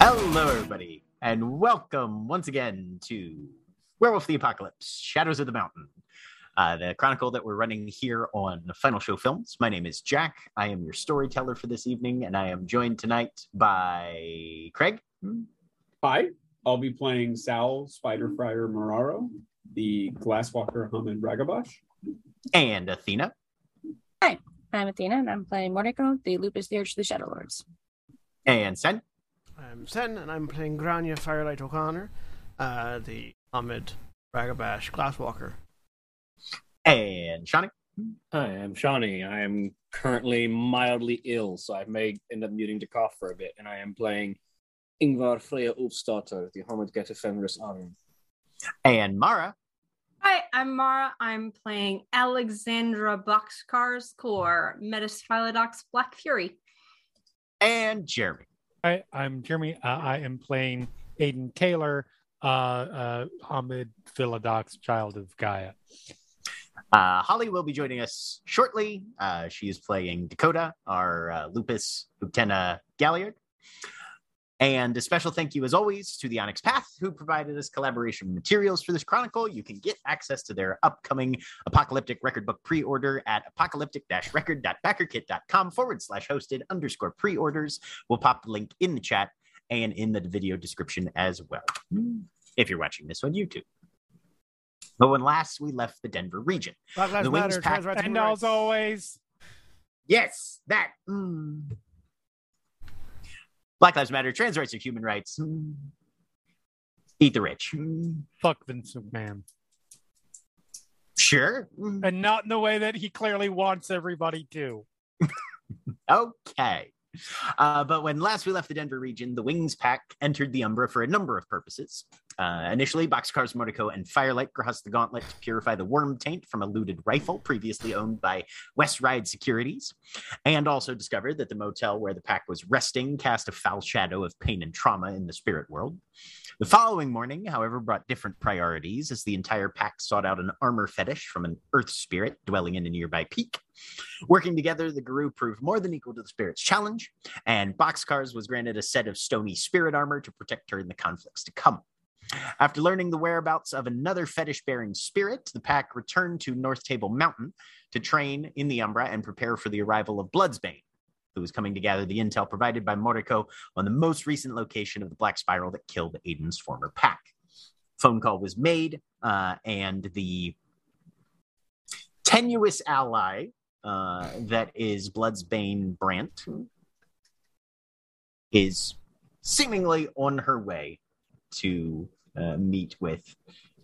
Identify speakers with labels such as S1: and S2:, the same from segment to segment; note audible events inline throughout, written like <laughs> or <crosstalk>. S1: Hello, everybody, and welcome once again to Werewolf the Apocalypse Shadows of the Mountain, uh, the chronicle that we're running here on Final Show Films. My name is Jack. I am your storyteller for this evening, and I am joined tonight by Craig.
S2: Hi, I'll be playing Sal Spiderfryer Moraro, the Glasswalker Haman Ragabash.
S1: and uh, Athena.
S3: I'm Athena, and I'm playing Mordecai, the Lupus Theatre to the Shadow Lords.
S1: And Sen,
S4: I'm Sen, and I'm playing Grania Firelight O'Connor, uh, the Ahmed Ragabash Glasswalker.
S1: and Shawnee,
S5: Hi, I'm Shawnee. I am currently mildly ill, so I may end up needing to cough for a bit, and I am playing Ingvar Freya Ulfsdotter, the Hamid Getafenris Arm.
S1: and Mara.
S6: Hi, I'm Mara. I'm playing Alexandra Boxcar's core, Metasphilodox Black Fury.
S1: And Jeremy.
S7: Hi, I'm Jeremy. Uh, I am playing Aiden Taylor, uh, uh, Hamid Philodox, child of Gaia.
S1: Uh, Holly will be joining us shortly. Uh, she is playing Dakota, our uh, Lupus Utena Galliard. And a special thank you, as always, to the Onyx Path, who provided us collaboration materials for this chronicle. You can get access to their upcoming Apocalyptic Record Book pre order at apocalyptic record.backerkit.com forward slash hosted underscore pre orders. We'll pop the link in the chat and in the video description as well, if you're watching this on YouTube. But when last we left the Denver region,
S4: Black
S1: The
S4: Lives
S1: wings
S4: Matter,
S1: pack-
S4: trans rights,
S7: And
S4: human
S7: as
S4: rights.
S7: always,
S1: Yes, that. mm. Black Lives Matter, trans rights are human rights. mm. Eat the rich. mm.
S7: fuck Vince McMahon.
S1: Sure. mm.
S7: And not in the way that he clearly wants everybody to.
S1: Okay. Uh, but when last we left the Denver region, the Wings Pack entered the Umbra for a number of purposes. Uh, initially, Boxcars Mordecai and Firelight crossed the gauntlet to purify the worm taint from a looted rifle previously owned by West Ride Securities, and also discovered that the motel where the pack was resting cast a foul shadow of pain and trauma in the spirit world. The following morning, however, brought different priorities as the entire pack sought out an armor fetish from an earth spirit dwelling in a nearby peak. Working together, the guru proved more than equal to the spirit's challenge, and Boxcars was granted a set of stony spirit armor to protect her in the conflicts to come. After learning the whereabouts of another fetish bearing spirit, the pack returned to North Table Mountain to train in the Umbra and prepare for the arrival of Bloodsbane, who was coming to gather the intel provided by Mordico on the most recent location of the Black Spiral that killed Aiden's former pack. Phone call was made, uh, and the tenuous ally uh, that is Bloodsbane Brant is seemingly on her way to uh, meet with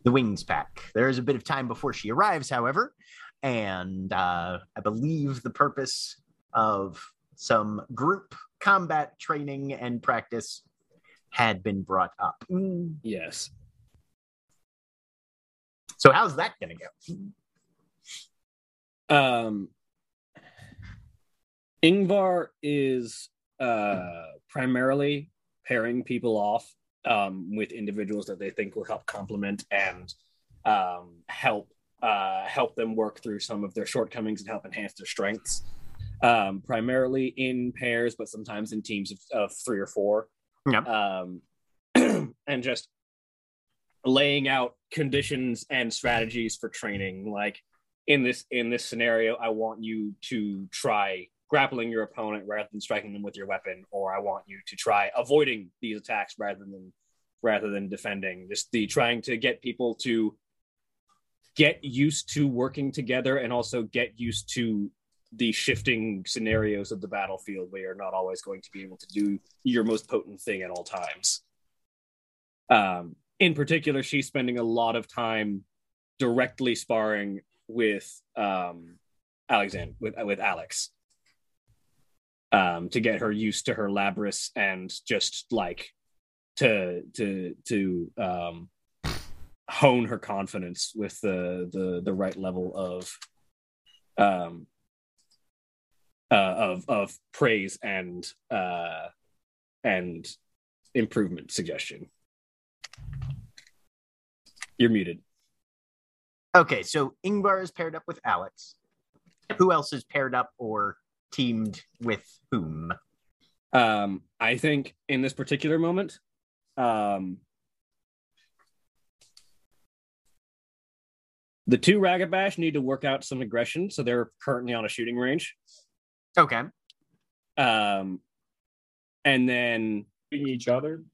S1: the Wings Pack. There is a bit of time before she arrives, however, and uh, I believe the purpose of some group combat training and practice had been brought up. Mm.
S5: Yes.
S1: So, how's that going to go?
S5: Um, Ingvar is uh, primarily pairing people off um, with individuals that they think will help complement and um, help uh, help them work through some of their shortcomings and help enhance their strengths. Um, primarily in pairs, but sometimes in teams of, of three or four.
S1: Yep.
S5: Um, <clears throat> and just laying out conditions and strategies for training, like in this in this scenario i want you to try grappling your opponent rather than striking them with your weapon or i want you to try avoiding these attacks rather than rather than defending just the trying to get people to get used to working together and also get used to the shifting scenarios of the battlefield where you're not always going to be able to do your most potent thing at all times Um, in particular, she's spending a lot of time directly sparring with um, Alexander with with Alex um, to get her used to her Labrys and just like to to to um, hone her confidence with the the the right level of um uh, of of praise and uh and improvement suggestion. You're muted.
S1: Okay, so Ingvar is paired up with Alex. Who else is paired up or teamed with whom?
S5: Um, I think in this particular moment, um, the two Ragabash need to work out some aggression, so they're currently on a shooting range.
S1: Okay.
S5: Um, and then
S2: Shooting each other.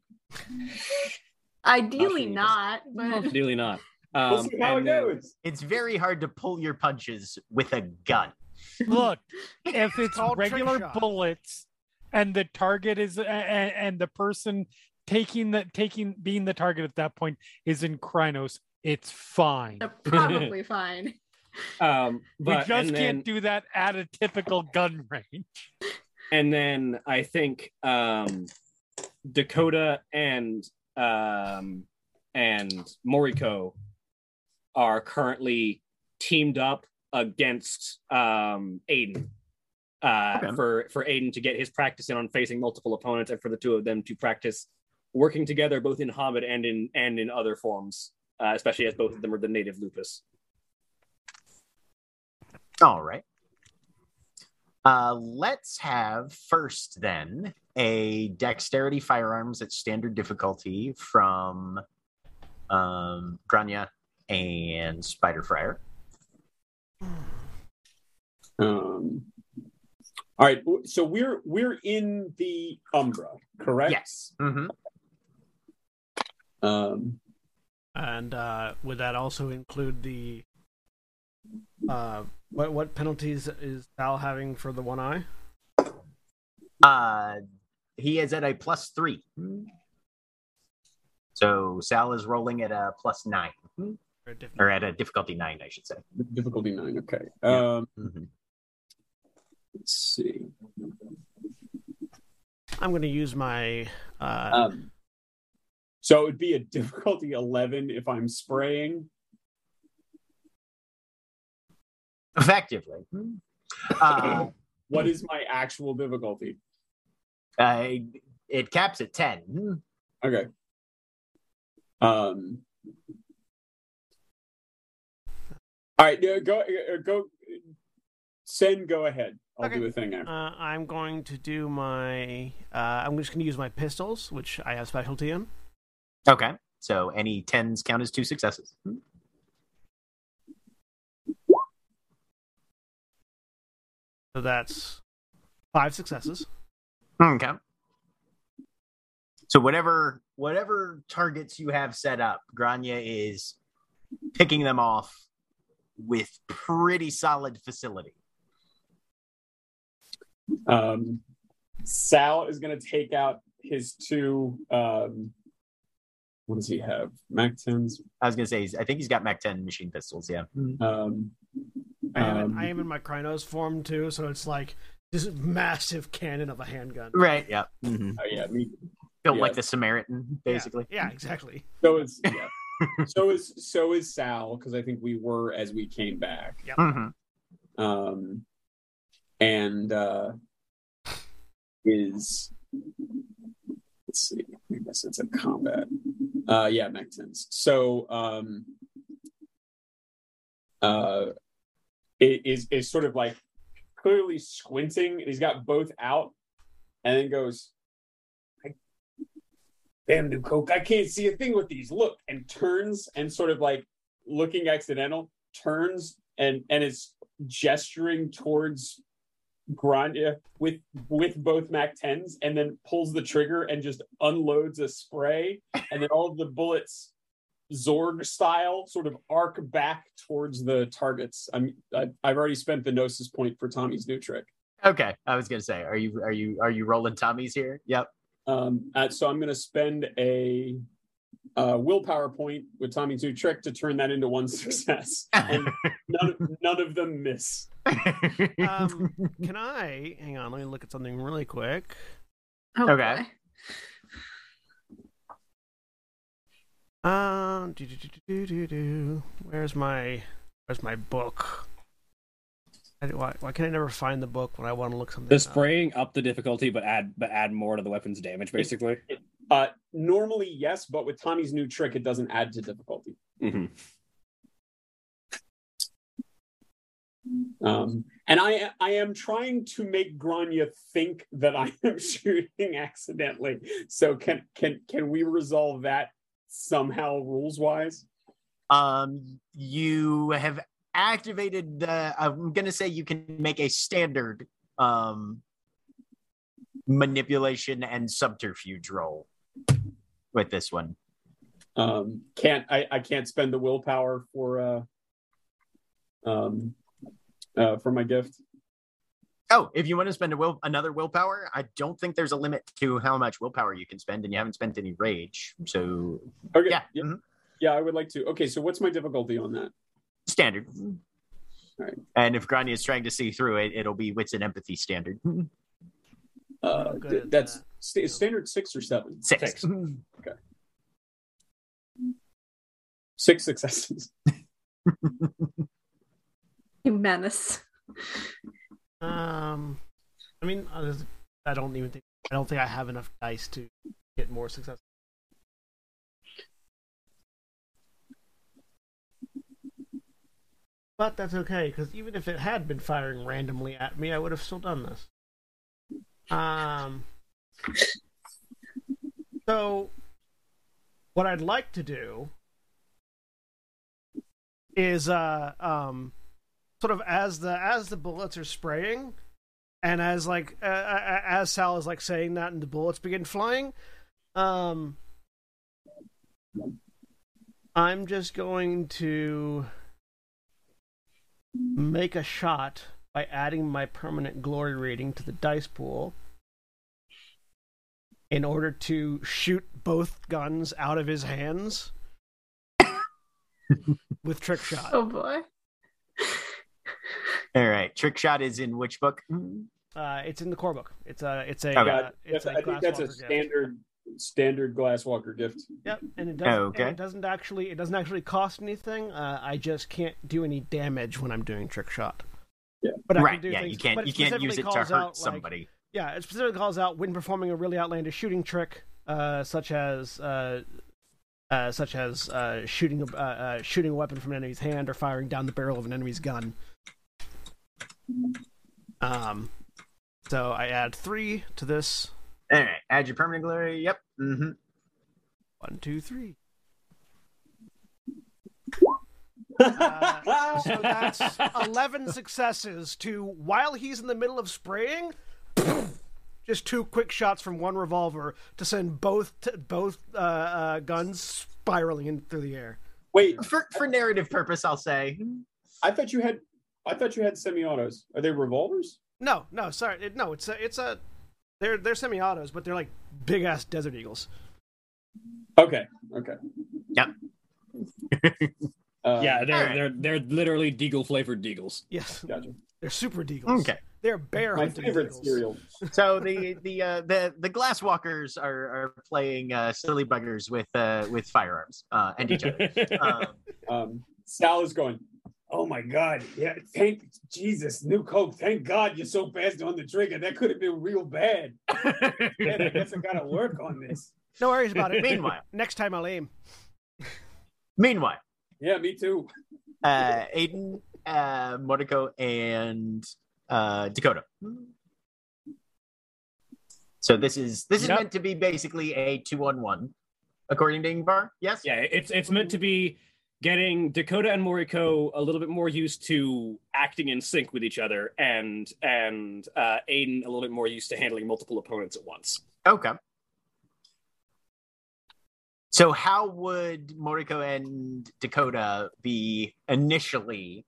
S6: Ideally
S5: Nothing.
S6: not, but
S5: ideally not.
S2: <laughs> We'll
S5: Um,
S2: see how it
S5: and then-
S2: goes.
S1: It's very hard to pull your punches with a gun.
S7: Look,
S1: <laughs>
S7: if it's
S8: called trick
S7: regular
S8: shot.
S7: bullets and the target is and, and the person taking the taking being the target at that point is in Krynos, it's fine.
S1: <laughs>
S6: they're probably fine. <laughs>
S5: um,
S7: We
S5: but
S7: just
S5: and
S7: can't
S5: then,
S7: do that at a typical gun range.
S5: and then I think um, Dakota and um, and Moriko are currently teamed up against um, Aiden uh,
S1: Okay.
S5: for for Aiden to get his practice in on facing multiple opponents, and for the two of them to practice working together, both in Hobbit and in and in other forms, uh, especially as both of them are the native lupus.
S1: All right. Uh, let's have first then a dexterity firearms at standard difficulty from um, Grania and Spider Fryer.
S2: Um, all right, so we're we're in the Umbra, correct?
S1: Yes. hmm
S2: Um,
S4: And uh, would that also include the uh, what what penalties is Sal having for the one eye?
S1: Uh, he is at a plus three. So Sal is rolling at a plus nine,
S4: Or different-
S1: or at a difficulty nine, I should say.
S2: difficulty nine. Okay.
S1: Yeah. Mm-hmm.
S2: Um, let's see.
S4: I'm going to use my uh,
S2: Um, so it would be a <laughs> difficulty eleven if I'm spraying. <laughs>
S1: Effectively. Uh,
S2: What is my actual difficulty?
S1: uh, it caps at 10.
S2: Okay. Um. All right, yeah, go uh, go. Send go ahead. I'll
S4: Okay.
S2: do a thing after.
S4: Uh, I'm going to do my. Uh, I'm just going to use my pistols, which I have specialty in.
S1: Okay. So any 10s count as two successes.
S4: So that's five successes.
S1: Okay. Hmm. So whatever whatever targets you have set up, Grania is picking them off with pretty solid facility.
S2: Um, Sal is going to take out his two. Um, what does he have? Mac tens.
S1: I was gonna say, he's- I think he's got Mac 10 machine pistols. Yeah.
S2: Um,
S4: I, have it,
S2: um,
S4: I am in my Krynos form too, so it's like this massive cannon of a handgun.
S1: Right. Yeah.
S2: oh, yeah, me.
S1: Mm-hmm. Built
S2: Yeah.
S1: like the Samaritan,
S4: Yeah,
S1: basically.
S4: Yeah, exactly.
S2: So is yeah. so is so is Sal because I think we were as we came back.
S1: Mhm.
S2: um, and uh, is let's see, I guess it's a combat. Uh, yeah, Mac 10s. So um, uh, it is is sort of like clearly squinting. and He's got both out, and then goes. "I- Damn, New Coke, I can't see a thing with these. Look, and turns and sort of like looking accidental, turns and and is gesturing towards Grania with with both Mac 10s and then pulls the trigger and just unloads a spray and then all of the bullets Zorg style sort of arc back towards the targets. I'm I, I've already spent the gnosis point for Tommy's new trick.
S1: Okay. I was gonna say, are you are you are you rolling Tommies here? Yep.
S2: Um, uh, so I'm going to spend a uh, willpower point with Tommy Two Trick to turn that into one <laughs> success. And none, none of them miss.
S4: Um, Can I hang on? Let me look at something really quick.
S6: Oh,
S1: Okay.
S6: boy.
S4: Um, do, do, do, do, do, do. where's my where's my book? I do- Why, why can I never find the book when I want to look something?
S5: The
S4: up?
S5: spraying up the difficulty, but add but add more to the weapon's damage, basically.
S2: Uh, normally, yes, but with Tommy's new trick, it doesn't add to difficulty.
S5: Mhm.
S2: Um, and I, I am trying to make Grania think that I am <laughs> shooting accidentally. So can can can we resolve that somehow rules wise?
S1: Um, you have activated the. I'm gonna say you can make a standard um, manipulation and subterfuge roll with this one.
S2: Um, can't I, I can't spend the willpower for uh, um, uh, for my gift.
S1: Oh, if you want to spend a will another willpower, I don't think there's a limit to how much willpower you can spend, and you haven't spent any rage, so
S2: Okay.
S1: yeah,
S2: Yeah,
S1: mhm,
S2: yeah, I would like to. Okay, so what's my difficulty on that?
S1: standard.
S2: Alright.
S1: And if Grania is trying to see through it, it'll be wits and empathy standard <laughs>
S2: Uh,
S4: I'm good
S2: th-
S4: at
S2: that's
S4: that.
S2: sta- standard six or
S4: <laughs>
S2: seven.
S1: six.
S2: Six successes.
S1: <laughs>
S6: You menace.
S4: Um, I mean, I just- I don't even think I don't think I have enough dice to get more success. But that's okay because even if it had been firing randomly at me, I would have still done this. Um. So, what I'd like to do is uh um sort of as the as the bullets are spraying and as like uh, uh, as sal is like saying that and the bullets begin flying um i'm just going to make a shot by adding my permanent glory rating to the dice pool in order to shoot both guns out of his hands with trick shot
S6: Oh boy.
S1: All right, trick shot is in which book?
S4: Uh, it's in the core book. It's a it's a
S1: Okay.
S4: uh,
S2: That's-
S4: it's a
S2: I think
S4: glass
S2: that's a
S4: walker gift.
S2: standard standard glasswalker gift.
S4: Yep, and it doesn't.
S1: Okay.
S4: and it doesn't actually. It doesn't actually cost anything. Uh, I just can't do any damage when I'm doing trick shot.
S2: Yeah.
S4: but I
S1: right,
S4: can do
S1: yeah,
S4: things,
S1: you can't
S4: but
S1: you can't
S4: specifically
S1: use it to
S4: calls
S1: hurt
S4: out, like-
S1: somebody.
S4: yeah, it specifically calls out when performing a really outlandish shooting trick, uh, such as. Uh, uh, such as uh, shooting a uh, uh, shooting a weapon from an enemy's hand or firing down the barrel of an enemy's gun. Um, so I add three to this
S1: All right, add your permanent glory. Yep. hmm
S4: One, two, three. Uh, So that's 11 successes to, while he's in the middle of spraying, just two quick shots from one revolver to send both t- both uh, uh, guns spiraling in through the air.
S2: Wait,
S1: For for narrative purpose, I'll say.
S2: I thought you had I thought you had semi-autos. Are they revolvers?
S4: No, no, sorry. It, no, it's a, it's a, they're, they're semi-autos, but they're like big ass desert
S2: <laughs>
S4: eagles.
S2: Okay, okay. <laughs>
S1: Yep.
S2: Uh,
S5: yeah, they're
S1: alright.
S5: they're they're literally deagle flavored deagles.
S4: Yes,
S2: gotcha.
S4: they're super deagles.
S1: Okay.
S4: They're bear
S2: My
S4: hunting
S2: favorite
S4: eagles.
S2: cereal.
S1: So the the uh, the the glasswalkers are are playing uh, silly buggers with uh, with firearms uh, and each
S2: <laughs>
S1: other. Um,
S2: Um, Sal is going. Oh my God! Yeah, thank Jesus, new Coke. Thank God you're so fast on the trigger. That could have been real bad. Man, I guess I gotta work on this.
S4: No worries about it.
S1: meanwhile,
S4: Next time I'll aim.
S1: meanwhile,
S2: Yeah, me too.
S1: uh, Aiden, uh, Monico, and uh, Dakota. So this is this is
S7: Yep.
S1: meant to be basically a two on one, according to Ingvar. Yes.
S5: Yeah, it's it's meant to be getting Dakota and Moriko a little bit more used to acting in sync with each other, and and uh, Aiden a little bit more used to handling multiple opponents at once.
S1: Okay. So how would Moriko and Dakota be initially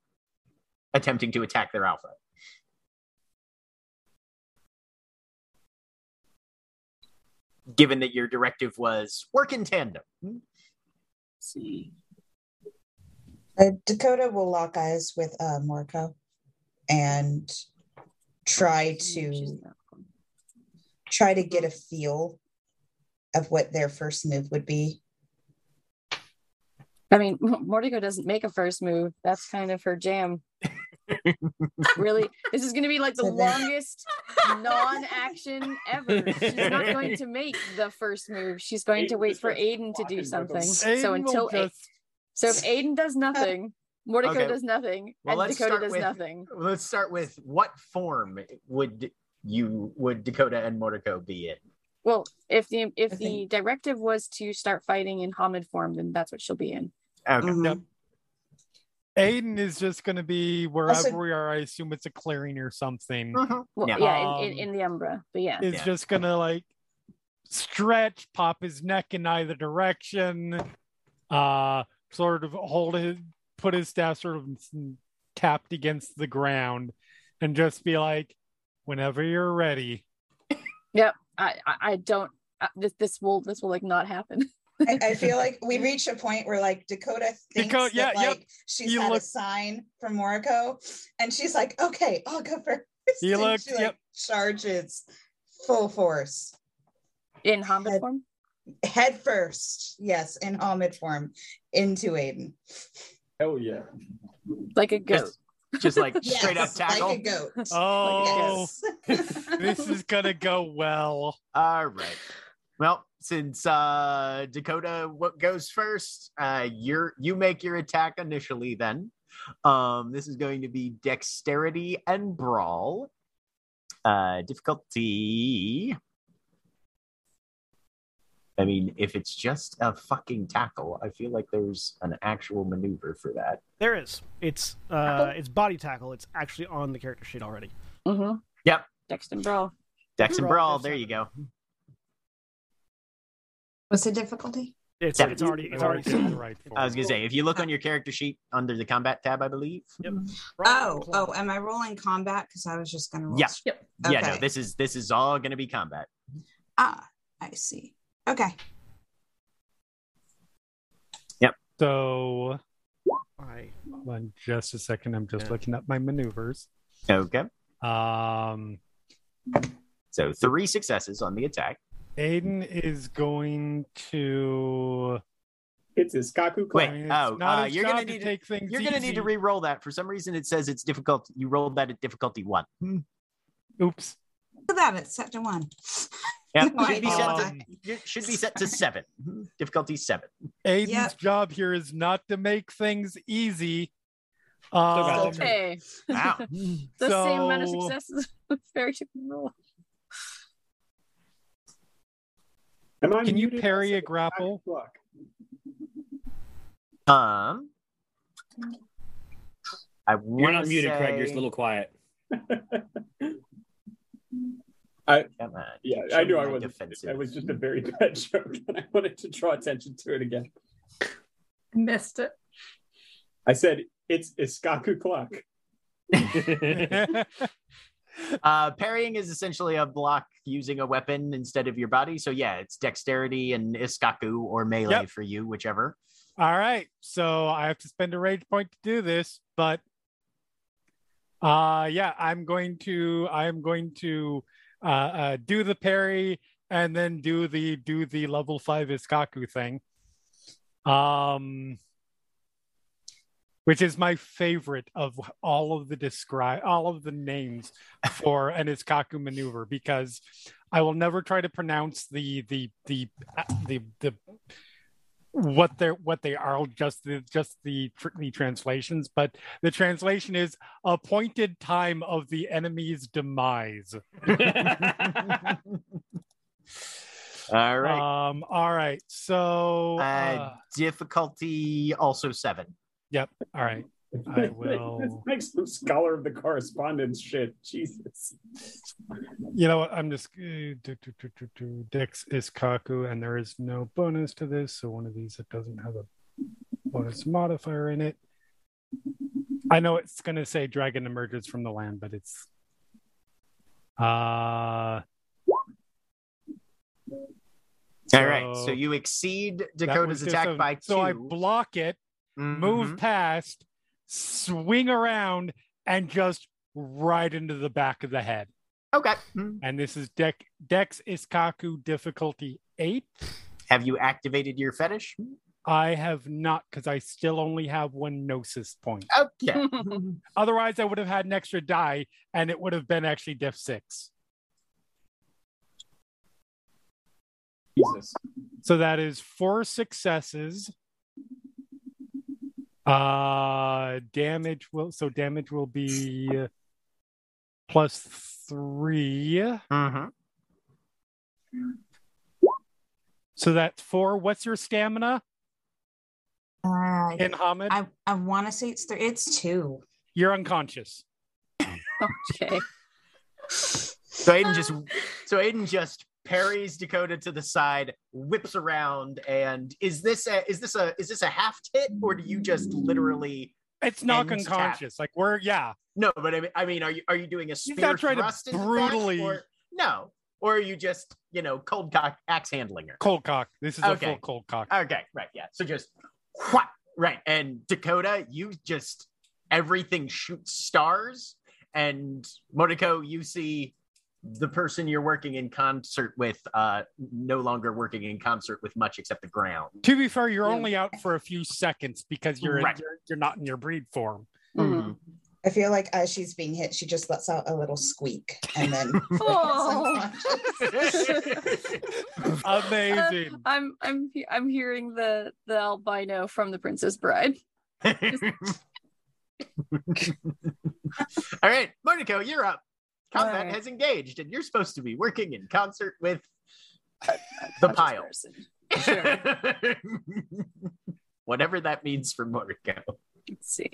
S1: attempting to attack their alpha? Given that your directive was work in tandem. Hmm?
S2: see.
S8: Uh, Dakota will lock eyes with uh, Morco and try to try to get a feel of what their first move would be.
S3: I mean, <laughs> M- Mordecai doesn't make a first move. That's kind of her jam. really, this is going to be like the
S8: So then-
S6: <laughs>
S3: longest non-action ever. She's not going to make the first move. She's going to
S2: Aiden
S3: wait
S2: just
S3: for
S2: starts
S3: Aiden to
S2: walking
S3: do
S2: with
S3: something.
S2: them.
S3: So
S7: Aiden will
S3: until A-
S7: just-
S3: so if
S6: <laughs>
S3: Aiden does nothing, Mordecai
S1: Okay.
S3: does nothing,
S1: Well,
S3: and
S1: let's
S3: Dakota
S1: start
S3: does
S1: with-
S3: nothing.
S1: Let's start with what form would you would Dakota and Mordico be in?
S3: Well, if the if
S8: I
S3: the
S8: think-
S3: directive was to start fighting in Hamid form, then that's what she'll be in.
S1: Okay.
S3: Mm-hmm.
S8: Mhm.
S7: Aiden is just going to be wherever
S8: Also-
S7: we are. I assume it's a clearing or something.
S8: Uh-huh.
S1: Mhm.
S3: Mm-hmm. Well,
S1: Yeah.
S3: yeah, in, in,
S7: Mm-hmm. Um,
S3: in the Umbra, but yeah,
S7: Is
S1: Yeah.
S7: just going to like stretch, pop his neck in either direction, uh, sort of hold his, put his staff sort of tapped against the ground, and just be like, "Whenever you're ready."
S3: I I, I don't. Uh, this this will this will like not happen.
S8: I, I feel
S3: <laughs>
S8: like we reach a point where like Dakota thinks
S7: Dakota- yeah,
S8: that like
S7: yep.
S8: she's
S7: You
S8: had
S7: look-
S8: a sign from Morco, and she's like, "Okay, I'll go first. <laughs>
S7: You
S8: And
S7: look-
S8: she, like,
S7: yep.
S8: charges full force,
S3: In Hamid
S8: Had-
S3: form,
S8: head first. Yes, in Hamid form into Aiden.
S2: Hell yeah.
S3: like a goat.
S1: Just, just like
S8: <laughs>
S1: straight up
S8: Yes,
S1: tackle.
S8: like a goat.
S7: Oh,
S8: Yes.
S7: <laughs>
S8: <laughs>
S7: this is going to go well.
S1: All right. Well, since uh, Dakota, what goes first? Uh, you're you make your attack initially. Then, um, this is going to be dexterity and brawl. Uh, difficulty. I mean, if it's just a fucking tackle, I feel like there's an actual maneuver for that.
S4: There is. It's uh, it's body tackle. It's actually on the character sheet already.
S3: Mm-hmm.
S1: Yep.
S3: Dexton Brawl.
S1: Dex and
S4: Brawl,
S1: brawl.
S4: there's
S1: There you go.
S8: What's the difficulty?
S4: It's
S1: Yeah.
S4: it's already it's already set in the right.
S1: I was gonna say, if you look on your character sheet under the combat tab, I believe.
S4: Yep.
S8: Oh, oh, am I rolling combat? Because I was just going to roll.
S1: Yeah.
S8: straight.
S1: Yeah, no,
S8: Okay.
S1: this is this is all gonna be combat.
S8: Ah, I see. Okay.
S7: So,
S4: I
S7: hold on just a second. I'm just
S4: Yeah.
S7: looking up my maneuvers.
S1: Okay.
S7: Um,
S1: So three successes on the attack.
S7: Aiden is going to.
S2: It's his Kaku
S7: I
S1: Wait,
S2: clan.
S7: mean, it's
S1: oh,
S7: not
S1: uh,
S7: his
S1: you're gonna
S7: job
S1: need to-
S7: take things.
S1: You're gonna need to
S7: easy.
S1: re-roll that. For some reason, it says it's difficult. You rolled that at difficulty one. Hmm.
S7: Oops.
S8: Look at that. It's set to one.
S3: <laughs>
S1: Yeah,
S8: Oh,
S1: should be set to,
S7: Um,
S1: it should be set
S8: <laughs>
S1: to seven. Hmm. difficulty seven.
S7: Aiden's
S8: Yep.
S7: job here is not to make things easy.
S2: Still
S7: Um,
S2: got
S3: Hey,
S1: Wow.
S3: <laughs> the same amount of
S7: So-
S3: successes. <laughs> with Very different roll.
S2: Am I
S7: can you
S2: muted?
S7: parry
S2: I
S7: a
S2: said
S7: grapple?
S2: Kaku block.
S1: um, I
S5: You're
S1: wanna
S5: not muted, Craig. You're
S1: say-
S5: just a little quiet.
S1: Come on,
S2: Yeah,
S1: keep
S2: I knew
S1: showing
S2: I
S1: my
S2: wasn't.
S1: defensive.
S2: That was just a very <laughs> bad joke, and I wanted to draw attention to it again.
S6: Missed it.
S2: I said it's Iskaku
S7: <laughs>
S2: <laughs> clock.
S1: Uh, parrying is essentially a block using a weapon instead of your body. So yeah, it's dexterity and iskaku or melee
S7: Yep.
S1: for you, whichever.
S7: All right. So I have to spend a rage point to do this, but uh yeah, I'm going to I'm going to uh, uh do the parry and then do the do the level 5 iskaku thing. Um which is my favorite of all of the describe all of the names
S1: <laughs>
S7: for an iskaku maneuver because I will never try to pronounce the the the the the what they're what they are just the just the, tr- the translations but the translation is appointed time of the enemy's demise
S1: <laughs>
S7: <laughs>
S1: All right.
S7: um all right so
S1: Uh,
S7: uh,
S1: difficulty also seven.
S7: all right
S1: <laughs>
S7: I will-
S2: this makes some scholar of the correspondence shit. Jesus.
S7: you know what i'm just uh, do, do, do, do, do. dex is kaku and there is no bonus to this so one of these that doesn't have a bonus modifier in it i know it's going to say dragon emerges from the land but it's uh
S1: All right. So you exceed
S7: that
S1: Dakota's
S7: was
S1: attack
S7: disowned.
S1: by two.
S7: So I block it, move
S1: Mhm.
S7: past, swing around, and just right into the back of the head.
S1: Okay. Mhm.
S7: And this is Dex Dex Iskaku difficulty eight.
S1: Have you activated your fetish?
S7: I have not because I still only have one gnosis point.
S1: Okay.
S7: Otherwise, I would have had an extra die, and it would have been actually diff six.
S2: Jesus.
S7: So that is four successes. Uh damage will so damage will be plus three.
S1: Mhm.
S7: So that's four. What's your stamina
S3: Ah,
S8: Uh,
S7: in Hamid?
S8: I I want to say it's three. It's two.
S7: You're unconscious.
S3: Okay.
S1: So Aiden just so Aiden just parries Dakota to the side, whips around, and is this a is this a is this a half hit or do you just literally
S7: It's knock
S1: And tap.
S7: unconscious. Like we're yeah.
S1: no? But I mean, I mean, are you are you doing a spear
S7: He's not trying to
S1: thrust in the back,
S7: brutally-
S1: or, no? Or are you just you know cold cock axe handling her?
S7: Cold cock. This is
S1: Okay.
S7: a full cold cock.
S1: Okay, right, yeah. So just whap, right, and Dakota, you just everything shoots stars, and Monaco, you see the person you're working in concert with, uh, no longer working in concert with much except the ground. <laughs>
S7: to be fair, you're
S3: Yeah.
S7: only out for a few seconds because you're, in-
S1: Right.
S7: you're you're not in your breed
S8: <laughs>
S7: form.
S3: Mhm.
S8: I feel like as she's being hit, she just lets out a little squeak and <laughs> then.
S3: Oh.
S7: <laughs> Amazing.
S3: Uh, <laughs> I'm I'm he- I'm hearing the the albino from the Princess Bride.
S1: All right, Monaco, you're up. Combat
S3: Alright.
S1: has engaged, and you're supposed to be working in concert with the
S3: Conscious
S1: pile.
S3: person. Sure.
S1: <laughs> Whatever that means for Monaco.
S3: Let's see.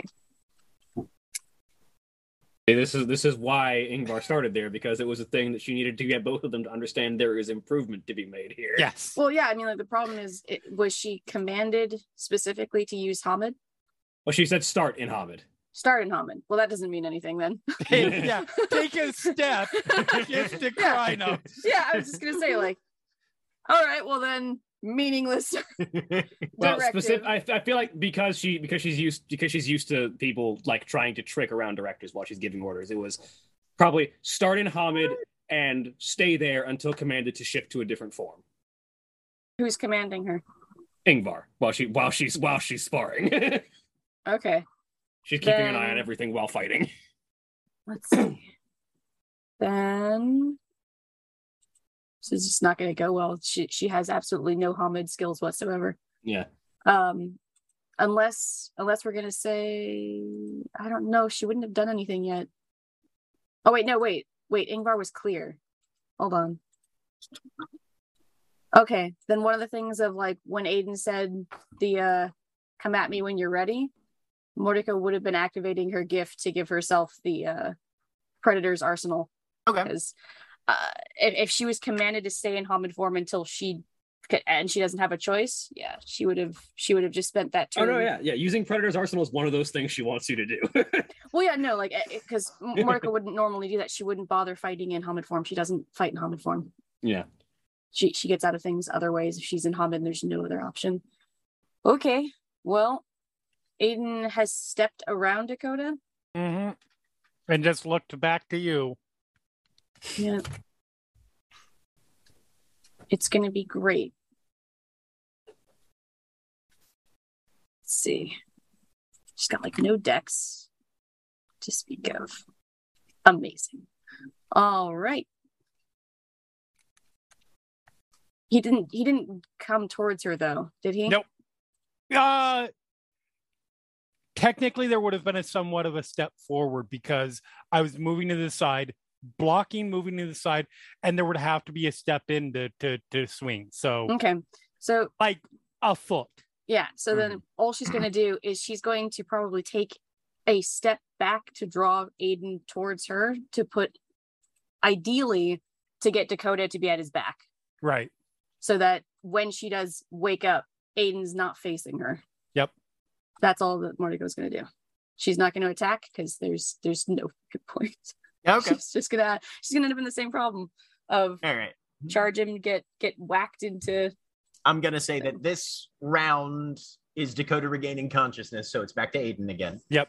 S5: Hey, This is this is why Ingvar started there because it was a thing that she needed to get both of them to understand there is improvement to be made here.
S7: Yes.
S3: Well, yeah, I mean, like the problem is, it, was she commanded specifically to use Hamid?
S5: Well, she said start in Hobbit. <laughs>
S3: Start in Hamid. Well, that doesn't mean anything then.
S7: <laughs> Take- yeah. Take a
S3: <laughs>
S7: step. <laughs> Just to cry now.
S3: yeah, I was just gonna say like, all right, well then, meaningless. <laughs>
S5: Well,
S3: directive.
S5: specific. I, I feel like because she because she's used because she's used to people like trying to trick around directors while she's giving orders. It was probably start in Hamid and stay there until commanded to shift to a different form.
S3: Who's commanding her?
S5: Ingvar while she while she's while she's sparring, <laughs>
S3: Okay,
S5: she's keeping an eye
S3: Then-
S5: on everything while fighting.
S3: let's see. <clears throat> then this is just not gonna go well. She she has absolutely no Hamid skills whatsoever.
S5: Yeah.
S3: um unless unless we're gonna say i don't know she wouldn't have done anything yet oh wait no wait wait ingvar was clear hold on okay then one of the things of like when aiden said the uh come at me when you're ready mordecai would have been activating her gift to give herself the uh predator's arsenal
S1: Okay.
S3: because uh, if, if she was commanded to stay in Hamid form until she c- and she doesn't have a choice, yeah, she would have she would have just spent that
S5: Oh
S3: turn.
S5: no, yeah, yeah. Using Predator's arsenal is one of those things she wants you to do. <laughs>
S3: Well, yeah, no, like because Mordecai wouldn't normally do that. She wouldn't bother fighting in Hamid form. She doesn't fight in Hamid form.
S5: yeah.
S3: She she gets out of things other ways. If she's in Hamid, there's no other option. Okay, well, Aiden has stepped around Dakota.
S7: hmm And just looked back to you.
S3: Yeah. It's going to be great. Let's see. She's got like no decks to speak of. Amazing. All right. He didn't he didn't come towards her though, did he?
S7: Nope. Uh technically there would have been a somewhat of a step forward because I was moving to the side, blocking, moving to the side, and there would have to be a step in to to, to swing. So
S3: Okay. So
S7: like a foot.
S3: Yeah. So then all she's going to do is she's going to probably take a step back to draw Aiden towards her to put, ideally, to get Dakota to be at his back
S7: Right.
S3: so that when she does wake up, Aiden's not facing her.
S7: Yep.
S3: That's all that Mordecai's going to do. She's not going to attack because there's there's no good point.
S1: Okay.
S3: She's just gonna she's gonna end up in the same problem of
S7: Mm-hmm.
S1: All right.
S3: charge him, get get whacked into
S1: I'm gonna say that this round is Dakota regaining consciousness, so it's back to Aiden again.
S7: The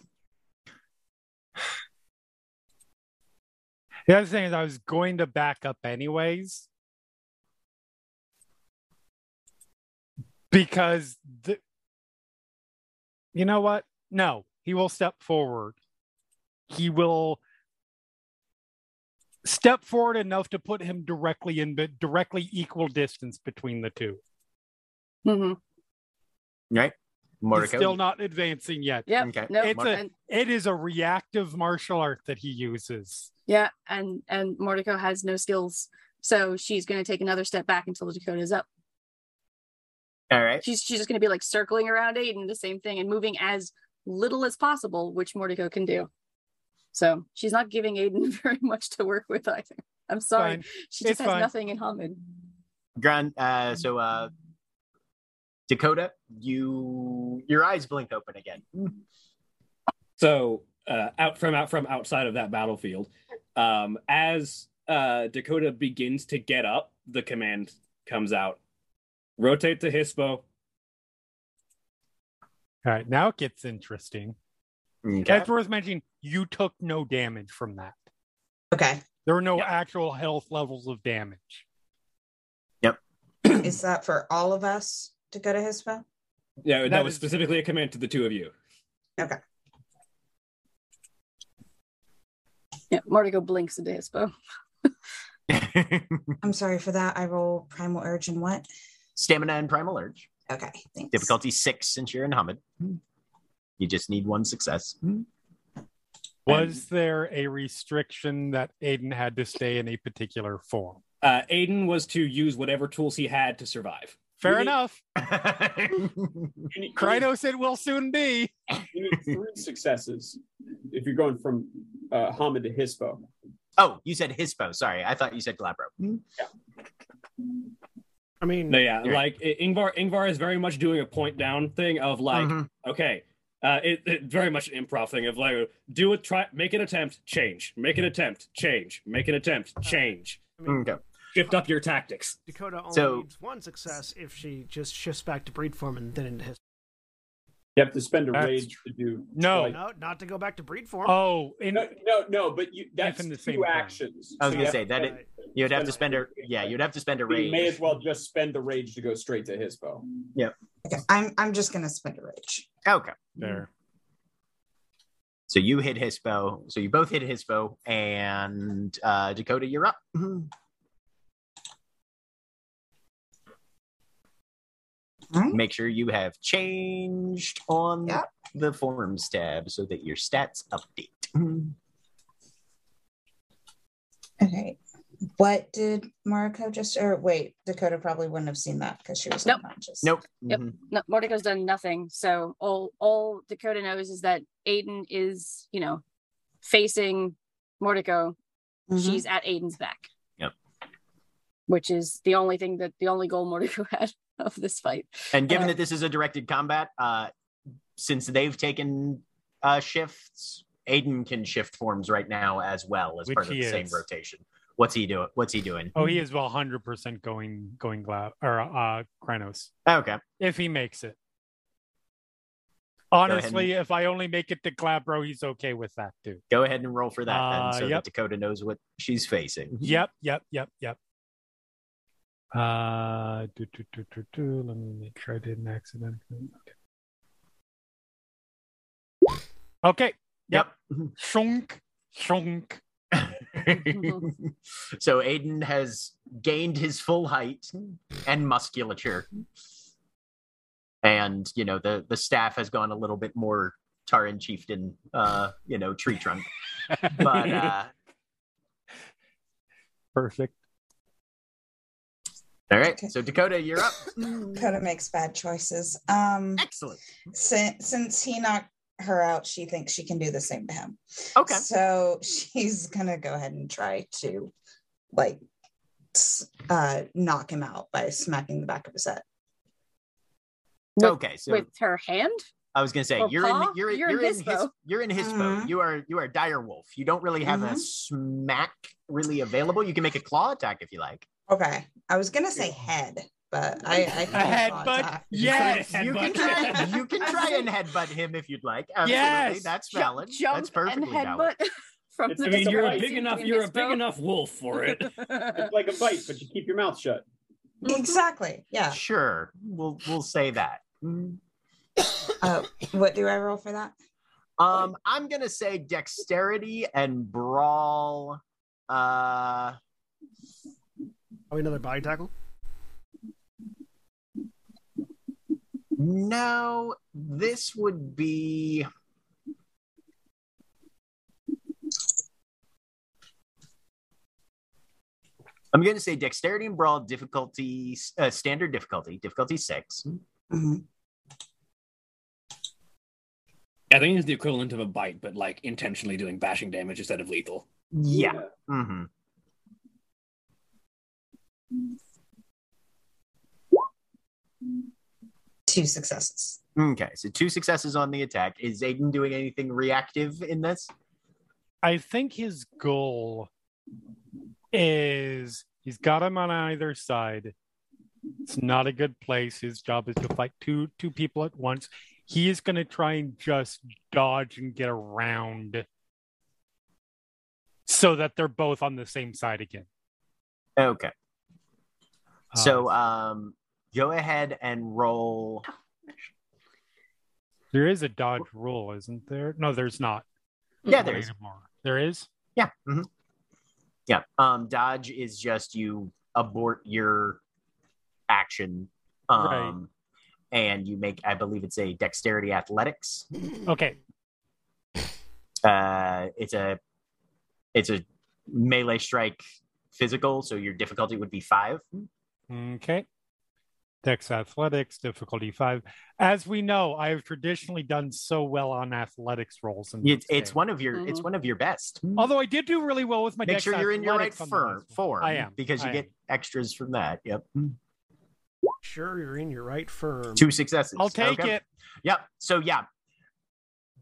S7: other thing is, I was going to back up anyways. Because, the, you know what? No, he will step forward. He will step forward enough to put him directly in, but directly equal distance between the two.
S3: Mm-hmm.
S1: Right?
S7: He's
S1: Mordecai.
S7: still not advancing yet.
S3: Yep.
S1: Okay.
S3: No.
S7: It's a-
S3: and,
S7: It is a reactive martial art that he uses.
S3: yeah, and and Mordecai has no skills, so she's going to take another step back until Dakota is up.
S1: All right.
S3: She's she's just going to be like circling around Aiden, the same thing, and moving as little as possible, which Mordecai can do. So she's not giving Aiden <laughs> very much to work with either. I'm sorry,
S7: Fine.
S3: she just
S7: It's
S3: has
S7: fine.
S3: nothing in common.
S1: Grand uh so uh Dakota, you your eyes blink open again.
S5: So uh, out from out from outside of that battlefield, um, as uh, Dakota begins to get up, the command comes out: rotate to Hispo.
S7: All right, now it gets interesting.
S1: Okay.
S7: It's worth mentioning you took no damage from that.
S8: Okay.
S7: There were no
S5: Yeah.
S7: actual health levels of damage.
S8: Is that for all of us to go to Hispa?
S5: Yeah, that,
S7: That
S5: was
S7: is-
S5: specifically a command to the two of you.
S3: Yeah, Mordecai blinks into
S1: <laughs>
S3: his bow.
S8: I'm sorry for that. I roll primal urge and what?
S1: Stamina and primal urge.
S8: Okay. Thanks.
S1: Difficulty six since you're in Hamid. You just need one success.
S7: Was there a restriction that Aiden had to stay in a particular form?
S5: Uh, Aiden was to use whatever tools he had to survive.
S7: Fair
S2: Really?
S7: enough.
S2: You need, you need-
S7: Krynos, it will soon be.
S2: you need
S7: <laughs>
S2: three successes if you're going from uh, Hamid to Hispo.
S1: oh, you said Hispo. Sorry, I thought you said Glabro.
S4: I mean,
S5: No, yeah,
S1: Yeah.
S5: like I- Ingvar. Ingvar is very much doing a point down thing of like,
S1: Mhm.
S5: okay, uh, it, it very much an improv thing of like, do a try, make an attempt, change, make an attempt, change, make an attempt, change,
S4: I mean
S1: Okay.
S5: shift up your tactics.
S4: Dakota only
S1: So-
S4: needs one success if she just shifts back to breed form and then into his.
S2: You have to spend a
S7: That's
S2: rage to do.
S7: No.
S2: like-
S4: No, not to go back to breed form.
S7: Oh, in,
S2: no, no, no, but you, that's
S7: in the same
S2: two
S7: time.
S2: actions.
S1: I was
S2: So
S1: gonna
S2: you
S1: say
S2: have
S1: that
S2: to-
S1: it- You'd have to spend a yeah. You'd have to spend a
S2: You may as
S1: rage.
S2: well just spend the rage to go straight to Hispo.
S8: Okay. I'm I'm just gonna spend a rage.
S1: Okay.
S7: there.
S1: So you hit Hispo. So you both hit Hispo, and uh, Dakota, you're up.
S8: Alright.
S1: Make sure you have changed on
S8: Yep.
S1: the forms tab so that your stats update.
S8: Okay. What did Mariko just or wait, Dakota probably wouldn't have seen that because she was
S3: Nope.
S8: unconscious.
S1: Nope.
S3: Yep.
S1: Mhm.
S3: No, Mordecai's done nothing. So all all Dakota knows is that Aiden is, you know, facing Mordecai.
S1: Mm-hmm.
S8: Mhm.
S3: She's at Aiden's back.
S1: Yep.
S3: Which is the only thing that the only goal <laughs> Mordecai had of this fight.
S1: And given
S3: Uh,
S1: that this is a directed combat, uh, since they've taken uh, shifts, Aiden can shift forms right now as well as
S7: Which
S1: part of the
S7: he
S1: same
S7: is.
S1: rotation. What's he doing? What's he doing?
S7: Oh, he is well 100% going going Glau or uh Krynos
S1: Okay.
S7: if he makes it.
S1: ahead and-
S7: Honestly, if I only make it to Glabro, he's okay with that too.
S1: Go ahead and roll for that
S7: Uh,
S1: then so
S7: yep.
S1: that Dakota knows what she's facing.
S7: Yep, yep, yep, yep. Uh, do, do, do, do, do. Let me make sure I didn't accidentally. Okay. Okay. Yep. Shunk. Shunk. <laughs>
S1: <laughs> so Aiden has gained his full height and musculature. And, you know, the, the staff has gone a little bit more Taran chieftain, uh, you know, tree trunk. But
S7: <laughs>
S1: uh,
S7: Perfect.
S1: all right.
S8: Okay.
S1: So Dakota, you're up.
S8: Dakota makes bad choices. Um
S1: Excellent.
S8: since since he knocked her out, she thinks she can do the same to him.
S1: Okay.
S8: So she's gonna go ahead and try to like s- uh knock him out by smacking the back of his head.
S3: With-
S1: okay. So
S3: With her hand?
S1: I was gonna say
S3: Or
S1: you're in
S3: paw?
S1: you're,
S3: You're
S1: you're,
S3: in
S1: in his
S3: Hispo.
S1: you're in his
S8: Mhm.
S1: You are you are dire wolf. You don't really have a
S8: Mhm.
S1: smack really available. You can make a claw attack if you like.
S8: Okay. I was gonna say head. but I, I think
S7: A headbutt?
S8: Yeah.
S7: Yes.
S1: you can try.
S3: <laughs>
S1: You can try and headbutt him if you'd like. Absolutely,
S7: Yes.
S1: that's
S3: Ju-
S1: valid.
S3: jump
S1: that's perfectly
S3: and
S1: valid.
S3: headbutt from
S2: It's-
S5: I
S3: the
S5: mean, you're a
S3: surprise
S5: big
S3: you
S5: enough.
S3: can
S5: You're a big
S3: expel.
S5: enough wolf for <laughs> it.
S2: It's like a bite, but you keep your mouth shut.
S8: <laughs>
S3: <laughs>
S8: Exactly. Yeah.
S1: Sure, we'll we'll say that. Mm.
S8: <coughs> Uh, what do I roll for that?
S1: Um, I'm gonna say dexterity and brawl. Uh,
S4: Oh, another body tackle?
S1: no, this would be. I'm gonna say dexterity and brawl difficulty, uh, standard difficulty, difficulty six.
S8: Mhm.
S4: Mm-hmm.
S5: I think it's the equivalent of a bite, but like intentionally doing bashing damage instead of lethal.
S1: Yeah. Mm-hmm.
S8: Two successes.
S1: Okay, so two successes on the attack. Is Aiden doing anything reactive in this?
S7: I think his goal is he's got him on either side. It's not a good place. His job is to fight two two people at once. He is going to try and just dodge and get around so that they're both on the same side again.
S1: Okay,
S7: Uh,
S1: so um, go ahead and roll.
S7: there is a dodge rule, isn't there? No, there's not.
S1: Yeah, there is.
S7: Anymore. There is.
S1: Yeah, mhm. yeah. Um, dodge is just you abort your action, um, and you make. I believe it's a dexterity athletics.
S7: Okay.
S1: Uh, it's a it's a melee strike physical, so your difficulty would be five.
S7: Okay. Dex athletics, difficulty five. As we know, I have traditionally done so well on athletics rolls. In
S1: It's,
S7: this
S1: it's
S7: game.
S1: one of your it's
S3: Mhm.
S1: one of your best.
S7: Although I did do really well with my
S1: Make
S7: Dex
S1: sure you're in your right
S7: athletics on the
S1: fir-
S7: last one.
S1: form.
S7: I am.
S1: because you
S7: I
S1: get
S7: am.
S1: extras from that. Yep,
S4: Sure, you're in your right firm.
S1: two successes.
S7: I'll take
S1: Okay.
S7: it.
S1: Yep. So yeah.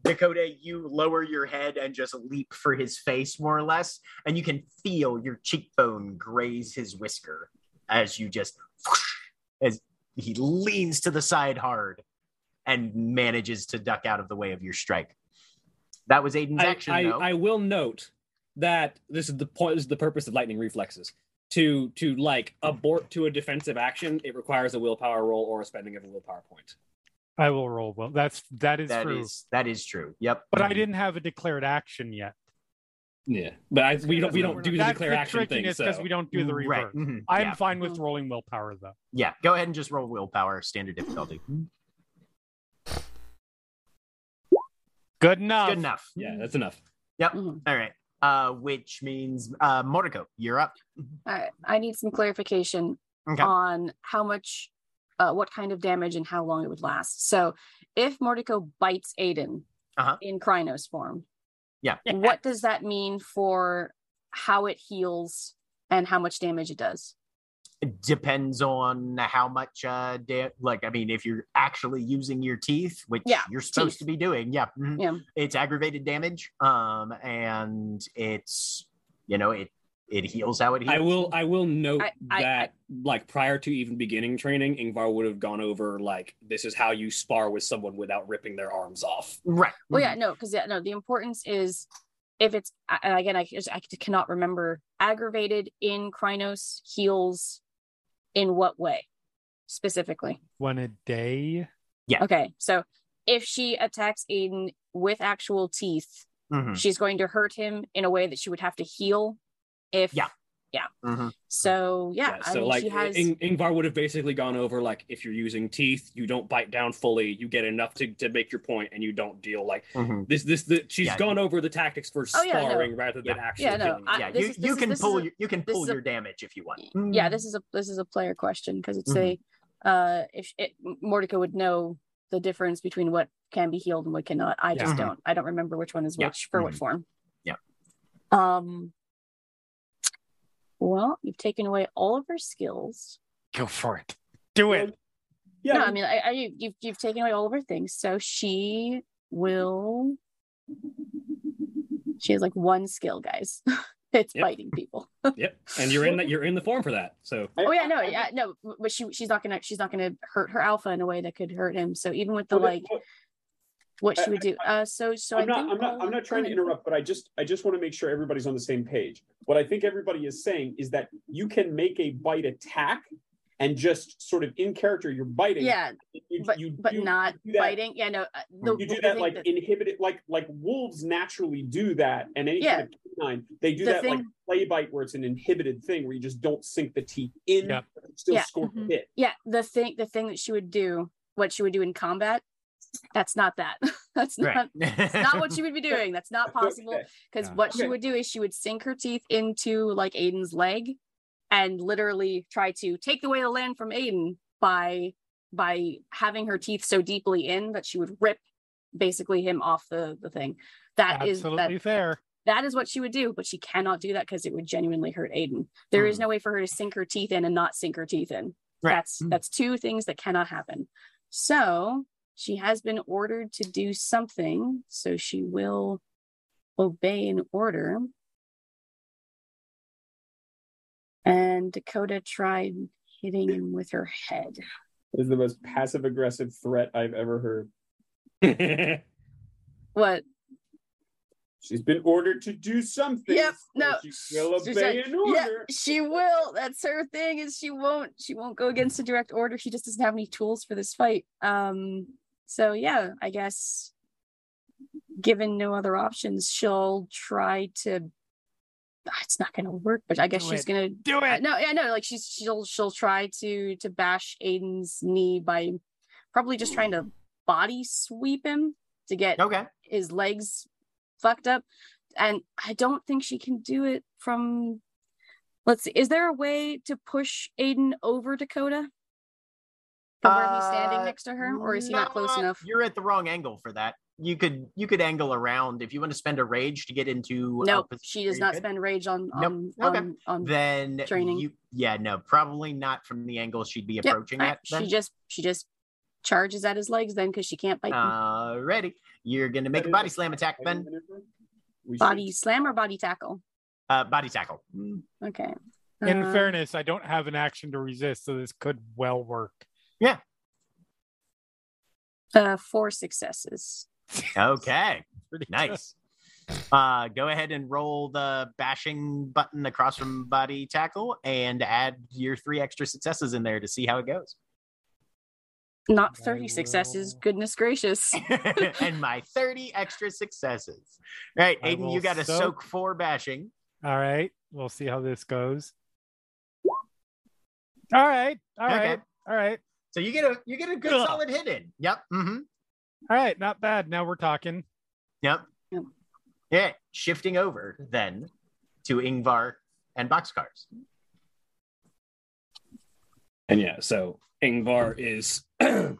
S1: Dakota, you lower your head and just leap for his face, more or less, and you can feel your cheekbone graze his whisker as you just as he leans to the side hard and manages to duck out of the way of your strike. That was Aiden's
S5: I,
S1: action,
S5: I,
S1: though.
S5: I will note that this is the point. This is the purpose of lightning reflexes. To to like abort to a defensive action, it requires a willpower roll or a spending of a willpower point.
S7: I will roll well. That's that is
S1: That
S7: true.
S1: is- that is true. Yep.
S7: But I didn't have a declared action yet.
S5: Yeah, but I, we don't we
S4: We're
S5: don't do the
S7: That's
S5: declare
S7: the
S5: action thing.
S7: trickiness because
S5: so-
S7: we don't do the reverse.
S1: Right. mhm,
S7: I'm
S1: yeah.
S7: fine with rolling willpower though.
S1: yeah. Go ahead and just roll willpower, standard difficulty.
S7: Good enough.
S1: Good enough.
S5: Yeah, that's enough.
S3: Mhm.
S1: All right. Uh, which means uh, Mordecai, you're up.
S3: All right, I need some clarification
S1: Okay.
S3: on how much, uh, what kind of damage and how long it would last. So, if Mordico bites Aiden
S1: Uh-huh.
S3: in Krynos form,
S1: Yeah.
S3: what does that mean for how it heals and how much damage it does?
S1: It depends on how much uh da- like i mean if you're actually using your teeth which
S3: Yeah,
S1: you're supposed
S3: teeth.
S1: to be doing yeah, mhm.
S3: Yeah.
S1: it's aggravated damage um and it's you know it it heals how it heals
S5: I will I will note
S3: I- I-
S5: that like prior to even beginning training, Ingvar would have gone over like this is how you spar with someone without ripping their arms off.
S1: right
S3: Well, yeah, no, because yeah, no, the importance is if it's a- and again, I just I cannot remember aggravated in Krynos heals in what way specifically.
S7: One a day.
S3: Okay, so if she attacks Aiden with actual teeth,
S1: Mhm,
S3: she's going to hurt him in a way that she would have to heal. If
S1: Yeah. mhm.
S3: so, yeah, I
S5: so
S3: mean,
S5: like
S3: she has
S5: In- Ingvar would have basically gone over like if you're using teeth, you don't bite down fully, you get enough to, to make your point, and you don't deal like
S1: Mhm.
S5: this this the, she's
S1: Yeah.
S5: gone over the tactics for
S3: Oh, yeah, no.
S5: sparring rather than actually
S3: Yeah, no,
S5: killing.
S3: I-
S1: yeah
S3: this
S1: you,
S3: is-
S1: you
S3: this is-
S1: can
S3: this is
S1: pull
S3: a-
S1: your, you can
S3: this
S1: pull
S3: is a-
S1: your damage if you want
S3: yeah this is a this is a player question because it's a uh if it, mordecai would know the difference between what can be healed and what cannot i just
S1: Yeah.
S3: don't i don't remember which one is
S1: Yeah.
S3: which for what
S6: Mm-hmm.
S1: Mhm. <laughs>
S3: form
S1: Yeah.
S3: um well you've taken away all of her skills
S7: Go for it. Do it.
S2: Yeah,
S3: no i mean i, I you- you've, you've taken away all of her things so she will she has like one skill guys <laughs> It's
S5: Yep.
S3: biting people.
S5: Yep. And you're in that you're in the form for that. So
S3: Oh yeah, no, yeah, no. But she she's not gonna she's not gonna hurt her alpha in a way that could hurt him. So even with the
S2: Okay,
S3: like
S2: look,
S3: what she
S2: I-
S3: would do. Uh, so so
S2: I'm
S3: I
S2: not.
S3: think
S2: I'm not. I'm not trying to interrupt, but I just. I just want to make sure everybody's on the same page. What I think everybody is saying is that you can make a bite attack, and just sort of in character, you're biting.
S3: Yeah,
S2: you,
S3: but
S2: you
S3: but
S2: do-
S3: not
S2: you do that-
S3: biting. Yeah, no. uh, The,
S2: you do
S3: the
S2: that
S3: thing
S2: like inhibit it like like wolves naturally do that and any
S3: Yeah.
S2: kind of canine they do
S3: The
S2: that like
S3: thing-
S2: play bite where it's an inhibited thing where you just don't sink the teeth in
S7: Yeah.
S2: but you still
S3: Yeah.
S5: Mm-hmm.
S3: mm-hmm.
S2: score
S6: Mhm.
S2: a hit
S3: yeah the thing the thing that she would do what she would do in combat that's not that <laughs> that's not
S1: Right.
S3: not what she would be doing that's not
S2: <laughs>
S3: possible
S2: Okay.
S3: because
S5: Yeah.
S3: what she
S2: Okay.
S3: would do is she would sink her teeth into like aiden's leg and literally try to take away the land from aiden by by having her teeth so deeply in that she would rip basically him off the the thing That is that
S7: Absolutely fair.
S3: that is what she would do, but she cannot do that because it would genuinely hurt Aiden. There is
S1: Hmm.
S3: no way for her to sink her teeth in and not sink her teeth in.
S1: Right.
S3: That's
S1: Hmm.
S3: that's two things that cannot happen. So she has been ordered to do something, so she will obey an order. And Dakota tried hitting him with her head.
S2: This is the most passive aggressive threat i've ever heard
S5: <laughs>
S3: What?
S2: she's been ordered to do something
S3: Yep.
S2: so
S3: No.
S2: she will
S3: She's
S2: obey
S3: like,
S2: an order
S3: Yeah, she will. That's her thing. Is she won't. She won't go against the direct order. She just doesn't have any tools for this fight. Um. So yeah, I guess given no other options, she'll try to. Ah, It's not going to work, but I guess
S7: Do
S3: she's
S7: it.
S3: going to
S7: Do
S3: uh,
S7: it.
S3: no, yeah, no. Like she's she'll she'll try to to bash Aiden's knee by probably just trying to body sweep him to get
S1: okay.
S3: his legs fucked up and i don't think she can do it from let's see is there a way to push aiden over dakota from where he's standing
S1: Uh,
S3: next to her or is he not close
S1: not-
S3: enough
S1: You're at the wrong angle for that. You could you could angle around if you want to spend a rage to get into. a
S3: no
S1: position
S3: she
S1: where
S3: does
S1: you
S3: not
S1: could,
S3: spend rage on
S1: Nope.
S3: on
S1: Okay.
S3: on, on
S1: Then
S3: training.
S1: you yeah no probably not from the angle she'd be
S3: Yep,
S1: approaching
S3: alright,
S1: at. Then.
S3: she just she just charges at his legs then because she can't bite
S1: Uh,
S3: him.
S1: Alrighty, you're gonna make a body slam attack then.
S2: We should-
S3: body slam or body tackle
S1: Uh, body tackle. Mm,
S3: okay
S7: In
S3: Uh,
S7: fairness, I don't have an action to resist, so this could well work.
S3: uh four successes
S1: <laughs> Okay,
S7: Pretty good.
S1: nice. Uh, go ahead and roll the bashing button across from body tackle and add your three extra successes in there to see how it goes.
S3: not
S7: I
S3: 30 successes
S7: will-
S3: goodness gracious
S1: and my 30 extra successes. All right,
S7: I
S1: Aiden,
S7: will
S1: you got to soak.
S7: soak.
S1: four bashing.
S7: All right. We'll see how this goes. All right. all right,
S1: Okay.
S7: All right.
S1: So you get a you get a good
S7: Ugh.
S1: solid hit in. Yep. Mm-hmm.
S7: All right. Not bad. Now we're talking. <laughs>
S1: Yep.
S3: Yep.
S1: Yeah. Shifting over then to Ingvar and boxcars.
S5: And yeah, so Ingvar is <clears throat> I-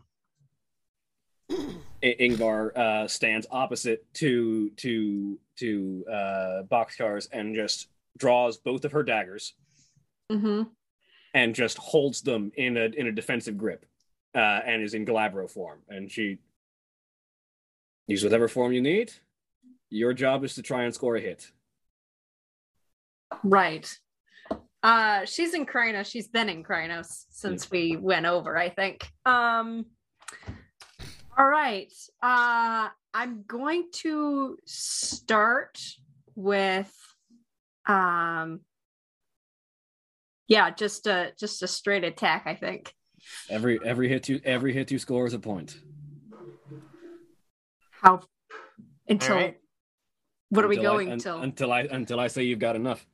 S5: Ingvar uh, stands opposite to to to uh, boxcars and just draws both of her daggers
S6: Mm-hmm.
S5: and just holds them in a in a defensive grip uh, and is in Galabro form. And she use whatever form you need. Your job is to try and score a hit.
S6: Right. Uh she's in Krynos. She's been in Krynos since we went over, I think. Um all right. Uh I'm going to start with um yeah, just a just a straight attack, I think.
S5: Every every hit you every hit you score is a point.
S6: How until
S1: right.
S6: what are we
S5: Until I-
S6: going
S5: un-
S6: till?
S5: until I until I say you've got enough.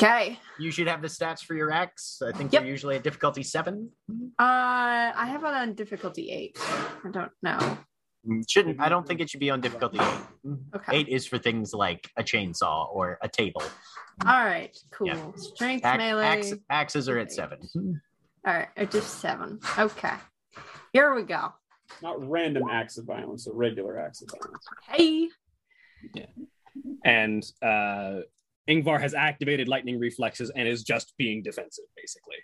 S6: okay.
S1: You should have the stats for your axe. I think
S6: Yep.
S1: you're usually at difficulty seven.
S6: Uh I have it on difficulty eight. I don't know.
S1: Mm, Shouldn't I don't think it should be on difficulty eight.
S6: Mm-hmm. Okay.
S1: Eight is for things like a chainsaw or a table.
S6: All right, cool.
S1: Yeah.
S6: Strength
S1: Ax-
S6: melee.
S1: ax- axes are at
S6: Eight.
S1: seven.
S6: All right, I just seven. Okay. Here we go.
S2: not random acts of violence but regular acts of violence
S6: Hey.
S5: and uh, Ingvar has activated lightning reflexes and is just being defensive, basically.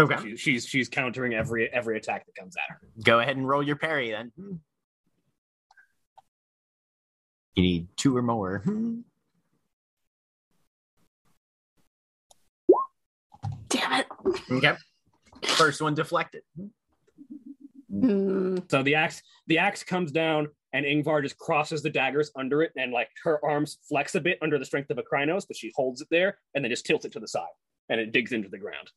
S1: Okay.
S5: She, she's she's countering every every attack that comes at her.
S1: Go ahead and roll your parry then. You need two or more.
S6: Damn it.
S1: Okay. First one deflected.
S3: Hmm.
S6: Mm,
S5: So the axe the axe comes down and Ingvar just crosses the daggers under it and like her arms flex a bit under the strength of a Krynos, but she holds it there and then just tilts it to the side and it digs into the ground.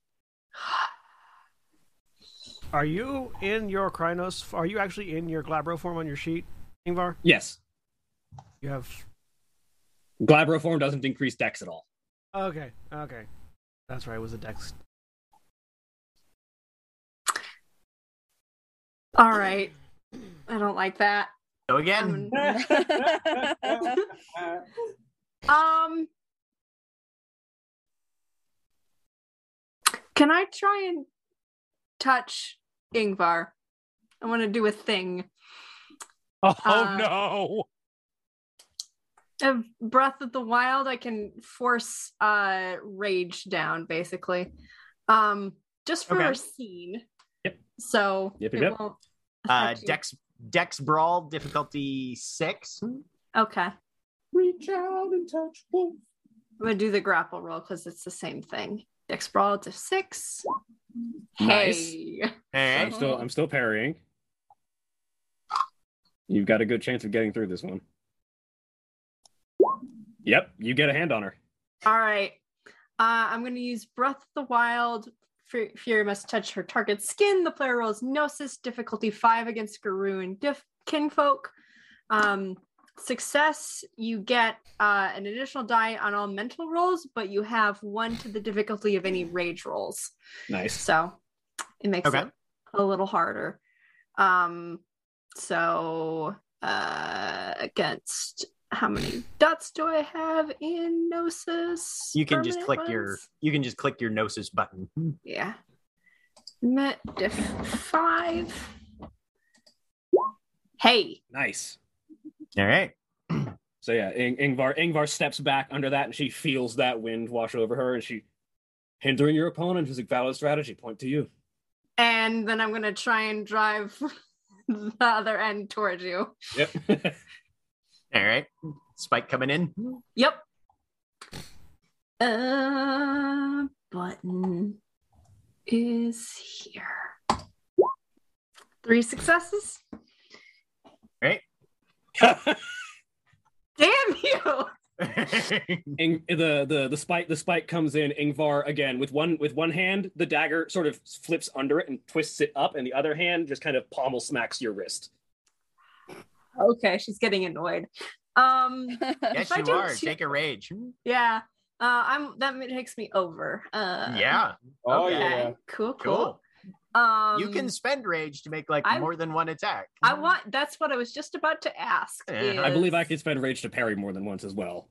S4: Are you in your Krynos? Are you actually in your Glabro form on your sheet, Ingvar?
S5: Yes.
S4: You have.
S5: Glabroform doesn't increase dex at all.
S4: Okay, okay. That's right, it was a dex.
S6: All right. I don't like that.
S1: So again,
S6: Um, um, can I try and touch Ingvar? I want to do a thing.
S7: Oh
S6: Uh,
S7: no!
S6: Of Breath of the Wild, I can force uh rage down basically. Um just for
S1: Okay.
S6: a scene.
S5: Yep.
S6: So
S5: Yep,
S6: it
S5: yep, yep.
S6: won't
S1: uh,
S6: affect you.
S1: Dex Dex Brawl difficulty six.
S6: Okay. I'm
S2: Reach out and touch wolf.
S6: gonna do the grapple roll because it's the same thing. Dex brawl to six.
S5: Nice.
S6: Hey.
S1: All
S5: So
S1: right.
S5: I'm still I'm still parrying. You've got a good chance of getting through this one. Yep, you get a hand on her.
S6: All right. Uh, I'm going to use Breath of the Wild. Fu- Fury must touch her target skin. The player rolls Gnosis, difficulty five against Guru and Dif- Kinfolk. Um, success, you get uh, an additional die on all mental rolls, but you have one to the difficulty of any rage rolls.
S5: Nice.
S6: So it makes
S1: Okay.
S3: <laughs>
S6: it a little harder. Um, so uh, against how many dots do I have in Gnosis?
S1: You can just click
S6: Permanent
S1: your
S6: ones?
S1: you can just click your gnosis
S2: <laughs>
S1: button.
S6: yeah. Met diff five. Hey,
S5: Nice.
S1: All right.
S5: So yeah, Ing- Ingvar Ingvar steps back under that, and she feels that wind wash over her, and she hindering your opponent is a valid strategy. Point to you.
S6: and then I'm gonna try and drive <laughs> the other end towards you.
S5: Yep.
S1: <laughs> All right. Spike coming in.
S6: Yep. Uh, button is here. Three successes. Damn you!
S5: Ing- the the the spike the spike comes in. Ingvar again with one with one hand, the dagger sort of flips under it and twists it up, and the other hand just kind of pommel smacks your wrist.
S6: Okay, she's getting annoyed. <laughs> Um,
S1: yes,
S6: I
S1: you
S6: don't
S1: are.
S6: see-
S1: Take a rage.
S6: yeah. Uh, I'm that takes me over. Uh,
S1: yeah.
S2: Oh
S1: Okay.
S2: yeah.
S6: Cool, cool.
S1: Cool.
S6: Um,
S1: you can spend rage to make like
S6: I-
S1: more than one attack.
S6: I want. That's what I was just about to ask.
S1: Yeah,
S6: is-
S5: I believe I could spend rage to parry more than once as well.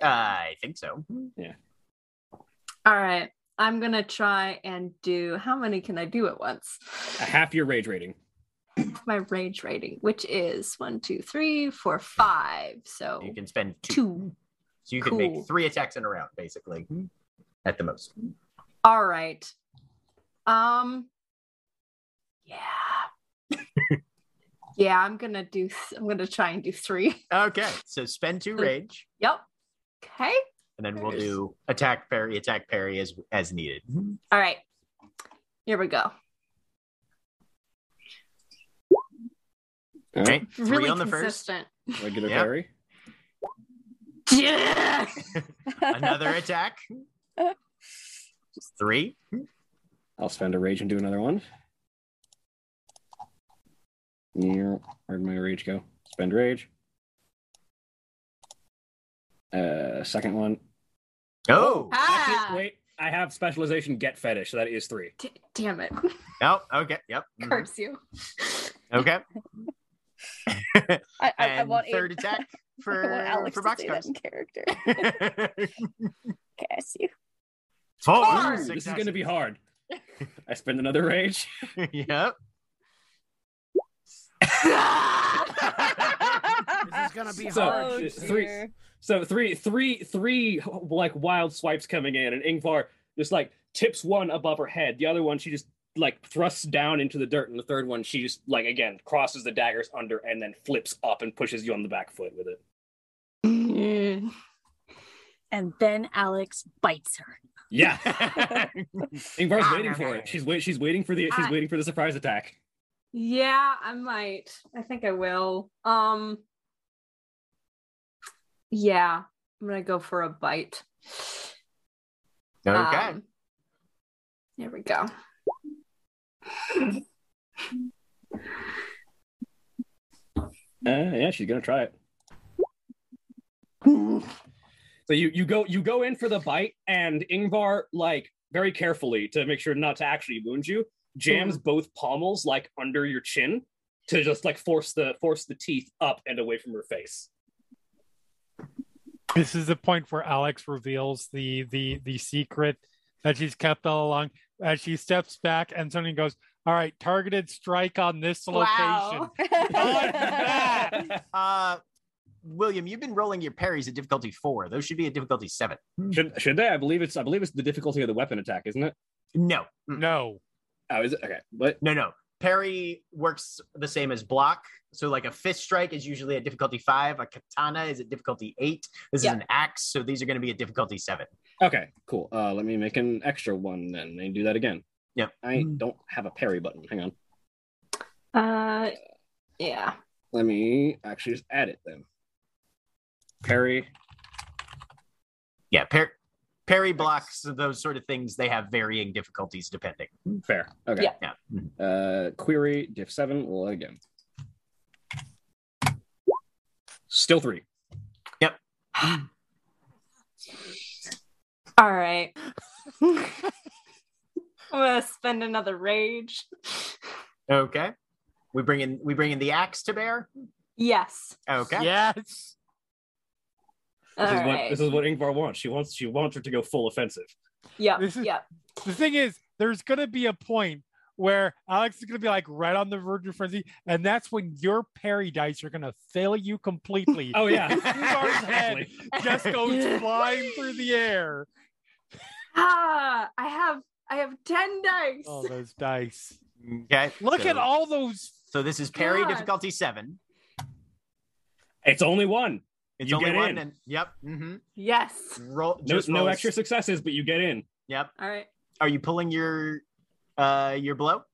S1: I think so.
S6: All right, I'm gonna try and do. How many can I do at once?
S5: A half your rage rating.
S6: My rage rating, which is one, two, three, four, five. So
S1: You can spend two.
S6: two.
S1: So you can
S6: Cool.
S1: make three attacks in a round, basically, at the most.
S6: All right. Um. Yeah. <laughs> yeah, I'm gonna do. th- I'm gonna try and do three. <laughs>
S1: Okay. So spend two rage,
S6: Yep. Okay.
S1: and then we'll
S6: Nice.
S1: do attack parry, attack parry as as needed.
S6: All right. Here we go.
S5: All
S1: All right. Three
S6: Really
S1: on the first.
S6: consistent.
S5: Regular
S1: Yep.
S5: parry.
S6: Yeah.
S9: <laughs>
S1: Another attack. Three.
S5: I'll spend a rage and do another one. Yeah, where'd my rage go? Spend rage. Uh, second one.
S1: Oh.
S6: Ah.
S5: Actually, wait, I have specialization get fetish, so that is three.
S6: D- damn it.
S1: Oh. Okay. Yep. mhm,
S6: <laughs> Curse you.
S1: Okay.
S9: I, I, I
S1: And
S9: want a-
S1: third attack
S9: <laughs> I
S1: for
S9: want Alex
S1: for
S9: to say that
S1: boxcars.
S9: in character.
S1: <laughs>
S9: Okay, I see.
S1: Four.
S5: Ooh, this is
S1: successes.
S5: going to be
S1: <laughs>
S5: hard. I spend another rage.
S1: yep.
S4: This is gonna be
S5: So-
S4: hard.
S9: Oh,
S5: Three-
S9: dear.
S5: So three, three, three like wild swipes coming in, and Ingvar just like tips one above her head. The other one she just like thrusts down into the dirt, and the third one she just like again crosses the daggers under and then flips up and pushes you on the back foot with it.
S6: Mm.
S3: And then Alex bites her.
S5: Yeah. Ingvar's waiting for it. She's wait, she's waiting for the she's
S6: I-
S5: waiting for the surprise attack.
S6: Yeah, I might. I think I will. Um Yeah, I'm going to go for a bite.
S1: Okay.
S6: Um, there we
S1: <laughs>
S6: go.
S5: Uh, yeah, she's gonna try it. So you you go you go in for the bite, and Ingvar like very carefully to make sure not to actually wound you, jams both pommels like under your chin to just like force the force the teeth up and away from her face.
S7: This is the point where Alex reveals the the the secret that she's kept all along. As she steps back, and suddenly goes, "All right, targeted strike on this location."
S1: Uh, William, you've been rolling your parries at difficulty four. Those should be at difficulty seven.
S5: Should should they? I believe it's I believe it's the difficulty of the weapon attack, isn't it?
S1: No, Mm.
S7: No,
S5: Oh, is it okay? But
S1: no, no. Parry works the same as block. So, like a fist strike is usually at difficulty five. A katana is at difficulty eight. This
S6: Yeah.
S1: is an axe, so these are going to be at difficulty seven.
S5: okay, cool. Uh, let me make an extra one then and do that again.
S1: Yep.
S5: I don't have a parry button. Hang on.
S6: Uh yeah.
S5: Let me actually just add it then. Parry.
S1: Yeah, par- parry blocks those sort of things. They have varying difficulties depending.
S5: Fair. Okay.
S6: Yeah.
S1: Yeah.
S5: Uh, query diff seven. Well, again. Still three.
S6: All right. <laughs> I'm going to spend another rage.
S1: Okay. We bring in we bring in the axe to bear.
S6: Yes.
S1: Okay.
S7: yes,
S6: All
S5: This is,
S6: right.
S5: what, this is what Ingvar wants. She wants she wants her to go full offensive.
S6: Yep.
S7: this is-
S6: yep.
S7: the thing is, there's gonna be a point where Alex is gonna be like right on the verge of frenzy, and that's when your parry dice are gonna fail you completely.
S5: <laughs> Oh
S3: <laughs>
S5: yeah.
S7: Ingvar's head just goes flying through the air.
S6: Ah, I have I have 10 dice.
S7: Oh, those dice!
S1: Okay.
S7: Look
S1: so,
S7: at all those.
S1: So this is parry
S6: God.
S1: difficulty seven.
S5: It's only one.
S1: It's
S5: You
S1: only
S5: get
S1: one.
S5: in.
S1: And, yep. hmm
S6: yes.
S1: Roll.
S5: No,
S1: Just
S5: no
S1: rolls.
S5: extra successes, but you get in.
S1: Yep.
S6: All right.
S1: Are you pulling your uh your blow?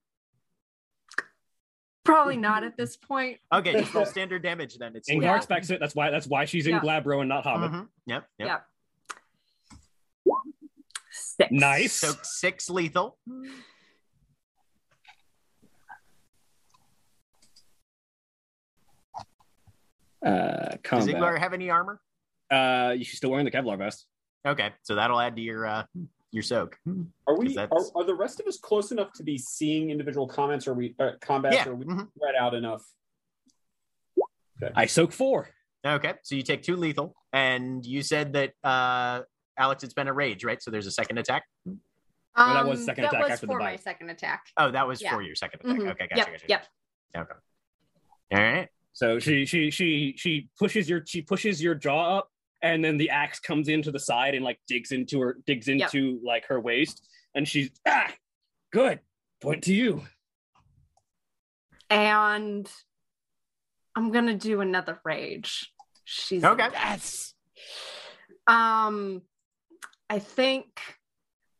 S6: Probably
S7: <laughs>
S6: not at this point.
S1: Okay. Just
S6: <laughs>
S1: roll standard damage then. It's
S5: Ingvar
S6: Yeah.
S5: expects it. That's why that's why she's in
S6: Yeah.
S5: Glabro and not Hobbit.
S1: Mhm. Yep. Yep.
S6: Yep. Six.
S5: Nice.
S1: So six lethal.
S5: Uh,
S1: Does Ingvar
S5: combat.
S1: have any armor?
S5: Uh, she's still wearing the Kevlar vest.
S1: Okay. So that'll add to your uh your soak.
S2: Are
S1: Is
S2: we? Are,
S1: that-
S2: are the rest of us close enough to be seeing individual comments? Or we uh, combats?
S1: Yeah.
S2: Or are we
S1: mhm.
S2: spread out enough?
S5: I soak four.
S1: Okay. So you take two lethal, and you said that uh Alex, it's been a rage, right? So there's a second attack.
S5: Well, that was second
S6: Um, that
S5: attack
S6: was
S5: after the
S6: for my
S5: bite.
S6: second attack.
S1: Oh, that was
S6: Yeah.
S1: for your second attack.
S6: Mhm.
S1: Okay. Gotcha.
S6: yep.
S1: Gotcha.
S6: Yep.
S1: Okay. All right.
S5: So she she she she pushes your she pushes your jaw up, and then the axe comes into the side and like digs into her digs
S6: Yep.
S5: into like her waist, and she's ah, good point to you.
S6: And I'm gonna do another rage. She's
S1: Okay.
S6: Yes. Um, I think.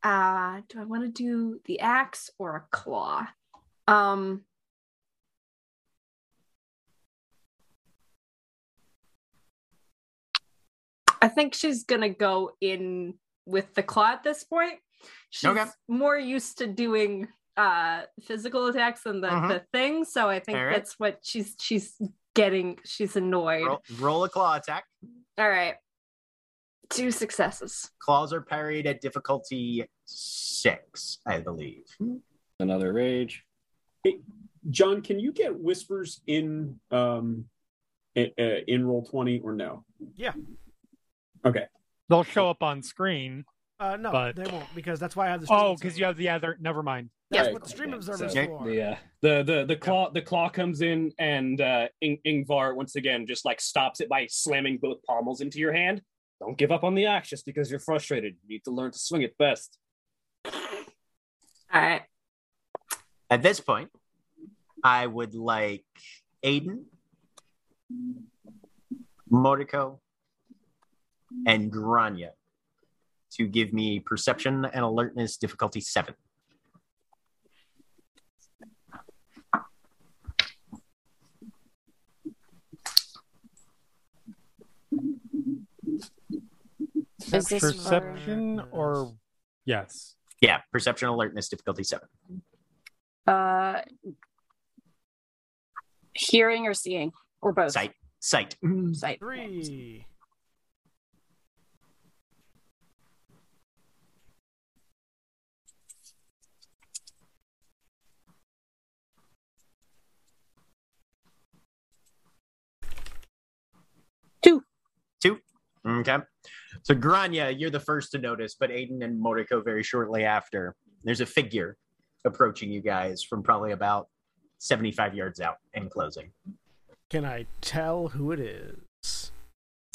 S6: Uh, do I want to do the axe or a claw? Um. I think she's gonna go in with the claw at this point. She's
S1: Okay.
S6: more used to doing uh physical attacks than the,
S1: Mhm.
S6: the thing. So I think
S1: All right.
S6: that's what she's she's getting. She's annoyed.
S1: Roll, roll a claw attack.
S6: All right. Two successes.
S1: Claws are parried at difficulty six, I believe. Hmm.
S5: Another rage.
S2: John, can you get whispers in um i- uh, in roll twenty or no?
S7: They'll show up on screen.
S4: Uh, no,
S7: But-
S4: they won't because that's why I have the.
S7: Oh, because you have the other. Never mind.
S4: That's
S2: Yeah.
S4: what the stream
S5: Okay,
S4: observers
S1: so-
S4: for.
S5: The uh, the the the claw the claw comes in, and uh, Ing- Ingvar once again just like stops it by slamming both pommels into your hand. Don't give up on the axe just because you're frustrated. You need to learn to swing it best.
S6: All right.
S1: At this point, I would like Aiden, Mordeko, and Grania to give me perception and alertness difficulty seven.
S3: Is this for-
S7: perception or yes?
S1: Yeah, perception alertness difficulty seven.
S3: Uh, hearing or seeing or both.
S1: Sight, sight.
S3: Sight.
S4: Three.
S1: Okay. So Grania, you're the first to notice, but Aiden and Moriko very shortly after. There's a figure approaching you guys from probably about 75 yards out and closing.
S4: Can I tell who it is?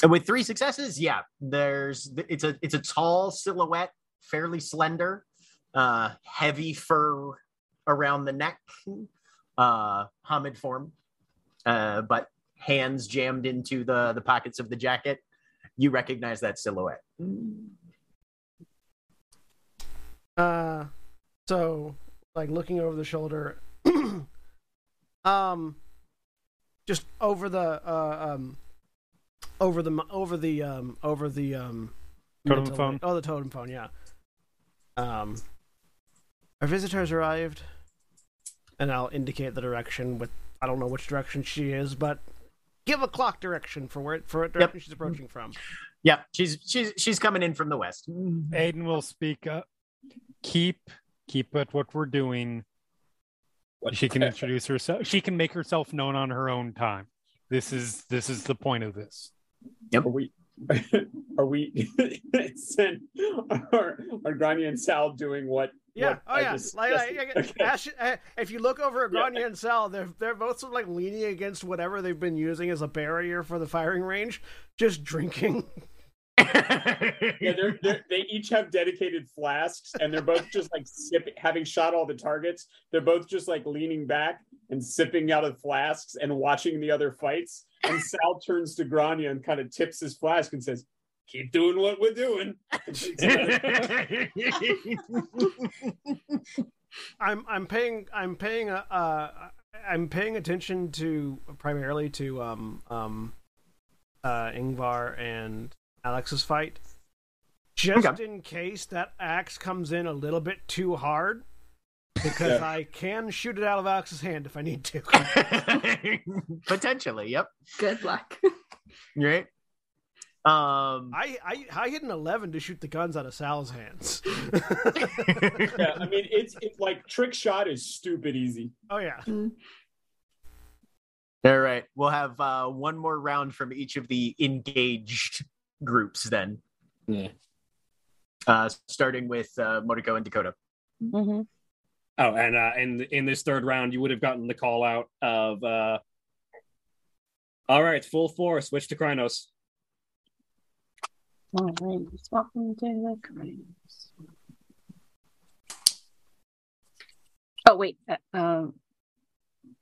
S1: And with three successes, yeah, there's it's a it's a tall silhouette, fairly slender, uh, heavy fur around the neck, uh, Hamid form, uh, but hands jammed into the the pockets of the jacket. You recognize that silhouette.
S4: Mm. Uh, so like looking over the shoulder, <clears throat> um, just over the uh, um, over the m- over the um, over the um,
S7: Totem
S4: mental-
S7: phone?
S4: Oh, the totem phone. Yeah. Um, our visitors arrived, and I'll indicate the direction with I don't know which direction she is, but give a clock direction for where for what direction she's approaching from.
S1: Yep, she's she's she's coming in from the west.
S7: Aiden will speak up. Keep keep at what we're doing.
S5: What-
S7: She can introduce herself. She can make herself known on her own time. This is this is the point of this.
S2: Are we? <laughs> Are we? <laughs> send, are, are Grania and Sal doing what?
S4: Yeah.
S2: what
S4: oh
S2: I
S4: yeah.
S2: just
S4: like, like,
S2: suggested?
S4: like,
S2: <laughs> Okay.
S4: Ash- uh, if you look over at
S2: Yeah.
S4: Grania and Sal, they're they're both sort of like leaning against whatever they've been using as a barrier for the firing range, just
S2: <laughs>
S4: drinking.
S2: Yeah, they're, they're, they each have dedicated flasks, and they're both just like sipping, having shot all the targets. They're both just like leaning back and sipping out of flasks and watching the other fights. And Sal turns to Grania and kind of tips his flask and says, "Keep doing what we're doing."
S7: <laughs>
S4: I'm I'm paying I'm paying a uh, I'm paying attention to primarily to um um uh Ingvar and Alex's fight. Just
S1: Okay.
S4: in case that axe comes in a little bit too hard. Because
S2: Yeah.
S4: I can shoot it out of Alex's hand if I need to.
S1: <laughs>
S4: <laughs>
S1: Potentially, yep.
S6: Good luck.
S1: Right. Um
S4: I, I I hit an eleven to shoot the guns out of Sal's hands.
S2: yeah, I mean, it's it's like trick shot is stupid easy.
S4: oh yeah.
S3: Mm.
S1: all right. We'll have uh one more round from each of the engaged groups then.
S5: Yeah.
S1: Uh starting with uh Motoko and Dakota.
S3: Mm-hmm.
S5: Oh, and uh, in in this third round, you would have gotten the call out of. Uh, All right, full force. Switch to Krynos.
S3: All right. just Welcome to the Cranes. Oh wait. Uh, um,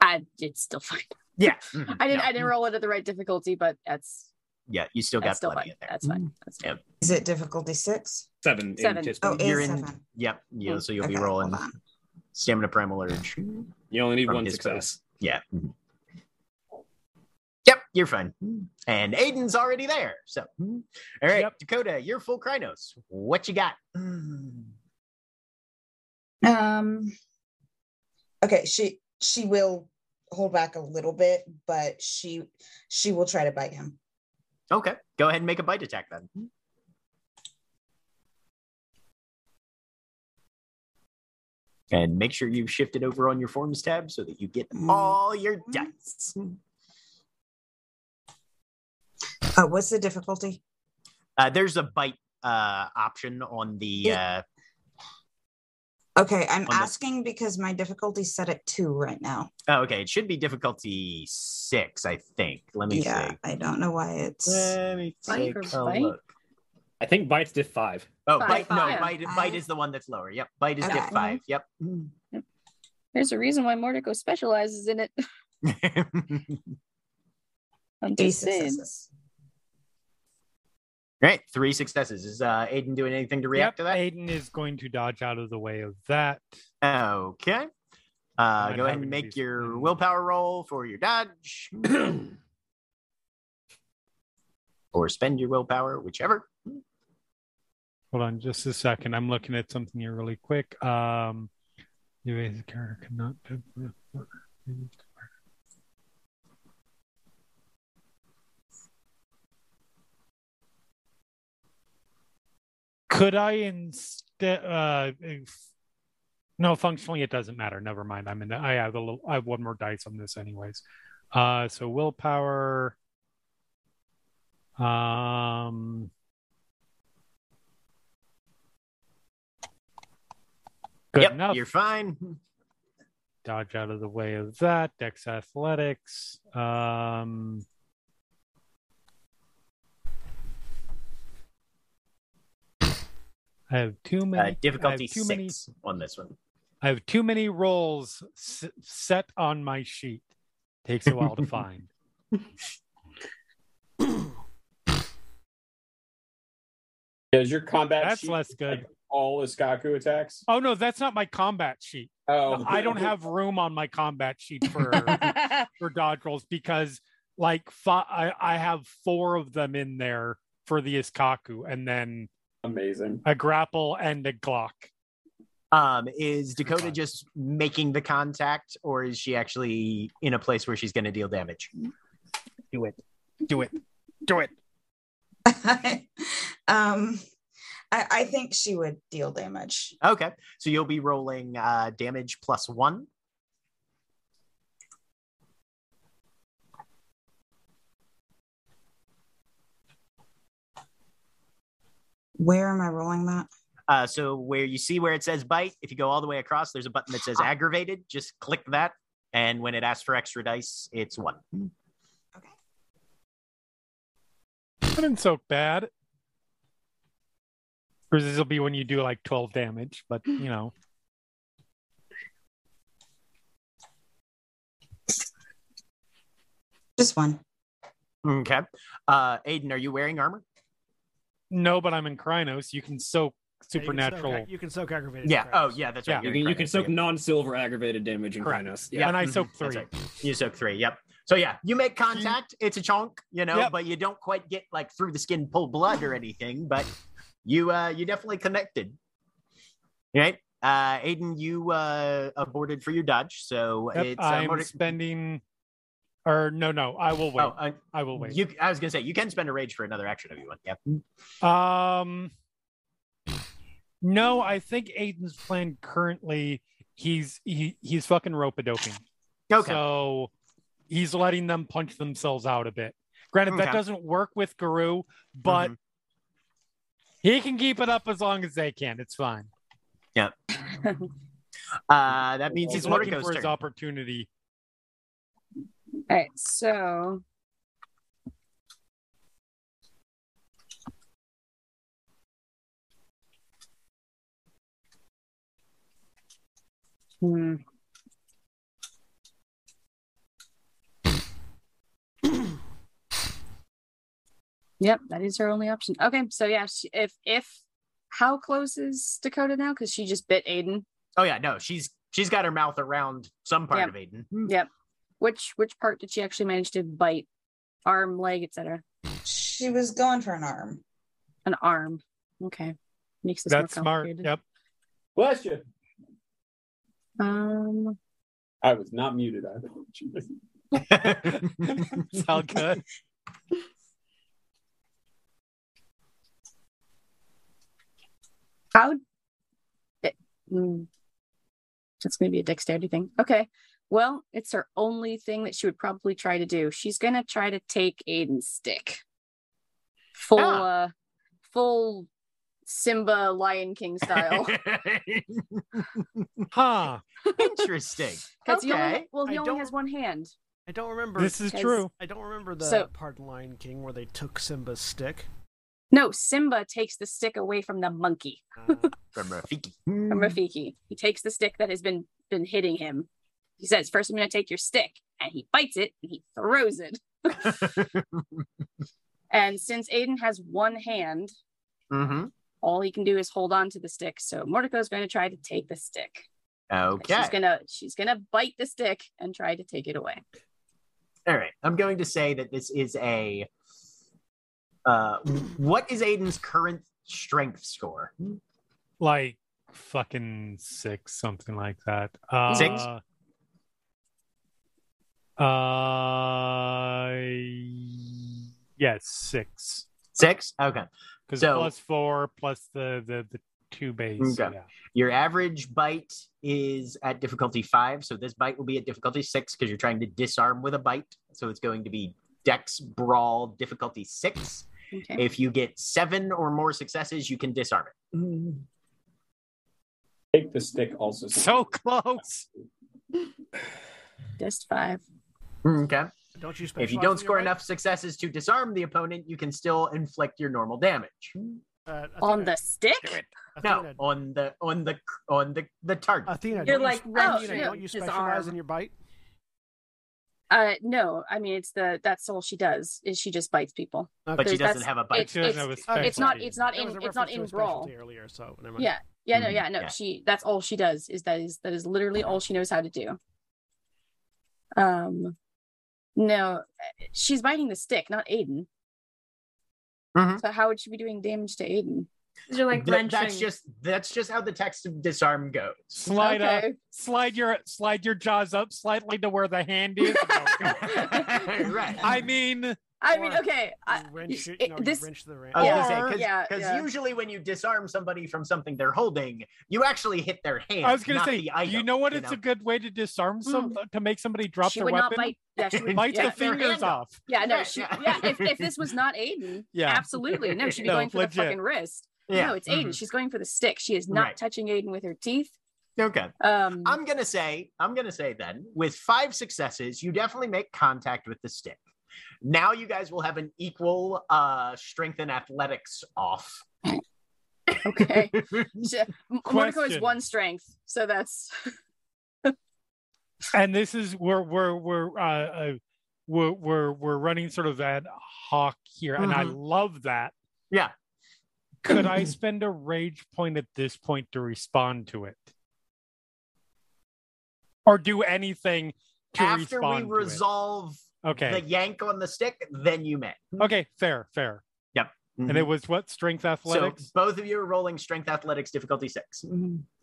S3: I did still fine.
S1: <laughs> Yeah. Mhm,
S3: I didn't.
S1: no.
S3: I didn't roll it at the right difficulty, but that's
S1: Yeah, you still got
S3: that's still
S1: plenty
S3: fine.
S1: in there.
S3: That's fine. That's
S1: Yeah.
S3: fine.
S8: Is it difficulty six?
S5: Seven.
S3: Seven.
S5: In Tisbe.
S8: Mm. Oh, it's
S1: You're in-
S8: seven. Oh,
S1: Yep. Yeah,
S3: Mm,
S1: so you'll
S8: Okay,
S1: be rolling
S8: hold on.
S1: stamina primal
S8: <laughs>
S1: urge.
S5: you only need
S1: from
S5: one
S1: his
S5: success.
S1: base. Yeah. Mhm. Yep, you're fine. And Aiden's already there. So, hmm. all right,
S7: Yep.
S1: Dakota, you're full Krynos. What you got?
S8: Hmm. Um. Okay, she she will hold back a little bit, but she she will try to bite him.
S1: Okay, go ahead and make a bite attack then. And make sure you shift it over on your forms tab so that you get
S8: Mm.
S1: all your dice.
S8: Uh, what's the difficulty?
S1: Uh, there's a bite uh, option on the uh,
S8: Okay, I'm
S1: On the-
S8: asking because my difficulty's set at two right now.
S1: Oh, okay. It should be difficulty six, I think. Let me
S8: yeah, I don't know why it's.
S1: see. Let me
S3: Bite
S1: take
S3: or
S1: a
S3: bite?
S1: look.
S5: I think Bite's diff five.
S1: Oh,
S3: Five.
S1: bite. No,
S3: Five.
S1: bite. Bite
S8: Five.
S1: is the one that's lower. Yep. Bite is
S8: Okay.
S1: diff five. Yep.
S3: There's a reason why Mordico specializes in it. <laughs> I'm
S8: Three
S3: just saying.
S8: successes.
S1: All right, three successes. Is uh, Aiden doing anything to react to
S7: Yep,
S1: that?
S7: Aiden is going to dodge out of the way of that.
S1: Okay. Uh,
S7: Not
S1: go ahead
S7: having
S1: and make
S7: these
S1: your
S7: things.
S1: willpower roll for
S5: <clears throat>
S1: your dodge. or spend your willpower, whichever.
S7: Hold on just a second. I'm looking at something here really quick. Um, you as a character cannot. Could I instead? Uh, if- no, functionally it doesn't matter. Never mind. I'm in. The, I have a little. I have one more dice on this, anyways. Uh, so willpower. Um, good
S1: yep,
S7: enough.
S1: you're fine.
S7: dodge out of the way of that. Dex athletics. Um, I have too many. I
S1: Uh,
S7: have
S1: difficulty
S7: too many.
S1: six on this one.
S7: I have too many rolls s- set on my sheet. Takes
S1: <laughs>
S7: a while to find.
S2: Does your combat
S7: That's
S2: sheet
S7: less good.
S2: like, all Iskaku attacks?
S7: Oh no, that's not my combat sheet.
S2: Oh,
S7: I don't have room on my combat sheet
S8: <laughs>
S7: for for dodge rolls because like fi- I, I have four of them in there for the Iskaku and then
S2: amazing.
S7: a grapple and a Glock.
S1: Um, is Dakota
S7: Fine.
S1: just making the contact, or is she actually in a place where she's going to deal damage?
S7: Do it. Do it. Do it.
S8: um, I, I think she would deal damage.
S1: Okay, so you'll be rolling uh, damage plus one.
S8: Where am I rolling that?
S1: Uh, so where you see where it says bite, if you go all the way across, there's a button that
S7: Ah.
S1: says aggravated. Just click that, and when it asks for extra dice, it's one.
S7: I've been so bad. Or this will be when you do like 12 damage, but you know.
S8: Just one.
S1: Okay. Uh, Aiden, are you wearing armor?
S7: No, but I'm in Krynos. You can soak supernatural.
S4: You can soak, you can soak aggravated.
S1: Yeah.
S4: cracks.
S1: Oh, yeah. That's right.
S5: You
S7: Yeah.
S1: You're
S5: can, you
S1: correct.
S5: can soak non-silver aggravated damage in
S7: Correct.
S5: Krynos.
S7: And I
S1: Mhm.
S7: soak
S1: That's
S7: three.
S1: right. You soak three. Yep. So yeah, you make contact. It's a chunk, you know,
S7: Yep.
S1: but you don't quite get like through the skin, pull blood or anything. But you uh you definitely connected. Right. Uh, Aiden, you uh aborted for your dodge, so
S7: Yep,
S1: it's uh,
S7: I'm
S1: motor-
S7: spending. Or no, no, I will wait.
S1: Oh, uh,
S7: I will wait.
S1: you. I was gonna say you can spend a rage for another action if you want. Yep.
S7: Um, no, I think Aiden's plan currently he's he, he's fucking rope a doping.
S1: Okay.
S7: So he's letting them punch themselves out a bit. Granted, that
S1: Okay.
S7: doesn't work with Guru, but
S1: Mhm.
S7: he can keep it up as long as they can. It's fine.
S1: uh, that means
S7: He's
S1: it's
S7: looking for
S1: Moriko's
S7: his
S1: turn. <laughs>
S7: opportunity.
S3: All right, so. Hmm. yep, that is her only option. Okay, so yeah, she, if if how close is Dakota now? Because she just bit Aiden.
S1: Oh yeah, no, she's she's got her mouth around some part
S3: Yep.
S1: of Aiden.
S8: Hmm.
S3: Yep. Which which part did she actually manage to bite? Arm, leg, etc.
S8: She was going for an arm.
S3: An arm. Okay, makes this
S7: That's
S3: more
S7: smart.
S3: complicated.
S7: Yep.
S2: Bless you.
S3: Um.
S2: I was not muted either. Jesus.
S7: <laughs> It's all good.
S3: How? It, mm, that's going to be a dexterity thing. Okay. Well, it's her only thing that she would probably try to do. She's going to try to take Aiden's stick. Full,
S1: Ah.
S3: uh, full Simba Lion
S4: <laughs>
S3: King style.
S7: Huh.
S1: Interesting.
S3: 'Cause he only-
S1: Okay.
S3: well, he
S4: I
S3: only
S4: don't-
S3: has one hand.
S4: I don't remember.
S7: This is
S3: Guys.
S7: true.
S4: I don't remember the
S3: So- Oh,
S4: part in Lion King where they took Simba's stick.
S3: No, Simba takes the stick away from the monkey,
S4: Uh,
S1: From Rafiki.
S3: from Rafiki. He takes the stick that has been been hitting him. He says, First, I'm going to take your stick. And he bites it and he throws it. And since Aiden has one hand,
S1: Mm-hmm.
S3: all he can do is hold on to the stick. So Mortico's going to try to take the stick. And
S1: Okay.
S3: She's gonna she's gonna bite the stick and try to take it away.
S1: All right. I'm going to say that this is a. Uh, what is Aiden's current strength score?
S7: like fucking six, something like that. Uh,
S1: Six?
S7: Uh, yes, six.
S1: Six. Okay.
S7: Because
S1: So-
S7: plus four plus the the, the two base.
S1: Okay.
S7: Yeah.
S1: Your average bite is at difficulty five, so this bite will be at difficulty six because you're trying to disarm with a bite. So it's going to be Dex Brawl difficulty six.
S3: Okay.
S1: If you get seven or more successes, you can disarm it.
S2: Take the stick also.
S7: So close.
S3: Just five.
S1: Okay.
S4: Don't you
S1: If
S4: specialize
S1: you
S4: in your
S1: don't score
S4: bite?
S1: enough successes to disarm the opponent, you can still inflict your normal damage.
S4: Uh, Athena,
S3: On the stick?
S4: do it.
S1: No,
S4: Athena,
S1: on the on the on the the target.
S4: Athena,
S6: You're
S4: don't
S6: like
S4: you,
S3: wrenching
S4: Athena, don't you
S6: his
S4: specialize
S6: arm.
S4: in your bite?
S3: Uh no, I mean it's the that's all she does is she just bites people.
S1: But she
S3: there's-
S1: doesn't have a bite.
S3: It's,
S7: She doesn't
S3: it's,
S7: have a
S4: okay.
S7: specialty.
S3: it's not it's not
S4: There was
S3: in
S4: a
S3: it's not
S4: reference to
S3: in
S4: a
S3: brawl.
S4: specialty earlier, so never mind.
S3: Yeah. Yeah, no,
S1: Mhm,
S3: yeah, no.
S1: yeah.
S3: She that's all she does is that is that is literally all she knows how to do. Um no, she's biting the stick, not Aiden.
S1: Mhm.
S3: So how would she be doing damage to Aiden?
S6: You're like
S1: Th-
S6: wrenching.
S1: that's just that's just how the text of disarm goes.
S7: Slide up.
S3: okay.
S7: Slide your slide your jaws up slightly to where the hand
S1: <laughs>
S7: is.
S1: right.
S7: I mean,
S3: I mean,
S4: Or
S3: okay. I,
S4: You wrench
S3: y-
S4: it, no,
S3: it-
S4: you
S3: this-
S4: wrench the
S1: I was
S4: ram.
S1: yeah,
S3: Yeah,
S1: because
S3: yeah, yeah.
S1: usually when you disarm somebody from something they're holding, you actually hit their hand.
S7: I was gonna
S1: not
S7: say,
S1: the item,
S7: you know what?
S1: you
S7: It's a good way to disarm some to make somebody drop
S3: she
S7: their
S3: would
S7: weapon.
S3: Hmm. not bite. Yeah, she would
S7: Bite
S3: yeah,
S7: the fingers
S1: handle.
S7: off.
S3: Yeah, no,
S1: Yeah,
S3: she,
S1: yeah.
S3: yeah. If, if this was
S1: <laughs>
S3: not Aiden,
S7: Yeah.
S3: absolutely, no, she'd be
S7: No,
S3: going for
S7: legit. Mm-hmm.
S3: the fucking wrist.
S1: Yeah.
S3: No, it's Aiden. She's going for the stick. She is not
S1: Right.
S3: touching Aiden with her teeth.
S1: Mhm. Okay.
S3: Um, <laughs>
S1: I'm gonna say, I'm gonna say then, with five successes, you definitely make contact with the stick. Now you guys will have an equal uh strength and athletics off.
S7: <laughs>
S3: okay. She- M- Monaco is
S7: Question.
S3: one strength, so that's <laughs>
S7: and this is we're we're we're uh, uh we're, we're we're running sort of ad hoc here and i
S1: Mhm.
S7: love that
S1: Yeah.
S7: could i spend a rage point at this point to respond to it or do anything to
S1: After we
S7: respond to it?
S1: resolve
S7: okay
S1: the yank on the stick, then you may.
S7: okay fair fair and it was what strength
S1: Mm-hmm. so
S7: athletics
S1: both of you are rolling strength athletics difficulty 6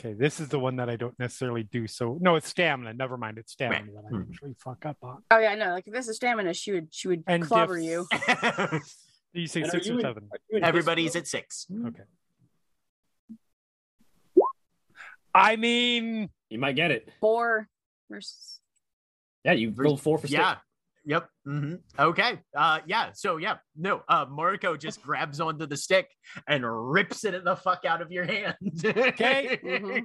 S7: okay this is the one that i don't necessarily do so no it's stamina never mind it's stamina that i
S1: Mhm.
S7: usually fuck up on
S3: oh yeah, no, like if this is stamina, she would she would
S7: And
S3: clobber
S7: diff-
S3: you.
S7: <laughs> you say
S2: And are
S7: six
S2: you
S7: or
S2: in-
S7: seven
S2: are you in
S1: Everybody's
S2: disarm?
S1: at six.
S7: Okay. i mean
S5: You might get it.
S3: Four versus
S5: Yeah, you rolled four for stick.
S1: Yeah. Yep. hmm Okay. Uh, yeah. So yeah. No. Uh, Mariko just grabs onto the stick and rips it the fuck out of your hand. <laughs>
S7: Okay.
S5: Mm-hmm.
S3: Mhm.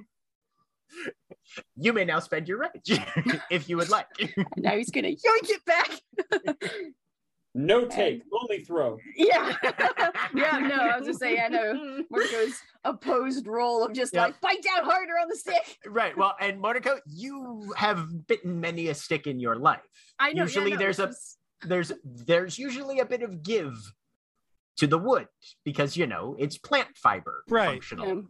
S1: You may now spend your rage <laughs> if you would like.
S3: And now he's gonna yoink it back.
S2: No take, only throw.
S3: yeah.
S1: <laughs>
S3: yeah, no, I was just saying, I know. Marco's opposed role of just
S1: Yep.
S3: like bite down harder on the stick.
S1: <laughs> Right. Well, and Mariko, you have bitten many a stick in your life.
S3: I know. yeah,
S1: Usually,
S3: no,
S1: there's a
S3: it's-
S1: there's there's usually a bit of give to the wood because you know it's plant fiber
S7: Right.
S1: functional.
S3: um,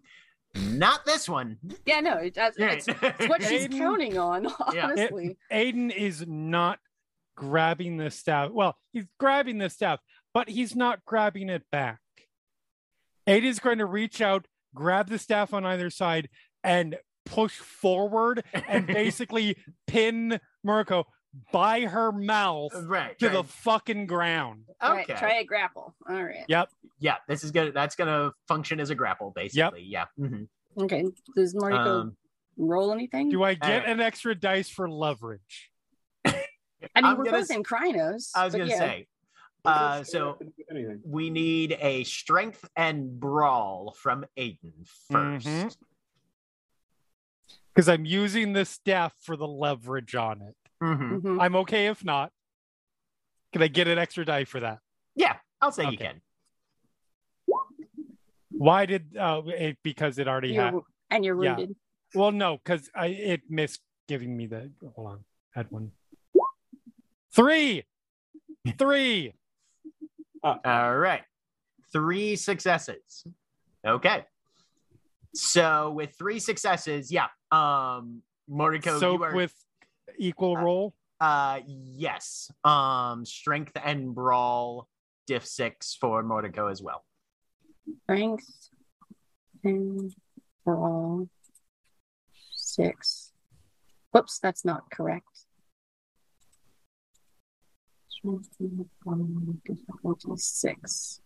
S1: Not this one.
S3: yeah, no, it, that's it's, it's what
S7: <laughs>
S3: she's
S7: Aiden-
S3: counting on.
S1: Yeah.
S7: It-
S3: <laughs> Honestly,
S7: Aiden is not grabbing the staff. Well, he's grabbing the staff, but he's not grabbing it back. Aiden's going to reach out, grab the staff on either side, and push forward
S1: <laughs>
S7: and basically pin Murko by her mouth
S1: right.
S7: to
S1: right.
S7: the fucking ground.
S3: All
S1: okay.
S3: right, try a grapple. All right,
S1: Yeah, this is gonna that's gonna function as a grapple basically. Yeah. Mhm.
S3: okay. Does Mariko
S1: Um,
S3: roll anything?
S7: Do I get
S1: Alright.
S7: an extra dice for leverage?
S3: I mean,
S1: I'm
S3: we're
S1: gonna
S3: both
S1: s-
S3: in Krynos.
S1: I was
S3: but
S1: gonna
S3: yeah.
S1: say. Uh, so
S2: anything.
S1: we need a strength and brawl from Aiden 1st
S7: Mhm. Because I'm using the staff for the leverage on it.
S1: Mhm.
S3: Mhm.
S7: Mm-hmm. I'm okay if not. Can I get an extra die for that?
S1: Yeah, I'll say you
S7: Okay.
S1: can.
S7: Why did uh, it? Because it already
S3: You're-
S7: had.
S3: and you're
S7: yeah.
S3: wounded.
S7: Well, no, because I it missed giving me the. Hold on, had one. Three, three.
S3: Ah.
S1: All right. Three successes. Okay. So with three successes, yeah. Um Mordico,
S7: Soap
S1: you are
S7: with equal roll.
S1: uh yes. Um strength and brawl diff six for Mordico as well.
S3: Strength and brawl six. Whoops, that's not correct. Strength and brawl difficulty six.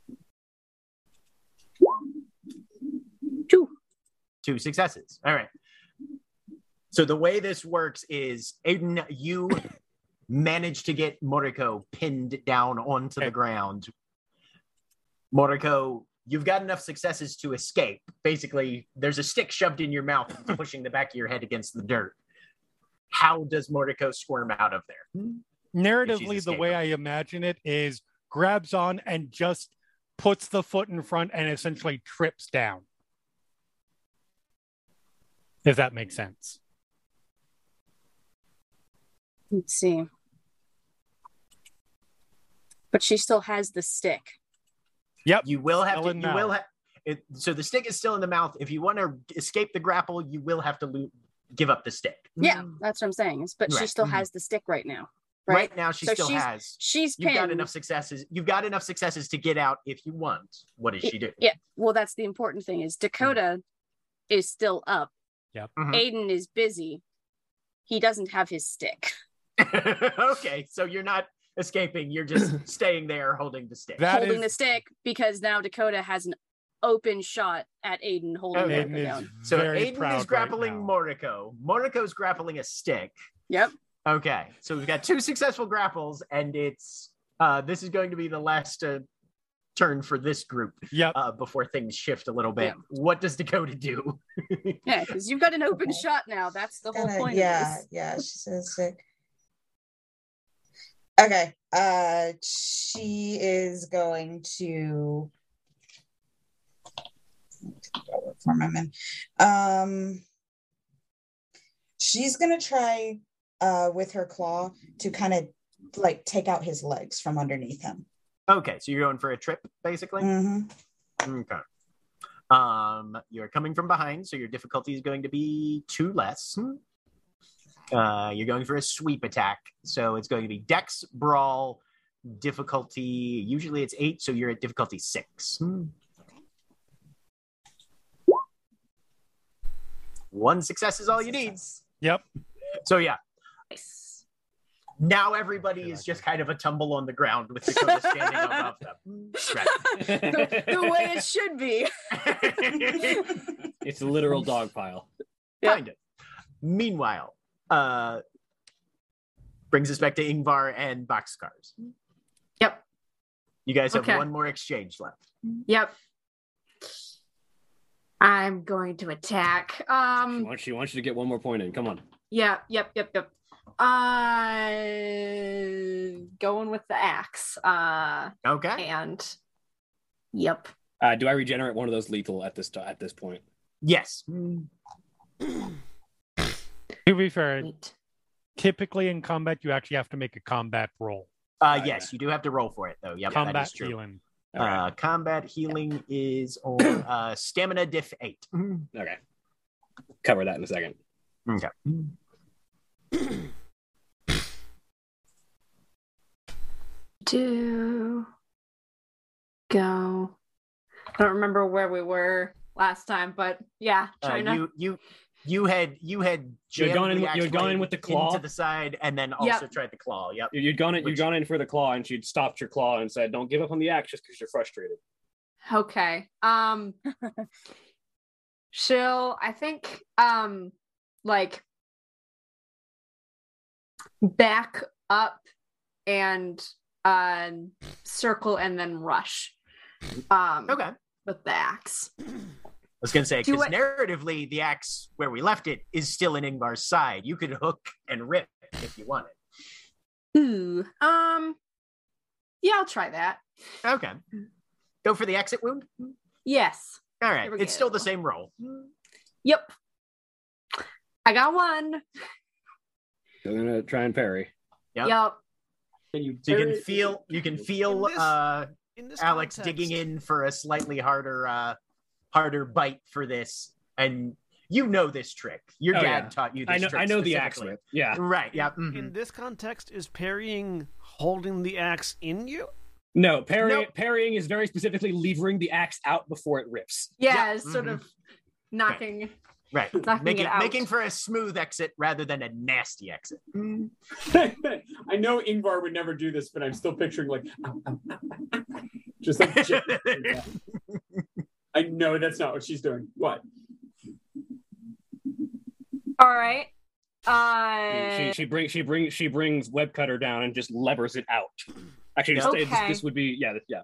S3: Two.
S1: two successes. All right. So the way this works is Aiden, you manage to get Moriko pinned down onto the ground. Moriko, you've got enough successes to escape. Basically, there's a stick shoved in your mouth, pushing the back of your head against the dirt. How does Moriko squirm out of there?
S7: Narratively, the
S1: escaping.
S7: way I imagine it is grabs on and just puts the foot in front and essentially trips down. If that makes sense.
S3: Let's see. But she still has the stick.
S1: You will have
S7: Still
S1: to.
S7: in
S1: You
S7: mouth.
S1: will. Ha- it, so the stick is still in the mouth. If you want to escape the grapple, you will have to lo- give up the stick.
S3: Yeah, that's what I'm saying. is- But she
S1: Mm. Right.
S3: still
S1: Mhm.
S3: has the stick right now.
S1: Right,
S3: Right?
S1: now, she
S3: So
S1: still
S3: she's-
S1: has.
S3: She's
S1: You've
S3: pinned.
S1: got enough successes. You've got enough successes to get out if you want. What does she do?
S3: Yeah. Well, that's the important thing is Dakota is still up.
S7: Yep.
S1: Mhm.
S3: Aiden is busy. He doesn't have his stick.
S1: <laughs> okay, so you're not escaping. You're
S3: <clears throat>
S1: just staying there, holding the stick.
S7: That
S3: holding
S7: is-
S3: the stick because now Dakota has an open shot at Aiden holding
S1: Okay.
S3: Martha
S7: Aiden is
S3: down.
S1: Oh, so
S7: very
S1: Aiden
S7: proud
S1: is grappling
S7: right now.
S1: Mordico. Mordico's grappling a stick.
S3: Yep.
S1: Okay, so we've got two successful grapples, and it's uh, this is going to be the last uh, turn for this group
S7: Yep.
S1: uh, before things shift a little bit.
S3: Yeah.
S1: What does Dakota do? <laughs>
S3: Yeah, because you've got an open
S8: Okay.
S3: shot now. That's the whole
S8: Kinda-
S3: point.
S8: yeah,
S3: Of this.
S8: yeah, she says sick. Okay. Uh she is going to for my men. Um she's gonna try uh with her claw to kind of like take out his legs from underneath him.
S1: Okay, so you're going for a trip, basically.
S3: Mm-hmm.
S8: Mhm.
S1: Okay. Um, you're coming from behind, so your difficulty is going to be two less. Uh, you're going for a sweep attack, so it's going to be Dex Brawl difficulty. Usually it's eight, so you're at difficulty six. One success is all you need.
S7: Yep.
S1: So yeah,
S6: Nice.
S1: now everybody is just kind of a tumble on the ground with Dakota standing
S3: <laughs>
S1: above them.
S3: The, the way it should be.
S1: Right.
S5: it's a literal
S1: <laughs>
S5: dog pile.
S3: Yeah.
S1: Kind of. Meanwhile, uh, brings us back to Ingvar and boxcars.
S6: Yep.
S1: You guys have
S6: Okay.
S1: one more exchange left.
S6: Yep. I'm going to attack.
S5: She
S6: Um.
S5: wants, she wants you to get one more point in. Come on.
S6: Yeah. Yep. Yep. Yep. Uh, going with the axe. Uh,
S1: Okay.
S6: and yep.
S5: Uh, do I regenerate one of those lethal at this at this point?
S1: Yes.
S7: To be fair,
S6: Wait.
S7: typically in combat, you actually have to make a combat roll.
S1: Uh, yes, you do have to roll for it though. Yep, that
S7: combat
S1: is true.
S7: healing.
S5: All right.
S1: Uh, combat healing is
S6: <clears throat>
S1: on uh, stamina diff eight.
S5: okay. Cover that in a second.
S6: <clears throat>
S1: Okay.
S6: to go. I don't remember where we were last time, but yeah,
S1: Uh,
S6: China.
S1: you you you had you had
S5: You're
S1: jammed
S5: going in
S1: the
S5: with-
S1: axe
S5: you're going
S1: blade
S5: in with the claw?
S1: into the side and then also tried the claw. Yep.
S5: You- You'd gone in,
S1: Which-
S5: you'd gone in for the claw, and she'd stopped your claw and said, "Don't give up on the axe just because you're frustrated."
S6: Okay. Um she'll I think um like back up and uh circle and then rush. Um
S1: Okay.
S6: with the axe.
S1: I was gonna say
S6: Do
S1: because
S6: I-
S1: narratively, the axe where we left it is still in Ingvar's side. You could hook and rip if you wanted.
S6: Ooh. Um yeah, I'll try that.
S1: Okay, go for the exit wound.
S6: Yes.
S1: All right,
S6: Here we
S1: it's still the
S6: go.
S1: same roll.
S6: Yep. I got one.
S5: They're gonna try and parry.
S1: Yep.
S6: Yep.
S2: Can you
S1: So you
S2: parry
S1: can
S2: it?
S1: feel, you can feel
S4: In this-
S1: uh,
S4: in this
S1: Alex
S4: context-
S1: digging in for a slightly harder uh harder bite for this and you know this trick. Your
S5: Oh,
S1: dad
S5: yeah.
S1: taught you this
S5: I know.
S1: trick
S5: I know the axe
S1: specifically.
S5: whip. Yeah.
S1: Right, yeah. mhm.
S4: In this context, is parrying holding the axe in you?
S5: No, parrying,
S1: Nope.
S5: parrying is very specifically levering the axe out before it rips.
S6: Yeah,
S1: Yeah,
S6: it's sort
S1: mhm.
S6: of knocking.
S1: Right.
S6: Knocking
S1: Making,
S6: it out.
S1: making for a smooth exit rather than a nasty exit.
S2: <laughs> I know Ingvar would never do this, but I'm still picturing like <laughs> just <laughs> like gently doing that. I know that's not what she's doing. What?
S6: All right. Uh,
S5: she she brings she brings she brings web cutter down and just levers it out. Actually, this,
S6: Okay.
S5: this, this would be yeah this- yeah.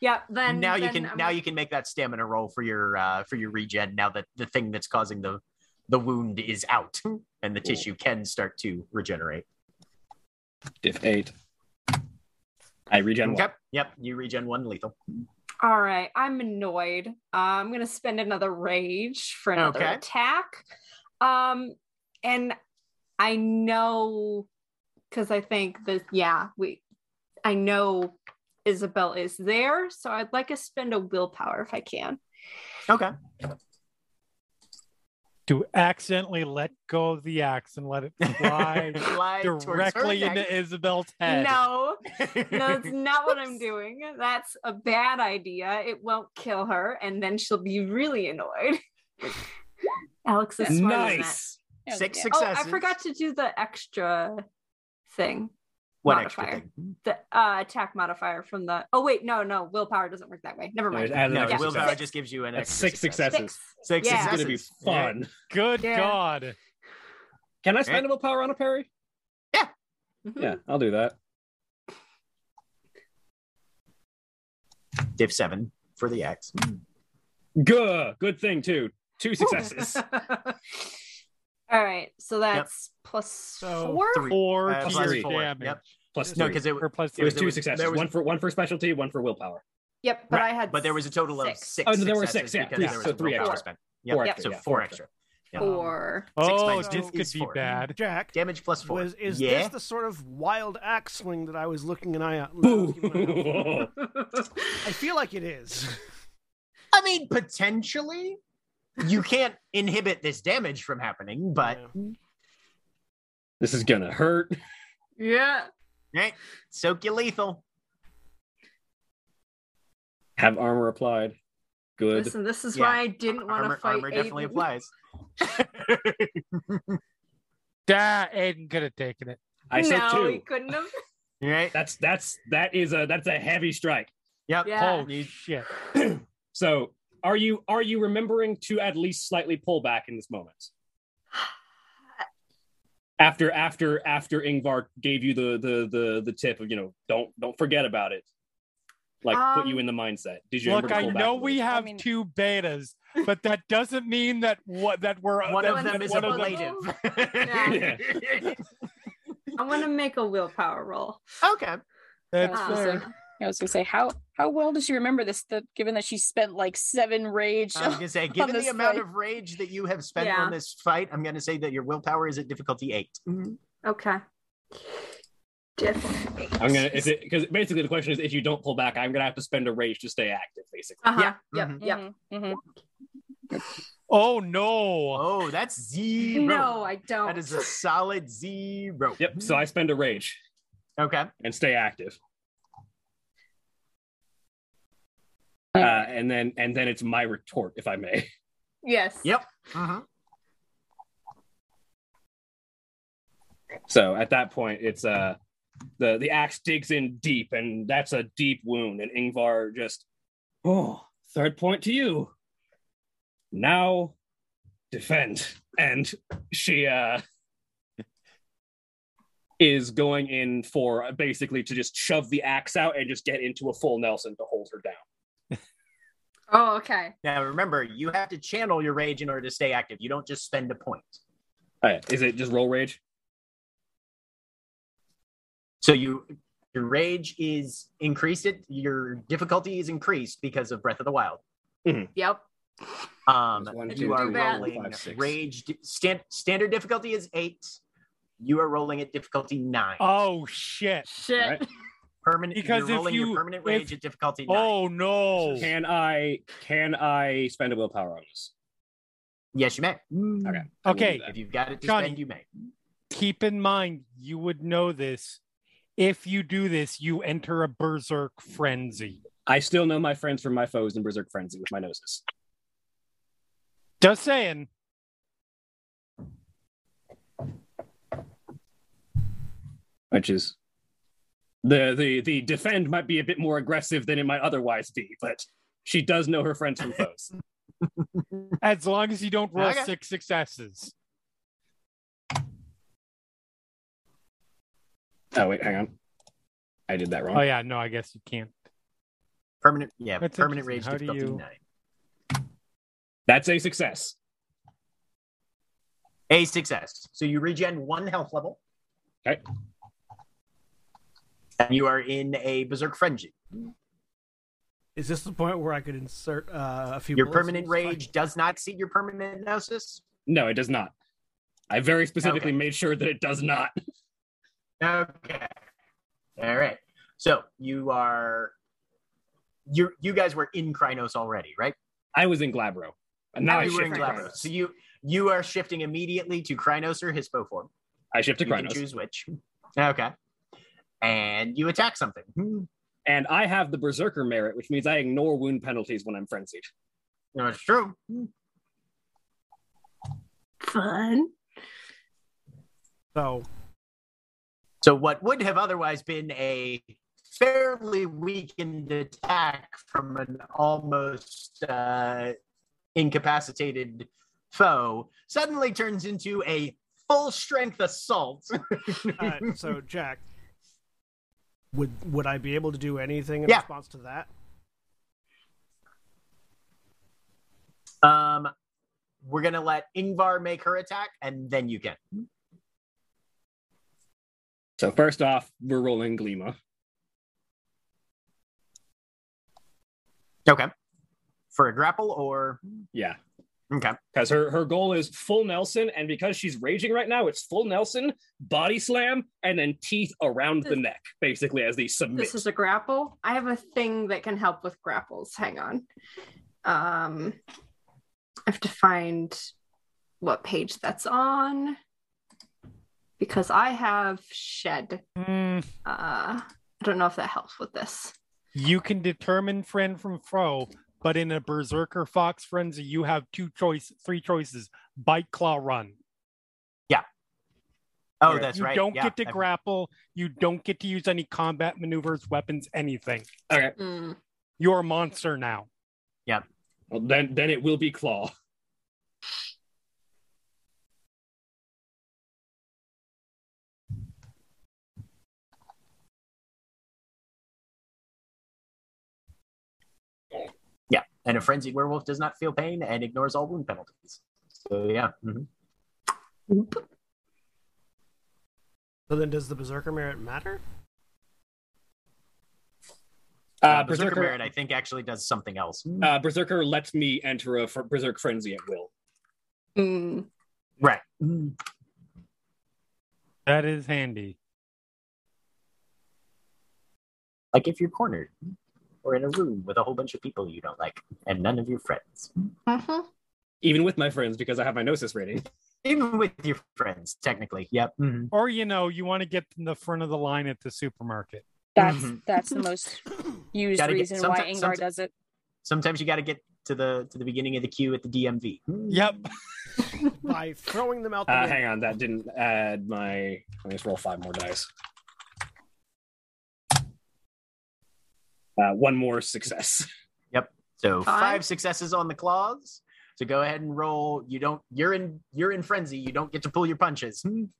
S6: yeah. Then
S1: now you
S6: then
S1: can
S6: I'm-
S1: now you can make that stamina roll for your uh for your regen now that the thing that's causing the the wound is out <laughs> and the
S5: Cool.
S1: tissue can start to regenerate.
S5: Diff eight. I regen one.
S1: Yep. Yep. You regen one lethal.
S6: All right, I'm annoyed. Uh, I'm gonna spend another rage for another
S1: Okay.
S6: attack. Um, and I know because I think that yeah, we I know Isabel is there, so I'd like to spend a willpower if I can.
S1: uh, Okay.
S7: to accidentally let go of the axe
S1: <laughs>
S7: and let it fly
S1: Fly towards her
S7: directly
S1: neck.
S7: into Isabel's head.
S6: No, no, that's not what
S1: <laughs>
S6: I'm doing. That's a bad idea. It won't kill her, and then she'll be really annoyed. <laughs> Alex is smarter than that.
S5: Nice.
S1: Six
S6: Oh,
S1: successes.
S6: I forgot to do the extra thing,
S1: What
S6: modifier.
S1: extra thing?
S6: the uh, attack modifier from the. Oh wait, no, no, willpower doesn't work that way. Never
S5: No,
S6: mind.
S5: add
S1: No,
S5: another
S6: Yeah.
S1: willpower
S5: success.
S1: just gives you an
S5: That's
S1: extra
S5: six
S1: success.
S5: successes.
S6: Six.
S1: Six
S6: Yeah.
S5: It's gonna be
S1: successes.
S5: fun.
S7: Good
S6: Yeah.
S7: God.
S5: Can I
S1: Yeah.
S5: spend a willpower on a parry?
S6: Mhm.
S5: Yeah, I'll do that.
S1: Div seven for the axe. Hmm.
S5: Good. Good thing too.
S6: <laughs>
S5: Two successes.
S6: All right, so that's plus
S7: So-
S6: four.
S1: Three.
S7: Four
S1: Uh,
S5: plus
S7: piercing
S1: four.
S7: damage.
S1: Yep.
S5: Plus
S1: No,
S5: three.
S1: because it,
S7: Or plus
S5: it was
S7: three.
S5: two
S1: was-
S5: successes.
S1: there was-
S5: one for one for specialty, one for willpower.
S6: Yep, but
S1: Right,
S6: I had.
S1: but there was a total of
S6: six.
S1: six.
S5: Oh, no, there were
S1: successes
S5: six, yeah,
S1: because
S5: three,
S1: there was
S5: so
S1: a
S5: three
S1: willpower
S5: extra.
S1: spent.
S5: Four
S1: Yep.
S5: extra,
S1: So
S5: yeah,
S1: four
S5: four
S1: extra. Yeah.
S6: Four.
S7: Oh,
S1: times
S4: two
S7: this could
S1: is
S7: be
S1: four.
S7: bad.
S4: Jack,
S1: Damage plus four.
S4: was is
S1: yeah.
S4: this the sort of wild axe swing that I was looking an eye out?
S5: Boo. <laughs>
S4: I feel like it is.
S1: I mean, potentially, you can't inhibit this damage from happening, but
S5: this is gonna
S7: <laughs>
S5: hurt.
S6: yeah.
S1: right, soak you lethal.
S5: Have armor applied. Good.
S6: Listen, this is
S1: Yeah.
S6: why I didn't want to
S1: Armor,
S6: fight.
S1: armor definitely
S6: Aiden.
S7: <laughs>
S1: applies.
S7: Duh, Aiden could have taken it.
S5: I said
S6: no,
S5: two.
S6: he couldn't have. <laughs>
S1: right?
S5: That's that's that is a that's a heavy strike.
S1: Yep.
S6: Yeah.
S7: Oh, shit.
S5: <clears throat> So are you are you remembering to at least slightly pull back in this moment? After after after Ingvar gave you the the the the tip of you know don't don't forget about it, like put
S6: Um,
S5: you in the mindset. Did you
S7: Look,
S5: remember to
S7: I
S5: pull back
S7: know
S5: a
S7: we
S5: little?
S7: have
S3: mean-
S7: two betas, but that doesn't mean that what that we're
S1: One
S7: that,
S1: of them
S7: that
S1: is
S7: one
S1: a
S7: of them- <laughs>
S1: relative.
S6: Yeah. I want to make a willpower roll.
S1: okay.
S7: That's
S6: Ah.
S7: fair.
S3: Um, I was gonna say how how well does she remember this? That given that she spent like seven rage.
S1: I was gonna
S3: <laughs>
S1: say, given the
S3: this
S1: amount
S3: fight.
S1: of rage that you have spent
S6: Yeah.
S1: on this fight, I'm gonna say that your willpower is at difficulty eight.
S6: Okay.
S5: I'm gonna if it because basically the question is if you don't pull back, I'm gonna have to spend a rage to stay active. Basically,
S6: Uh huh.
S1: Yeah.
S6: Yep.
S1: Mhm.
S6: Yep.
S3: Mhm,
S5: <laughs>
S7: Oh no.
S1: Oh, that's zero.
S6: No, I don't.
S1: That
S6: <laughs>
S1: is a solid zero.
S5: yep. So I spend a rage
S1: Okay.
S5: and stay active.
S3: mhm.
S5: uh, and then and then it's my retort, if I may.
S6: yes.
S1: Yep. Mhm.
S5: So at that point, it's uh the the axe digs in deep, and that's a deep wound. And Ingvar just oh third point to you. Now defend, and she uh is going in for uh, basically to just shove the axe out and just get into a full Nelson to hold her down.
S6: Oh, okay.
S1: Now remember, you have to channel your rage in order to stay active. You don't just spend a point.
S5: All right, is it just roll rage?
S1: So you your rage is increased. It your difficulty is increased because of Breath of the Wild.
S5: Mm-hmm.
S6: Yep.
S1: Um,
S5: There's one,
S6: two,
S1: you are
S6: three, four,
S1: rolling
S5: five, six.
S1: rage. di- Stand, standard difficulty is eight. You are rolling at difficulty nine.
S7: Oh shit.
S6: Shit.
S5: Alright.
S1: permanent.
S7: Because if
S1: you're rolling
S7: you-
S1: your permanent
S7: if-
S1: rage at difficulty nine.
S7: Oh no!
S5: Can I can I spend a willpower on this?
S1: Yes, you may.
S5: Okay. I will do
S7: Okay,
S5: that.
S1: If you've got it to
S7: Johnny.
S1: spend, you may.
S7: keep in mind you would know this. If you do this, you enter a berserk frenzy.
S5: I still know my friends from my foes in Berserk Frenzy with my noses.
S7: Just saying.
S5: Which is the the the defend might be a bit more aggressive than it might otherwise be, but she does know her friends from
S7: <laughs>
S5: foes.
S7: As long as you don't roll
S1: Okay.
S7: six successes.
S5: oh wait, hang on. I did that wrong.
S7: Oh yeah, no, I guess you can't.
S1: Permanent, yeah,
S7: That's
S1: permanent rage
S7: interesting. How do
S1: difficulty
S7: you-
S1: nine.
S5: That's a success.
S1: A success. So you regen one health level.
S5: Okay.
S1: And you are in a berserk frenzy.
S4: Is this the point where I could insert uh, a few?
S1: Your
S4: bullets
S1: permanent
S4: in this fight?
S1: rage does not exceed your permanent gnosis.
S5: No, it does not. I very specifically
S1: Okay.
S5: made sure that it does not.
S1: Okay. All right. So you are you you guys were in Krynos already, right?
S5: I was in Glabro. And now
S6: I
S5: I,
S1: you
S6: was
S5: shift
S1: were in
S5: to
S6: Krynos.
S1: Glabro.
S5: Glabro.
S1: So you you are shifting immediately to Krynos or Hispo form.
S5: I shift to
S1: You can
S5: Krynos.
S1: choose which. Okay. And you attack something. Hmm.
S5: And I have the Berserker merit, which means I ignore wound penalties when I'm frenzied.
S1: That's true. Hmm.
S6: Fun.
S4: So
S1: So what would have otherwise been a fairly weakened attack from an almost uh, incapacitated foe suddenly turns into a full strength assault. <laughs>
S4: uh, so Jack, would would I be able to do anything in
S1: Yeah.
S4: response to that?
S1: um, we're gonna let Ingvar make her attack, and then you can.
S5: So first off, we're rolling Gleema.
S1: Okay. For a grapple, or
S5: Yeah.
S1: okay,
S5: Because her, her goal is full Nelson, and because she's raging right now, it's full Nelson, body slam, and then teeth around the neck, basically as the submit.
S6: This is a grapple. I have a thing that can help with grapples. Hang on. Um, I have to find what page that's on because I have shed.
S7: Mm,
S6: Uh, I don't know if that helps with this.
S7: you can determine friend from foe, but in a berserker fox frenzy, you have two choice, three choices: bite, claw, run.
S1: oh,
S5: Alright.
S1: that's
S7: you
S1: right.
S7: don't
S1: yeah,
S7: get to
S1: I-
S7: grapple. You don't get to use any combat maneuvers, weapons, anything.
S6: Mm.
S7: You're a monster now.
S5: Well, then then it will be claw.
S1: Yeah, and a frenzied werewolf does not feel pain and ignores all wound penalties. So yeah, mhm.
S4: So then, does the berserker merit matter?
S5: Uh,
S1: Uh, Berserker,
S5: Berserker,
S1: Merit, I think, actually does something else.
S5: uh, Berserker lets me enter a fr- Berserk frenzy at will.
S6: Mm.
S1: right.
S7: That is handy.
S1: Like if you're cornered or in a room with a whole bunch of people you don't like and none of your friends.
S6: hmm
S5: Even with my friends, because I have my Gnosis <laughs> rating.
S1: Even with your friends, technically. Yep. Mhm.
S7: Or you know, you want to get in the front of the line at the supermarket.
S3: That's
S7: Mm-hmm.
S1: Mhm.
S3: that's the most used
S1: Gotta get-
S3: reason why
S1: someti-
S3: Ingvar
S1: someti-
S3: does it.
S1: Sometimes you got to get to the to the beginning of the queue at the DMV.
S7: Yep.
S4: By throwing them out the
S5: Uh,
S4: window.
S5: hang on, that didn't add my. Let me just roll five more dice. Uh, one more success. <laughs>
S1: So
S6: Five.
S1: five. successes on the claws. So go ahead and roll. You don't. You're in. You're in frenzy. You don't get to pull your punches. Mhm.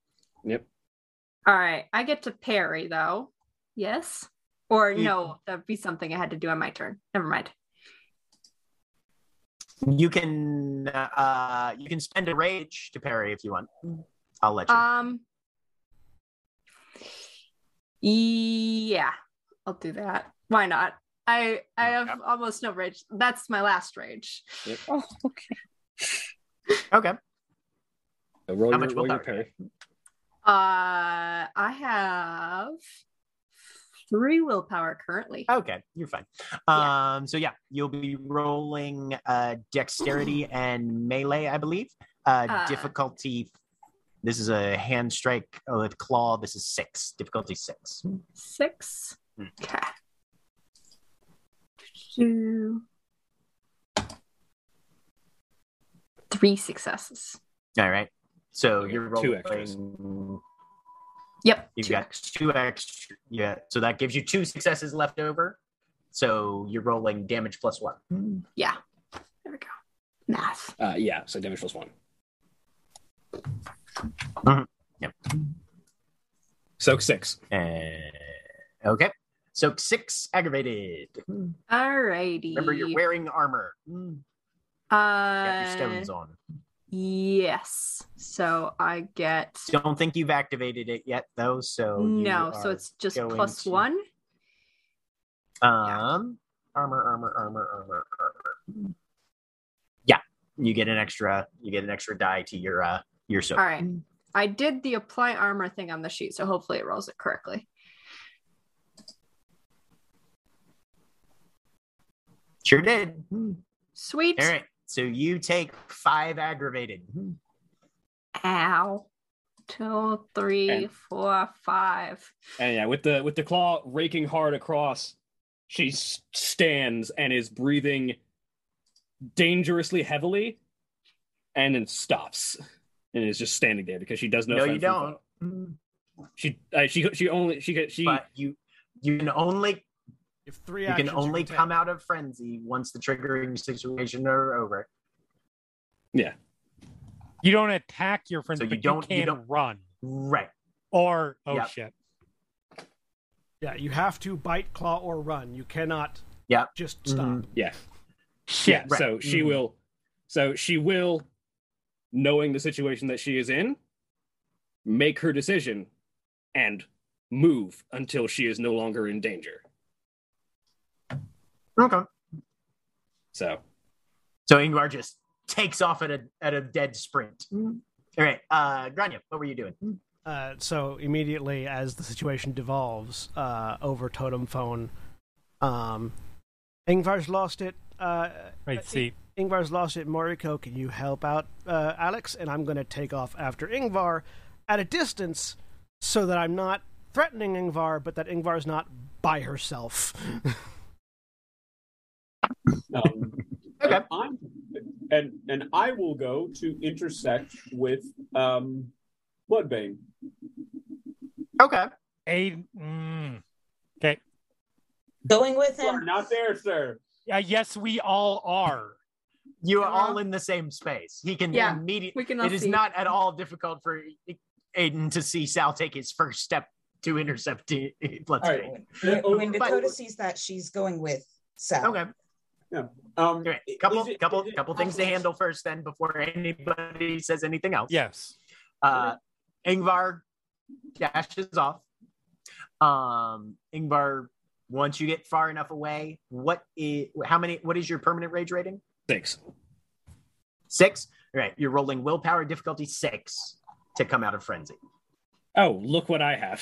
S6: All right. I get to parry though. Yes. Or
S1: You-
S6: no, that'd be something I had to do on my turn. Never mind.
S1: You can. Uh, you can spend a rage to parry if you want. I'll let you.
S6: Um Yeah, I'll do that. Why not? I I have
S1: Yep.
S6: almost no rage. That's my last rage.
S3: <laughs> Oh, okay.
S1: okay.
S5: So roll
S1: How
S5: your,
S1: much
S5: roll your
S1: willpower?
S5: parry.
S6: Uh I have Uh, three willpower currently.
S1: Okay, you're fine. Um, so yeah, you'll be rolling uh,
S6: <clears throat>
S1: dexterity and melee, I believe. Uh,
S6: Uh.
S1: difficulty. This is a hand strike oh, with claw. This is six. Difficulty six.
S6: Six.
S1: Hmm.
S6: Okay. Two. Three successes.
S1: All right. So
S5: Okay,
S1: you're
S5: two
S1: rolling.
S5: extras.
S6: Yep.
S1: You've
S6: two
S1: got two extra. Yeah. So that gives you two successes left over. So you're rolling damage plus one.
S6: Yeah. There we go. Math.
S5: Uh, yeah, so damage plus one.
S1: Uh-huh. Yep.
S5: Soak six.
S1: And okay. So six aggravated.
S6: Alrighty.
S1: Remember, you're wearing armor. Mm. Got your
S6: uh,
S1: stones on.
S6: Yes. So I get
S1: Don't think you've activated it yet, though. So Oh, you
S6: no. So
S1: are-
S6: it's just
S1: going
S6: plus
S1: to-
S6: one.
S1: um armor, armor, armor, armor, armor. Yeah, you get an extra. You get an extra die to your uh your soap.
S6: All right. I did the apply armor thing on the sheet, so hopefully it rolls it correctly.
S1: Sure did. Mm.
S6: Sweet.
S1: All right. So you take five aggravated. Mm.
S6: Ow. Two, three,
S5: And-
S6: four, five.
S5: And yeah, with the with the claw raking hard across, she s- stands and is breathing dangerously heavily, and then stops and is just standing there because she does know.
S1: No, you don't. Mm.
S5: She uh, she she only she she
S1: But you you can only
S4: If three
S1: you can
S4: actions
S1: only
S4: take.
S1: come out of frenzy once the triggering situation are over.
S7: You don't attack your friends,
S1: So you
S7: but you,
S1: don't- you
S7: can
S1: don't-
S7: run.
S1: Right.
S7: Or oh
S1: Yep.
S7: shit.
S4: Yeah, you have to bite, claw, or run. You cannot.
S1: Yep. Mm-hmm.
S4: Just stop.
S5: yeah
S7: Shit.
S5: Yeah, so she
S1: Mhm.
S5: will so she will knowing the situation that she is in make her decision and move until she is no longer in danger
S1: Okay.
S5: so
S1: So Ingvar just takes off at a at a dead sprint.
S6: Mm-hmm.
S1: All right, uh, Grania, what were you doing?
S4: Uh, so immediately, as the situation devolves uh, over totem phone, um, Ingvar's lost it. Uh,
S7: Right, see.
S4: Ingvar's lost it. Moriko, can you help out uh, Alex? And I'm going to take off after Ingvar at a distance so that I'm not threatening Ingvar, but that Ingvar's not by herself.
S2: Um,
S1: <laughs> Okay.
S2: and I'm, and and I will go to intersect with um, Bloodbane.
S1: Okay,
S7: A mm,
S8: Going with
S2: You are
S8: him.
S2: not there, sir.
S7: uh, yes, we all are.
S1: you are
S6: Uh-huh.
S1: all in the same space. He can
S6: Yeah,
S1: immediately.
S6: We can all
S1: It is
S6: see.
S1: not at all difficult for Aiden to see Sal take his first step to intercept <laughs> i- i-
S8: <laughs> All right.
S1: Bloodstream.
S8: When, when
S1: But-
S8: Dakota sees that, she's going with Sal.
S1: Okay,
S2: Um,
S1: all right.
S2: is
S1: Couple,
S2: it-
S1: couple,
S2: is it
S1: couple things to
S2: possible-
S1: handle first, then before anybody says anything else.
S7: Yes.
S1: Uh, Ingvar dashes off. Um, Ingvar, once you get far enough away, what is how many? What is your permanent rage rating?
S5: six
S1: Six. All right, you're rolling willpower difficulty six to come out of frenzy.
S5: oh look what i have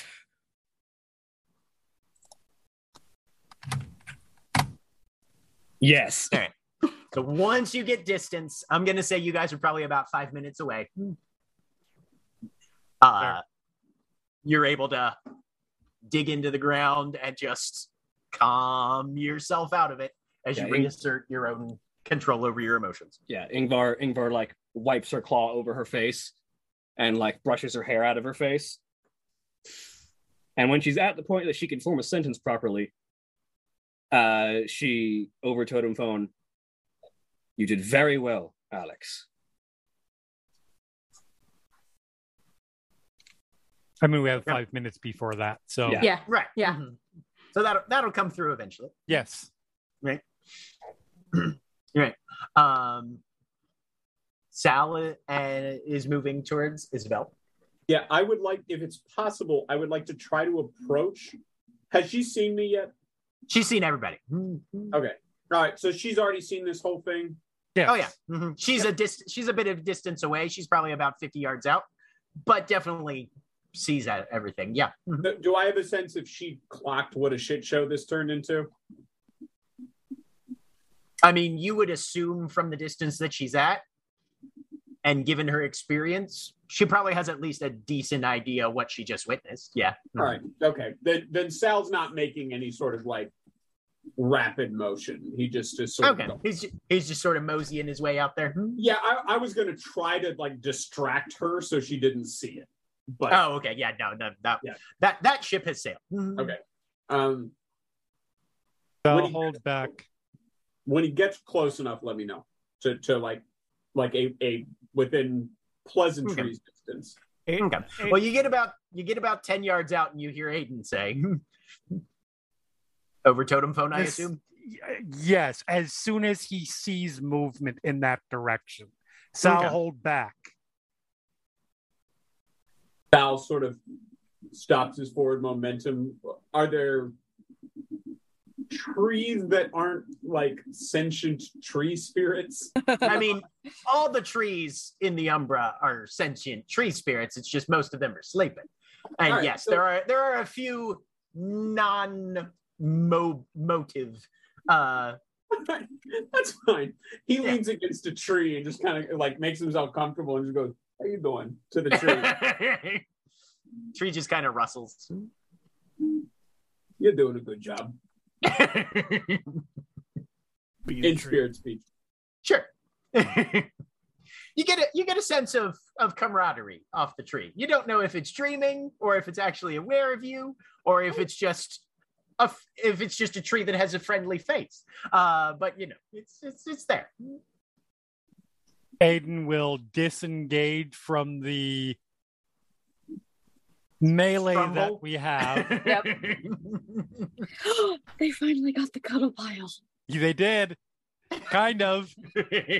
S5: yes
S1: So once you get distance, I'm gonna say you guys are probably about five minutes away. Uh,
S7: Fair.
S1: you're able to dig into the ground and just calm yourself out of it as
S5: Yeah,
S1: you
S5: Ing-
S1: reassert your own control over your emotions.
S5: yeah ingvar ingvar like wipes her claw over her face and like brushes her hair out of her face and when she's at the point that she can form a sentence properly uh she over totem phone you did very well alex
S7: I mean, we have
S1: Yeah.
S7: five minutes before that. So
S5: Yeah.
S6: yeah.
S1: Right.
S6: Yeah.
S1: Mhm. So that'll that'll come through eventually.
S7: yes.
S1: <clears throat> Um, Sal uh, and is moving towards Isabel.
S2: Yeah, I would like, if it's possible, I would like to try to approach. Has she seen me yet?
S1: She's seen everybody.
S2: Okay. All right. So she's already seen this whole thing.
S7: Yes.
S1: Oh yeah, hmm she's a dist- She's a bit of distance away. She's probably about fifty yards out, but definitely sees at everything. Yeah.
S2: Do- Do I have a sense if she clocked what a shit show this turned into?
S1: I mean, you would assume from the distance that she's at, and given her experience, she probably has at least a decent idea what she just witnessed. Yeah.
S2: All right. Okay. Then then Sal's not making any sort of like rapid motion. He just is sort
S1: Okay.
S2: of.
S1: He's just, he's just sort of moseying his way out there. Hmm.
S2: Yeah, I, I was gonna try to like distract her so she didn't see it, but
S1: Oh, okay. Yeah. No. No. That
S2: Yeah.
S1: that that ship has sailed. Hmm.
S2: Okay. um, What do
S7: I'll
S2: you-
S7: hold back.
S2: when he gets close enough, let me know to to like like a a within pleasantries distance.
S1: Okay. Well, you get about you get about ten yards out, and you hear Aiden say, <laughs> "Over totem phone, I
S7: This-
S1: assume."
S7: Y- Yes, as soon as he sees movement in that direction. So
S1: Okay.
S7: I'll hold back.
S2: Sal sort of stops his forward momentum. Are there trees that aren't like sentient tree spirits?
S1: I mean, all the trees in the Umbra are sentient tree spirits. It's just most of them are sleeping. And
S2: All right,
S1: yes,
S2: so-
S1: there are there are a few non-motive. Uh,
S2: <laughs> That's fine. He leans against a tree and just kind of like makes himself comfortable and just goes, "How you doing?" to the tree.
S1: <laughs> tree just kind of rustles.
S2: You're doing a good job.
S1: <laughs>
S2: In spirit speech.
S1: Sure. you get a you get a sense of of camaraderie off the tree. You don't know if it's dreaming or if it's actually aware of you or if it's just a f- if it's just a tree that has a friendly face. Uh, but you know, it's it's it's there.
S7: Aiden will disengage from the melee
S1: Stronghold?
S7: that we have.
S3: <laughs>
S1: <laughs>
S3: they finally got the cuddle pile.
S7: they did.
S1: <laughs>
S7: Kind of.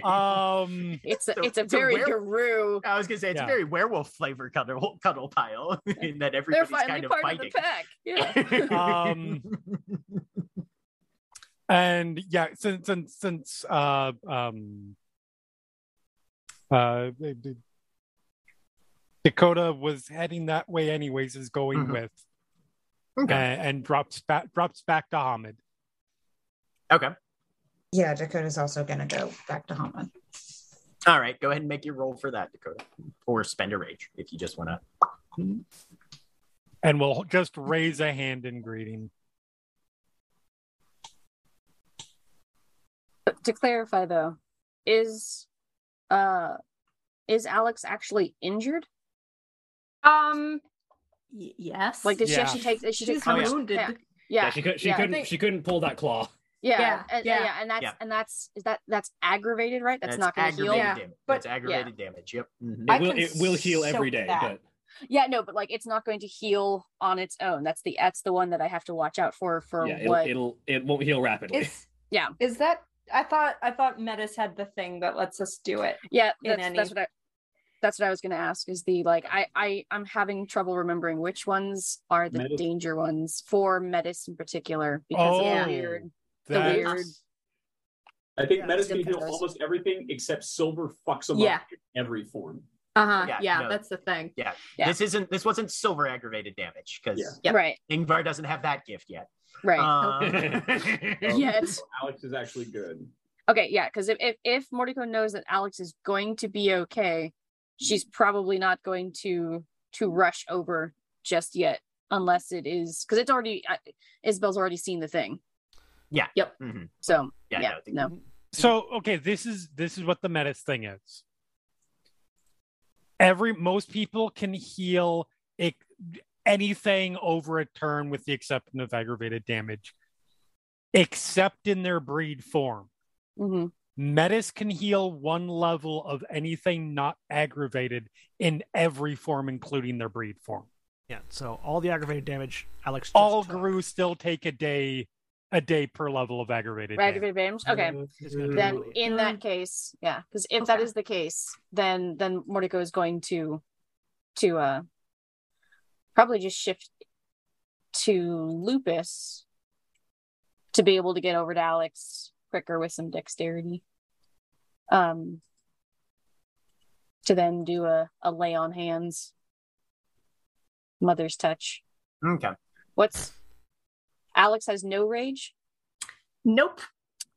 S7: Um
S3: It's a,
S1: So- it's
S3: it's a
S1: a
S3: very
S1: were-
S3: guru.
S1: I was gonna say it's
S7: Yeah.
S1: very werewolf flavor cuddle cuddle pile <laughs> in that
S3: They're
S1: everybody's
S3: finally
S1: kind of
S3: part
S1: fighting.
S3: of the pack. Yeah.
S1: <laughs>
S7: Um, and yeah, since since since uh um uh the- the- Dakota was heading that way anyways, is going
S1: Mhm.
S7: with
S1: Okay.
S7: a- and drops back drops back to Hamid.
S1: okay.
S8: Yeah, Dakota's also gonna go back to Hama.
S1: All right, go ahead and make your roll for that, Dakota, or spend a rage if you just want to.
S7: And we'll just raise a hand in greeting.
S3: But to clarify though, is uh is Alex actually injured?
S6: Um, y- yes.
S3: Like did she
S7: Yeah.
S3: actually take did she
S6: she's
S3: take yeah.
S6: wounded.
S3: Yeah.
S5: Yeah, she could. She
S3: yeah.
S5: couldn't.
S6: think-
S5: She couldn't pull that claw.
S3: Yeah.
S6: Yeah,
S3: And,
S6: yeah.
S3: yeah. and that's
S1: Yeah.
S3: and that's is that that's aggravated, right? That's, not gonna heal.
S1: aggravated
S6: Yeah,
S1: damage.
S6: but-
S1: That's aggravated damage. Yep. Mhm.
S8: I
S5: Mm-hmm. It will.
S8: can
S5: It will heal
S8: soak
S5: every day.
S8: that.
S5: But
S3: Yeah, no, but like it's not going to heal on its own. That's the that's the one that I have to watch out for for
S5: yeah, it'll,
S3: what
S5: it'll. It won't heal rapidly.
S6: It's
S3: Yeah.
S6: Is that I thought I thought Metis had the thing that lets us do it.
S3: Yeah,
S6: in
S3: that's, that's
S6: any-
S3: what I that's what I was gonna ask is the like I, I I'm having trouble remembering which ones are the
S2: Metis.
S3: danger ones for Metis in particular because
S7: Oh.
S3: it's weird. The weird
S2: I think
S3: Yeah,
S2: medicine
S3: different
S2: heals
S3: colors.
S2: almost everything except silver fucks them
S6: Yeah.
S2: up in every form.
S6: Uh-huh.
S1: Yeah,
S6: Yeah,
S1: no.
S6: that's the thing.
S3: Yeah.
S1: This isn't. This wasn't silver aggravated damage because
S2: Yeah.
S6: Yep.
S3: Right,
S1: Ingvar doesn't have that gift yet.
S3: right.
S5: <laughs>
S1: Um,
S3: Yeah, it's-
S2: Alex is actually good.
S3: okay, yeah, because if, if if Mordecai knows that Alex is going to be okay, she's probably not going to to rush over just yet unless it is because it's already I, Isabel's already seen the thing.
S1: Yeah.
S3: Yep.
S1: Mhm.
S3: So
S1: Yeah,
S3: yeah,
S1: no, the-
S3: no.
S7: So okay, this is this is what the menace thing is. Every most people can heal it, anything over a turn with the exception of aggravated damage, except in their breed form.
S3: Mhm.
S7: Metis can heal one level of anything not aggravated in every form, including their breed form.
S4: Yeah, so all the aggravated damage, Alex. Just
S7: All
S4: took
S7: Gru still take a day, a day per level of aggravated. damage.
S3: Aggravated damage. Okay.
S4: is gonna be
S3: then
S4: really-
S3: in that case yeah because if that
S6: Okay.
S3: is the case then then mordecai is going to to uh probably just shift to lupus to be able to get over to alex quicker with some dexterity um to then do a, a lay on hands mother's touch.
S1: <laughs> Okay.
S3: What's Alex has no rage?
S6: Nope.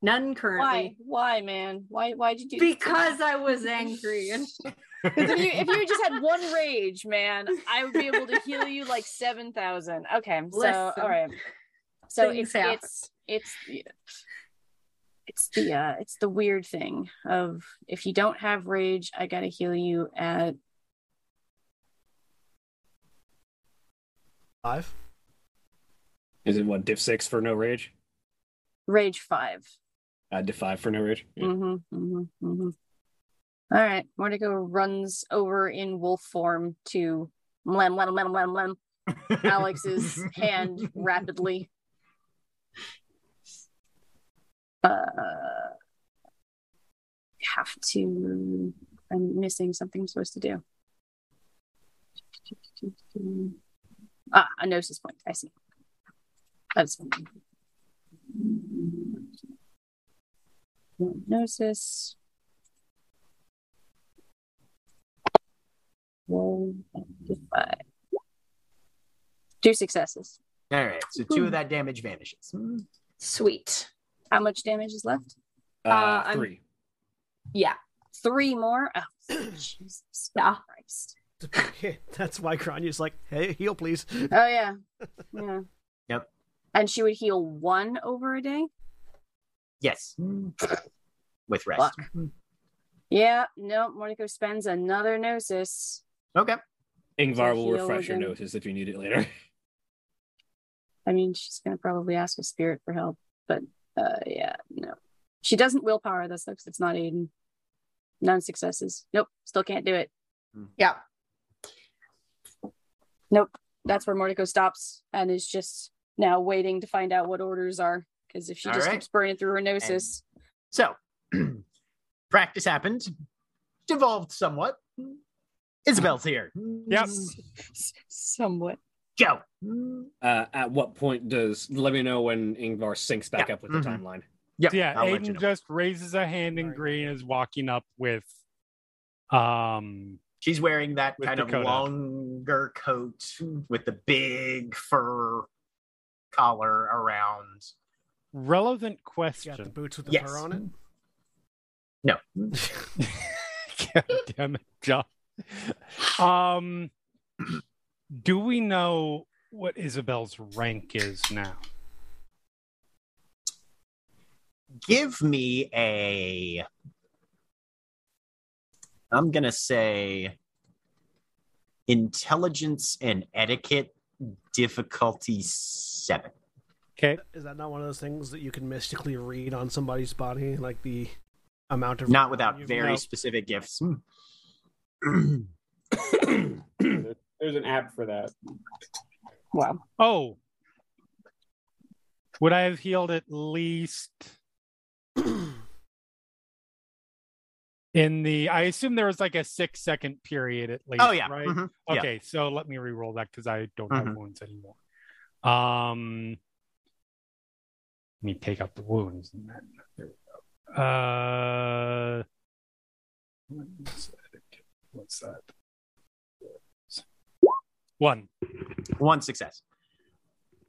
S6: None
S3: Why?
S6: currently.
S3: Why, man? Why why did you
S6: Because I
S3: <laughs>
S6: was angry and
S3: Because if you if you just had one rage, man, I would be able to heal you like seven thousand. Okay, so
S6: Listen.
S3: all right, so
S6: Things
S3: it's
S6: happen.
S3: it's it's the- it's the uh, it's the weird thing of if you don't have rage, I gotta heal you at
S4: Five.
S5: Is it what diff six for no rage?
S3: rage 5
S5: Uh, diff five for no rage. Yeah.
S3: Mm-hmm, mm-hmm, mm-hmm. All right, Mordego runs over in wolf form to mlam mlam mlam mlam mlam Alex's hand rapidly. Uh, have to. I'm missing something I'm supposed to do. Ah, a gnosis point. I see. That's gnosis. Roll and five. Two successes.
S1: All right. So two of that damage vanishes. Hmm.
S6: sweet.
S3: How much damage is left?
S1: <laughs>
S5: Uh,
S6: Uh, I'm-
S5: three.
S6: Yeah.
S3: Three more. Oh, Jesus
S6: Yeah.
S3: Christ.
S4: <laughs> That's why Cronya's like, hey, heal, please.
S3: Oh yeah, yeah.
S1: <laughs> Yep.
S3: And she would heal one over a day.
S2: <laughs>
S1: Yes. Hmm. With rest.
S3: Fuck.
S1: Hmm.
S3: Yeah. No. Monica spends another gnosis.
S1: Okay.
S5: Ingvar
S3: to
S5: will
S3: heal
S5: refresh your
S3: again.
S5: notice if you need it later.
S3: <clears throat>
S5: <laughs>
S3: I mean, she's gonna probably ask a spirit for help, but uh, yeah, no. She doesn't willpower this though, 'cause it's not Aiden. None successes. Nope. Still can't do it.
S1: Hmm.
S6: Yeah.
S3: Nope. That's where Mordecai stops and is just now waiting to find out what orders are. Because if she
S1: All
S3: just
S1: right.
S3: keeps burning through her gnosis,
S1: So practice happened. Devolved somewhat. Hmm. Isabel's here. Hmm.
S7: Yep.
S3: Somewhat.
S1: Go. Hmm.
S5: Uh, at what point does let me know when Ingvar syncs back
S1: Yeah.
S5: up with the
S1: Mhm.
S5: timeline?
S1: Yep.
S7: yeah,
S1: I'll let
S7: Aiden
S1: you know.
S7: just raises a hand and Green is walking up with um
S1: She's wearing that
S7: With
S1: kind of
S7: Dakota.
S1: longer coat with the big fur collar around.
S7: relevant
S4: She got the
S7: question.
S4: boots with the
S1: Yes.
S4: fur on it.
S1: No.
S7: <laughs> God damn it, John. Um do we know what Isabel's rank is now?
S1: Give me a. I'm going to say intelligence and etiquette difficulty seven.
S7: Okay.
S4: Is that not one of those things that you can mystically read on somebody's body, like the amount of
S1: Not without
S4: you've-
S1: very
S4: No.
S1: specific gifts.
S7: Hmm.
S2: <coughs> There's an app for that.
S3: Wow.
S7: Oh. Would I have healed at
S1: <clears throat>
S7: least in the I assume there was like a six second period at least.
S1: Oh, yeah.
S7: Right.
S1: Mhm. Yeah.
S7: Okay, so let me re-roll that because I don't
S1: Mhm.
S7: have wounds anymore. Um, let me take out the wounds. And that, there we go. Uh, what's that? what's that? One.
S1: One success.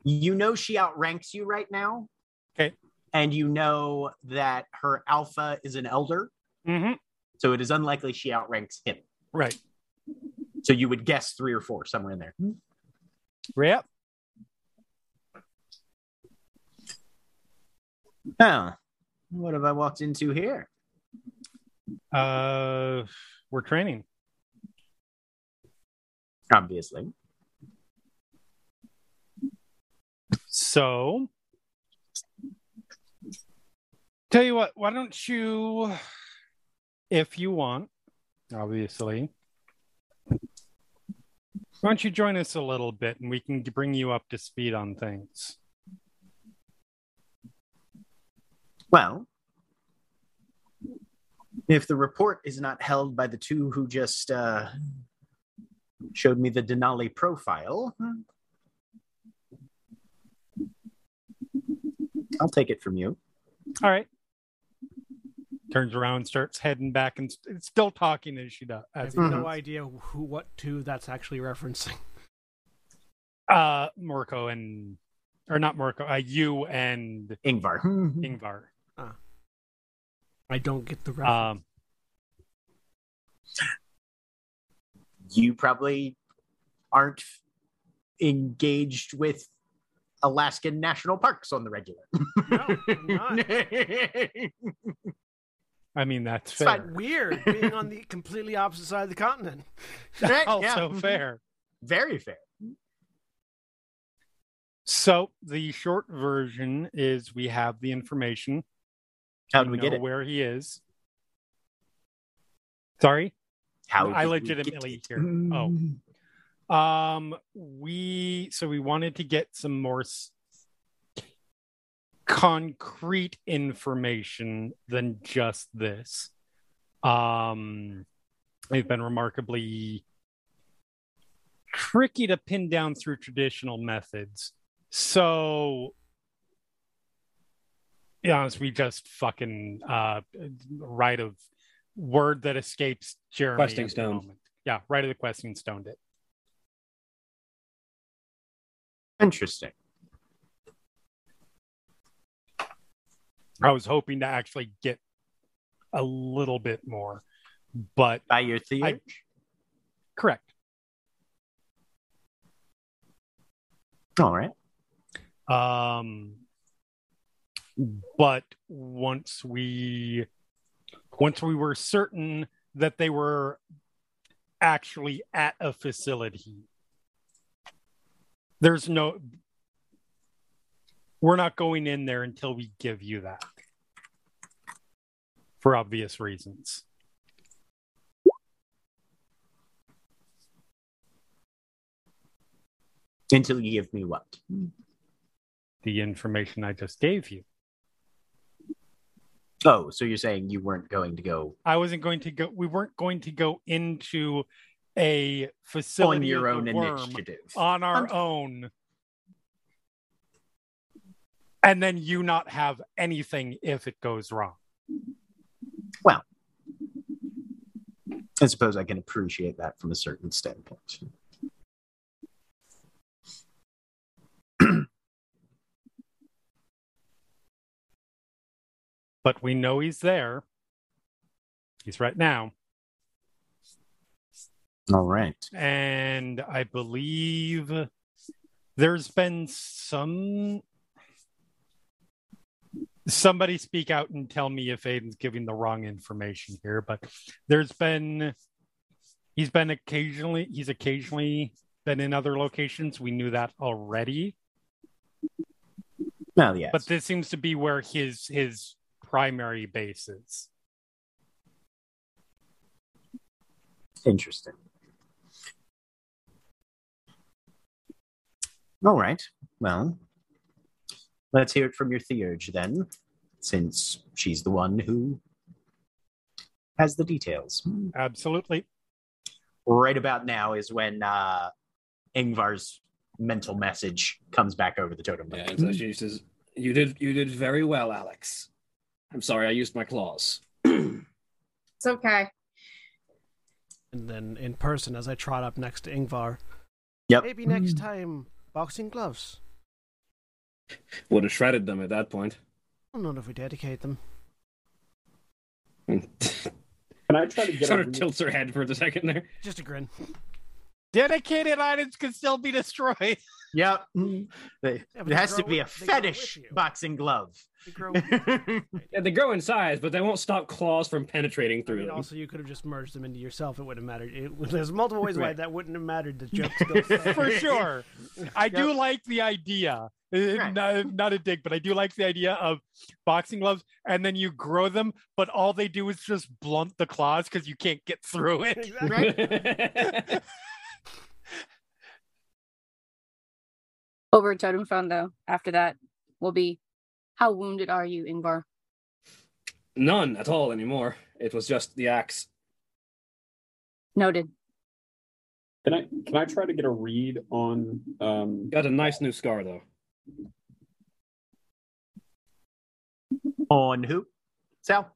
S1: You know she outranks you right now.
S7: Okay.
S1: And you know that her alpha is an elder,
S7: Mm-hmm.
S1: so it is unlikely she outranks him.
S7: Right.
S1: So you would guess three or four somewhere in there.
S7: Yep.
S1: Huh. What have I walked into here?
S7: Uh, we're training.
S1: Obviously.
S7: So, tell you what, why don't you, if you want, obviously, why don't you join us a little bit and we can bring you up to speed on things?
S1: Well, if the report is not held by the two who just uh, showed me the Denali profile, hmm, I'll take it from you.
S7: All right. Turns around, starts heading back, and st- still talking as she does.
S4: I
S7: As
S4: have
S7: he
S1: Mhm.
S4: <laughs> no idea who, what two that's actually referencing.
S7: uh Morco and or not Morco, uh, you and
S1: Ingvar. <laughs>
S7: Ingvar.
S4: I don't get the reference.
S7: Um
S1: You probably aren't engaged with Alaskan national parks on the regular. <laughs>
S4: no, I'm not.
S7: I mean that's
S1: It's
S7: fair.
S1: fine.
S4: Weird being on the completely opposite side of the continent.
S1: Right,
S7: Also
S1: yeah.
S7: fair.
S1: Very fair.
S7: So the short version is we have the information.
S1: How did we get
S7: know
S1: it?
S7: Where he is. Sorry.
S1: How did
S7: I
S1: we
S7: legitimately
S1: get Hmm. it?
S7: hear- oh. Um, we so we wanted to get some more s- concrete information than just this. Um, they've been remarkably tricky to pin down through traditional methods. So, to be honest, we just fucking uh, right of word that escapes Jeremy.
S5: Questing
S7: at the
S5: stone.
S7: moment. Yeah, right of the questing stoned it.
S1: Interesting.
S7: I was hoping to actually get a little bit more, but
S1: By your theory.
S7: correct.
S1: All right.
S7: Um, but once we once we were certain that they were actually at a facility, there's no we're not going in there until we give you that for obvious reasons.
S1: Until you give me what?
S7: The information I just gave you.
S1: Oh, so you're saying you weren't going to go
S7: I wasn't going to go. We weren't going to go into a facility
S1: on your
S7: of
S1: own
S7: the worm
S1: initiative.
S7: on our
S3: Um,
S7: own, and then you not have anything if it goes wrong.
S1: I suppose I can appreciate that from a certain standpoint.
S7: But we know he's there. He's right now,
S1: All right.
S7: and I believe there's been some. Somebody speak out and tell me if Aiden's giving the wrong information here, but there's been he's been occasionally he's occasionally been in other locations. We knew that already,
S1: Well, yes.
S7: but this seems to be where his his primary base is.
S1: Interesting. All right. Well, let's hear it from your Theurge then, since she's the one who has the details.
S7: Absolutely.
S1: Right about now is when uh, Ingvar's mental message comes back over the totem.
S5: Yeah,
S1: pole.
S5: and so she says, "You did, you did very well, Alex. I'm sorry, I used my claws."
S6: It's okay.
S4: And then in person, as I trot up next to Ingvar,
S1: Yep.
S4: maybe next time, boxing gloves.
S5: Would have shredded them at that point.
S4: I don't know if we dedicate them.
S5: sort
S2: Can I try to get a
S5: of tilts her head for the second there.
S4: Just a grin.
S7: Dedicated items can still be destroyed. <laughs>
S1: Yep. They-
S4: but
S1: it
S4: they
S1: has to
S4: grow
S1: be a
S4: with- they grow with
S1: fetish
S4: you.
S1: boxing glove.
S4: They grow.
S1: <laughs>
S5: Yeah, they grow in size, but they won't stop claws from
S4: I
S5: penetrating through
S4: mean,
S5: them.
S4: also, you could have just merged them into yourself. It wouldn't have mattered. It, <laughs> there's multiple ways why
S5: Right.
S4: that wouldn't have mattered. The joke still stands.
S7: for sure. I do like the idea. Uh,
S1: Right.
S7: Not, not a dig, but I do like the idea of boxing gloves, and then you grow them, but all they do is just blunt the claws because you can't get through it.
S4: Exactly.
S3: Over at Totem Phone, though, after that will be how wounded are you, Ingvar?
S5: None at all anymore. It was just the axe.
S3: Noted.
S2: can I can I try to get a read on um
S5: Got a nice new scar though.
S1: On who? Sal?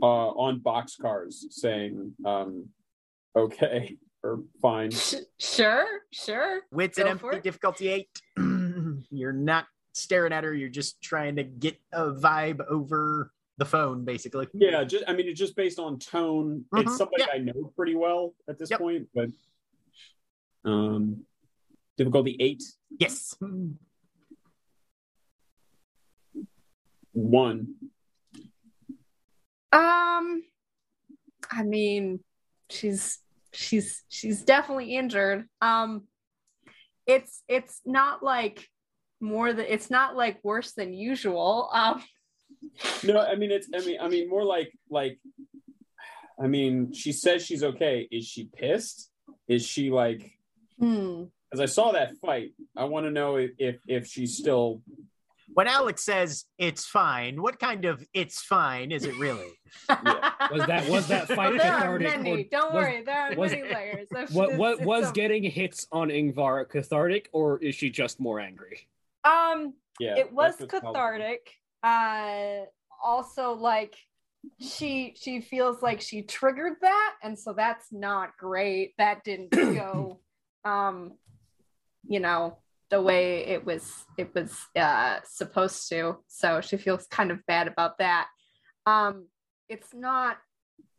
S2: uh on boxcars saying um okay or
S3: <laughs>
S2: fine.
S6: Sh- sure, sure.
S1: Wits
S6: Go
S1: and
S6: for
S1: empathy
S6: it.
S1: difficulty eight. <clears throat> you're not staring at her. You're just trying to get a vibe over the phone, basically.
S2: Yeah, just I mean, it's just based on tone.
S1: Mhm,
S2: It's somebody
S1: yeah.
S2: I know pretty well at this
S1: Yep.
S2: point, but um, difficulty eight
S1: Yes.
S2: one.
S6: Um, I mean, she's she's she's definitely injured. Um, it's it's not like more than it's not like worse than usual. Um,
S2: No, I mean it's I mean I mean more like like I mean she says she's okay. Is she pissed? Is she like
S6: hmm.
S2: as I saw that fight? I want to know if, if if she's still
S1: When Alex says it's fine, what kind of it's fine is it really?
S6: <laughs>
S5: Was that was that
S6: Well,
S5: fight
S6: there are
S5: cathartic?
S6: many.
S5: or
S6: Don't
S5: was-
S6: worry, there are
S5: was-
S6: many layers. If
S5: What
S6: it's-
S5: what
S6: it's
S5: was
S6: a-
S5: getting hits on Ingvar cathartic, or is she just more angry?
S6: um
S2: yeah.
S6: it was
S2: that's what's called-
S6: cathartic uh also like she she feels like she triggered that and so that's not great
S2: <coughs>
S6: that didn't go um you know the way it was it was uh supposed to so she feels kind of bad about that um it's not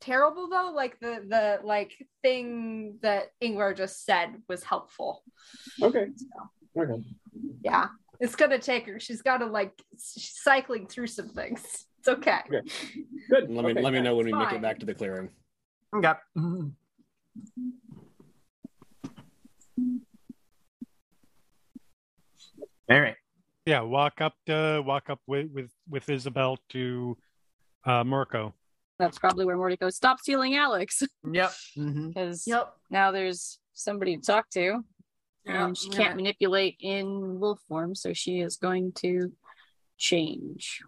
S6: terrible though like the the like thing that ingvar just said was helpful
S2: Okay. Okay.
S6: yeah it's gonna take her she's gotta like she's cycling through some things it's okay
S2: Okay. Good.
S5: Let me
S2: okay.
S5: let me know when we make
S6: fine.
S5: it back to the clearing.
S1: Okay. <laughs> All right.
S7: Yeah, walk up to walk up with with, with Isabel to uh Murko.
S3: That's probably where Morty goes. Stop stealing Alex, <laughs>
S1: Yep. Mhm.
S3: because
S6: yep
S3: now there's somebody to talk to.
S6: Yeah,
S3: and she
S6: yeah.
S3: can't manipulate in wolf form, so she is going to change.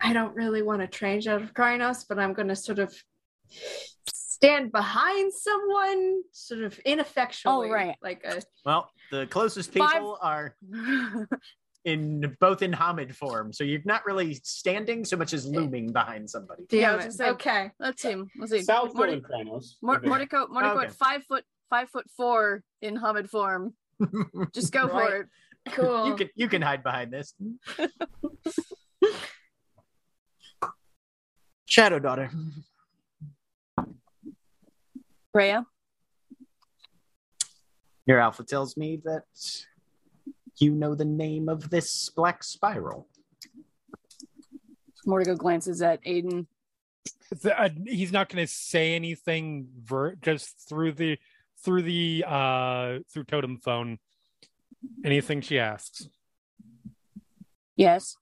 S6: i don't really want to change out of krynos but i'm gonna sort of stand behind someone sort of ineffectually
S3: Oh, right.
S6: like a
S1: Well, the closest people
S3: Five-
S6: <laughs>
S1: are in both in Hamid form, so you're not really standing so much as looming behind somebody.
S3: Yeah, I
S6: damn
S3: was
S6: it.
S3: gonna say-
S6: okay
S3: Let's see. Let's see.
S2: South
S3: Morty-
S2: Morty- Kronos.
S3: Mor- Mordico, Mordico
S1: Okay.
S3: at five foot, five foot four in Hamid form. Just go
S6: Right.
S3: for it.
S6: cool
S1: You can you can hide behind this. <laughs> Shadow daughter.
S3: Rhea,
S1: Your alpha tells me that you know the name of this black spiral.
S3: Mordico glances at Aiden.
S7: The- uh, he's not going to say anything ver- just through the through the uh through totem phone. Anything she asks.
S3: Yes.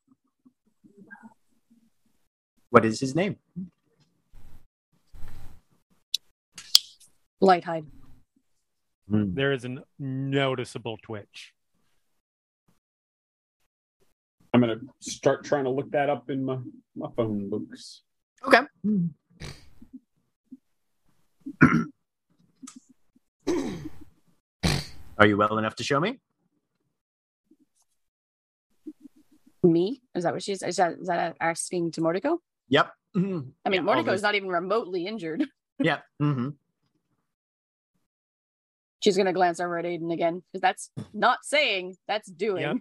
S1: What is his name?
S3: Light hide.
S7: There is a noticeable twitch.
S2: I'm gonna start trying to look that up in my my phone books.
S1: Okay. Are you well enough to show me?
S3: Me? Is that what she's? Is that, is that asking to Mordico?
S1: Yep. Mhm.
S7: Mm-hmm.
S3: I mean,
S1: Yeah, all
S3: Mordico
S1: those-
S3: is not even remotely injured.
S1: Yep. hmm
S3: She's gonna glance over at Aiden again because that's not saying, that's doing.
S7: Yep.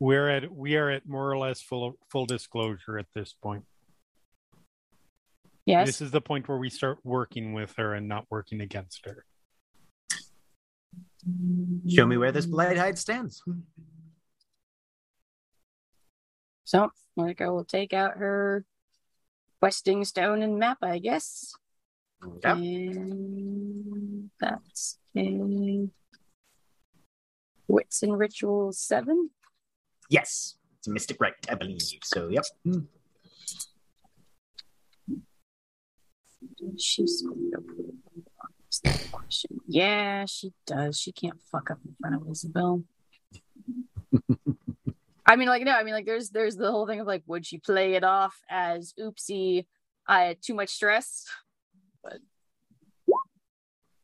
S7: We're at we are at more or less full full disclosure at this point.
S3: Yes.
S7: This is the point where we start working with her and not working against her.
S1: Show me where this blight hide stands.
S3: So Monica will take out her questing stone and map, I guess.
S1: Okay.
S3: And that's in Wits and Rituals 7.
S1: Yes. It's a mystic right, I believe. So yep. Hmm.
S3: She's going to put it on question. Yeah, she does. She can't fuck up in front of Isabel. I mean, like, no, I mean, like, there's there's the whole thing of like, would she play it off as oopsie, I had too much stress? But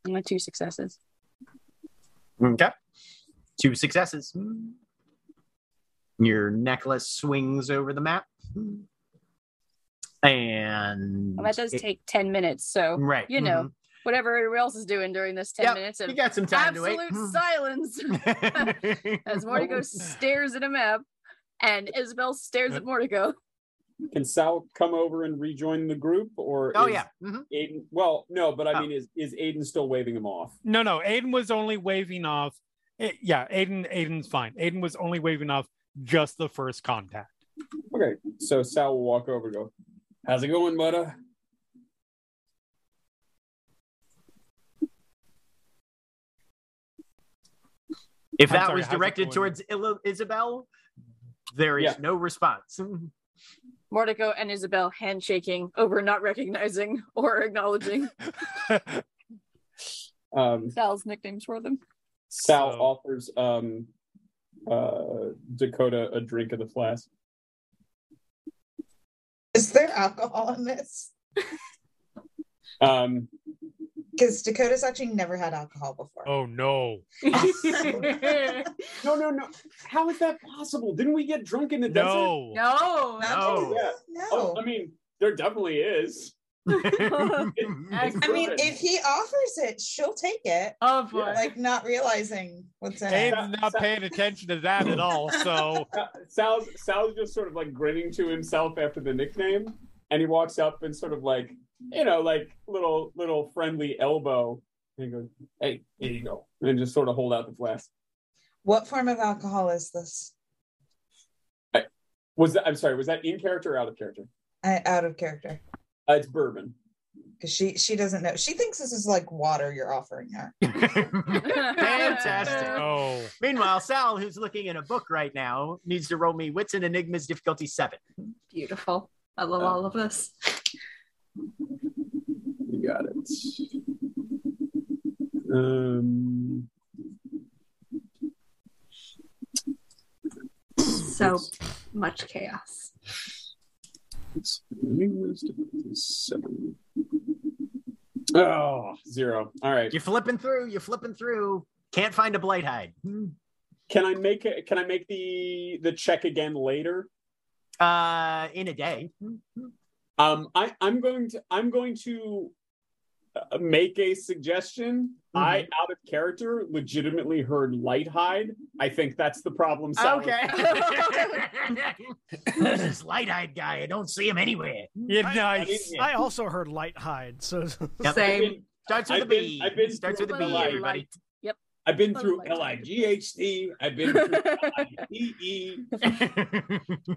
S3: my two successes.
S1: Okay. Two successes. Your necklace swings over the map. And
S3: Well, Oh, that does
S1: it-
S3: take 10 minutes. So,
S1: right.
S3: you know,
S1: mhm.
S3: whatever everyone else is doing during this 10
S1: Yep,
S3: minutes
S1: you
S3: of
S1: got some time to wait. Hmm. <laughs>
S3: absolute silence <laughs> as Mortigo stares at a map and Isabel stares
S1: Uh.
S3: at Mortigo.
S2: Can Sal come over and rejoin the group, or
S1: oh
S2: is
S1: yeah, mhm.
S8: Mm-hmm.
S2: Aiden? Well, no, but I
S1: Oh.
S2: mean, is is Aiden still waving him off?
S7: No, no. Aiden was only waving off. eh, yeah, Aiden. Aiden's fine. Aiden was only waving off just the first contact.
S2: Okay, so Sal will walk over and go, "How's it going, Mudda?"
S1: If
S7: I'm
S1: that
S7: sorry,
S1: was
S7: how's it
S1: directed
S7: going?
S1: towards Ilo- Isabel, there is
S2: Yeah.
S1: no response.
S7: <laughs>
S3: Mortigo and Isabel handshaking over not recognizing or acknowledging
S2: Um,
S3: Sal's nicknames for them.
S2: Sal
S7: So-
S2: offers um, uh, Dakota a drink of the flask.
S8: Is there alcohol in this?
S2: Um,
S8: Because Dakota's actually never had alcohol before.
S7: Oh no! Eh,
S2: no, no, no. How is that possible? Didn't we get drunk in the desert?
S7: No.
S6: No.
S1: No.
S2: Yeah.
S8: No.
S2: Oh, I mean, there definitely
S7: <laughs>
S2: is.
S8: <laughs> I mean, if he offers it, she'll take it.
S6: Oh boy.
S8: Like not realizing what's in it.
S7: Aiden's not paying attention to that
S2: <laughs>
S7: at all. So
S2: Sal's Sal's just sort of like grinning to himself after the nickname, and he walks up and sort of like you know like little little friendly elbow. And he goes, "Hey, here you go," and just sort of hold out the flask.
S8: What form of alcohol is this?
S2: Was that I'm sorry, was that in character or out of character?
S8: I, out of character.
S2: Uh, it's bourbon.
S8: Because she she doesn't know. She thinks this is like water you're offering her.
S3: <laughs>
S1: Fantastic.
S7: no.
S1: Meanwhile, Sal, who's looking in a book right now, needs to roll me Wits and Enigmas difficulty seven. Uh,
S6: Beautiful. I love
S2: Oh.
S6: all of this.
S2: You got it. Um,
S6: So much chaos.
S2: it's Enigma's difficulty seven. Oh, zero. All right.
S1: You're flipping through, you're flipping through. Can't find a blight hide.
S2: Can I make it? Can I make the the check again later?
S1: Uh, in a day.
S2: Um, I, I'm going to I'm going to uh, make a suggestion. I
S1: Mm-hmm.
S2: out of character legitimately heard light hide. I think that's the problem. Sal. <laughs>
S1: <laughs> Who's this light eyed guy? I don't see him anywhere.
S7: Yeah,
S4: I-
S7: nice.
S4: I also heard light hide, so <laughs>
S1: Yep.
S2: I've
S6: Same.
S2: been,
S1: Starts with a
S2: I've been-
S1: B.
S2: I've been
S1: Starts
S2: through
S1: with a
S2: a
S1: B,
S2: lot of
S1: everybody.
S2: I've been
S3: Oh,
S2: through
S3: light hide.
S2: L I G H T. I've been through L I D E.
S1: <laughs>
S6: <laughs>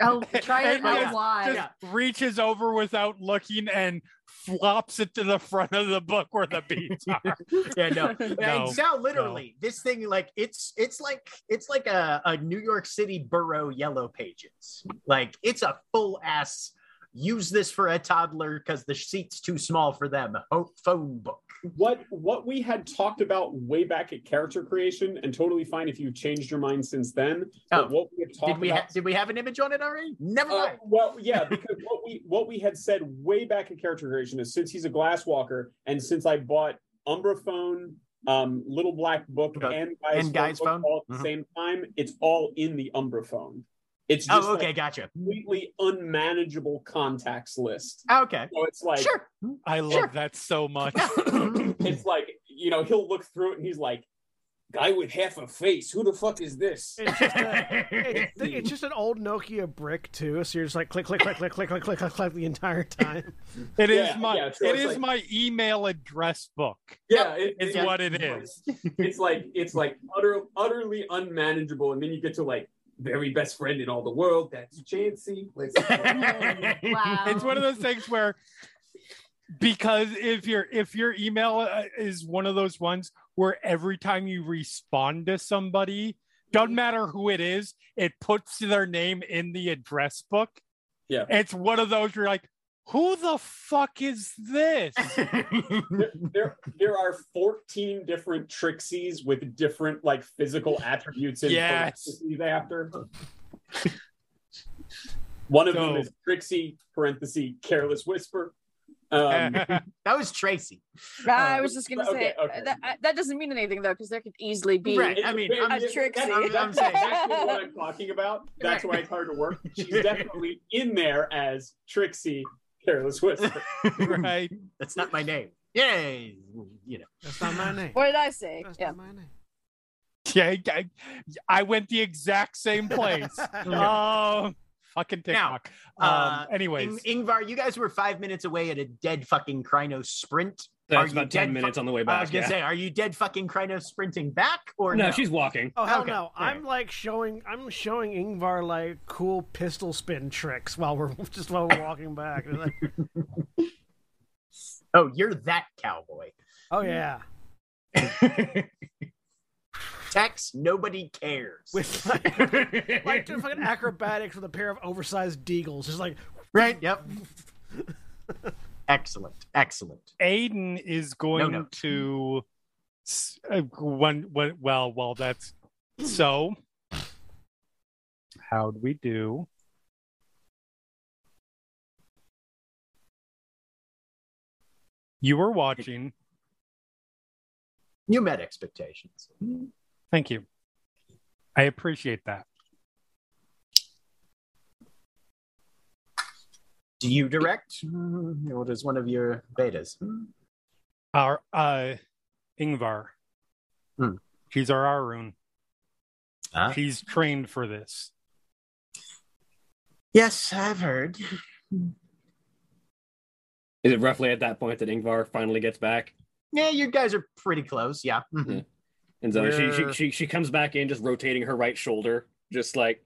S6: Oh, try it.
S7: And
S1: yeah,
S6: Oh, why?
S7: Just reaches over without looking and flops it to the front of the book where the beats
S2: <laughs>
S7: are.
S1: <laughs> yeah,
S7: <laughs>
S1: no.
S7: No,
S1: and Sal, literally, this thing like it's it's like it's like a, a New York City borough yellow pages. Like it's a full ass use this for a toddler because the seat's too small for them. Ho- phone book.
S2: What what we had talked about way back at character creation, and totally fine if you changed your mind since then.
S1: Oh.
S2: but what we had talked
S1: Did we
S2: about
S1: ha- did we have an image on it already? Never
S2: Uh,
S1: mind.
S2: well, yeah, because what we what we had said way back in character creation is since he's a glass walker, and since I bought Umbra phone, um, little black book,
S1: Okay.
S2: and guys,
S1: And Guy's Phone?
S2: all at the
S1: Mhm.
S2: same time, it's all in the Umbra phone. It's just
S1: Oh, okay,
S2: like
S1: gotcha.
S2: completely unmanageable contacts list.
S1: Okay,
S2: So it's like
S1: sure.
S7: I love
S1: Sure.
S7: that
S1: <laughs>
S7: so much.
S2: it's like you know he'll look through it and he's like, guy with half a face, who the fuck is this?
S4: it's just a, it, it's just an old Nokia brick too. So you're just like click, click, click, click, click, click, click, click, click the entire
S1: <laughs>
S4: time.
S7: It is
S2: Yeah,
S7: my
S2: yeah, so
S7: it
S2: it's
S7: is
S2: like-
S7: my email address book.
S2: Yeah, it-
S7: It's
S2: yeah. <laughs>
S7: what it is.
S2: it's like it's like utter, utterly unmanageable and then you get to like very best friend in all the world that's chancy
S7: <laughs>
S2: let's
S6: wow.
S7: It's one of those things where because if your if your email uh, is one of those ones where every time you respond to somebody,
S4: Mm-hmm.
S7: doesn't matter who it is, it puts their name in the address book.
S2: Yeah.
S7: It's one of those you're like, who the fuck is this?
S2: there there are 14 different trixies with different like physical attributes and
S7: Yes.
S2: parentheses after one of them
S7: So-
S2: is trixie parenthesis careless whisper
S7: <laughs>
S2: Um,
S1: That was Tracy. Um,
S3: I was just gonna
S2: okay,
S3: say
S2: okay.
S3: that I- that doesn't mean anything though, because there could easily be.
S1: Right.
S2: It's
S1: I mean,
S2: very-
S1: I'm-
S2: that's-
S3: Trixie.
S2: that's-
S1: I'm
S2: That's
S1: saying-
S2: exactly what I'm talking about. That's why it's hard to work. She's definitely in there as Trixie Careless Whisper.
S7: right.
S1: That's not my name. Yay! You know.
S4: <laughs> That's not my name.
S3: What did I say?
S4: That's
S3: yeah.
S4: not my name.
S7: <laughs> Yeah, I, I went the exact
S4: <laughs>
S7: same place. um, <laughs> fucking
S1: Now,
S7: TikTok.
S1: uh,
S7: um, anyways,
S1: In- Ingvar, you guys were five minutes away at a dead fucking Kryno sprint. Are
S5: That's
S1: you
S5: about ten
S1: dead
S5: minutes
S1: fu-
S5: on the way
S1: I
S5: back.
S1: was gonna
S5: yeah.
S1: say, are you dead fucking Kryno sprinting back or no?
S5: no, she's walking.
S4: Oh hell
S1: Okay,
S4: no!
S1: all
S4: I'm like showing I'm showing Ingvar like cool pistol spin tricks while we're <laughs> just while we're walking back. It's like,
S1: <laughs> Oh, you're that cowboy.
S4: oh yeah,
S1: <laughs> Tex, nobody cares.
S4: with like,
S1: <laughs>
S4: like doing fucking acrobatics with a pair of oversized deagles. Just like
S1: right? Yep. excellent, excellent.
S7: Aiden is going
S1: no.
S7: to s- uh, one, one. Well, well, that's so. How'd we do? You were watching.
S1: You met expectations.
S6: Mm-hmm.
S7: Thank you. I appreciate that.
S1: Do you direct? Hmm, What is one of your betas? Hmm.
S7: Our uh Ingvar.
S1: Hmm.
S7: She's our Arun.
S1: Ah.
S7: She's trained for this.
S1: Yes, I've heard.
S5: Is it roughly at that point that Ingvar finally gets back?
S1: Yeah, you guys are pretty close. Yeah. Mhm.
S5: And so she, she
S1: We're-
S5: she she comes back in, just rotating her right shoulder, just like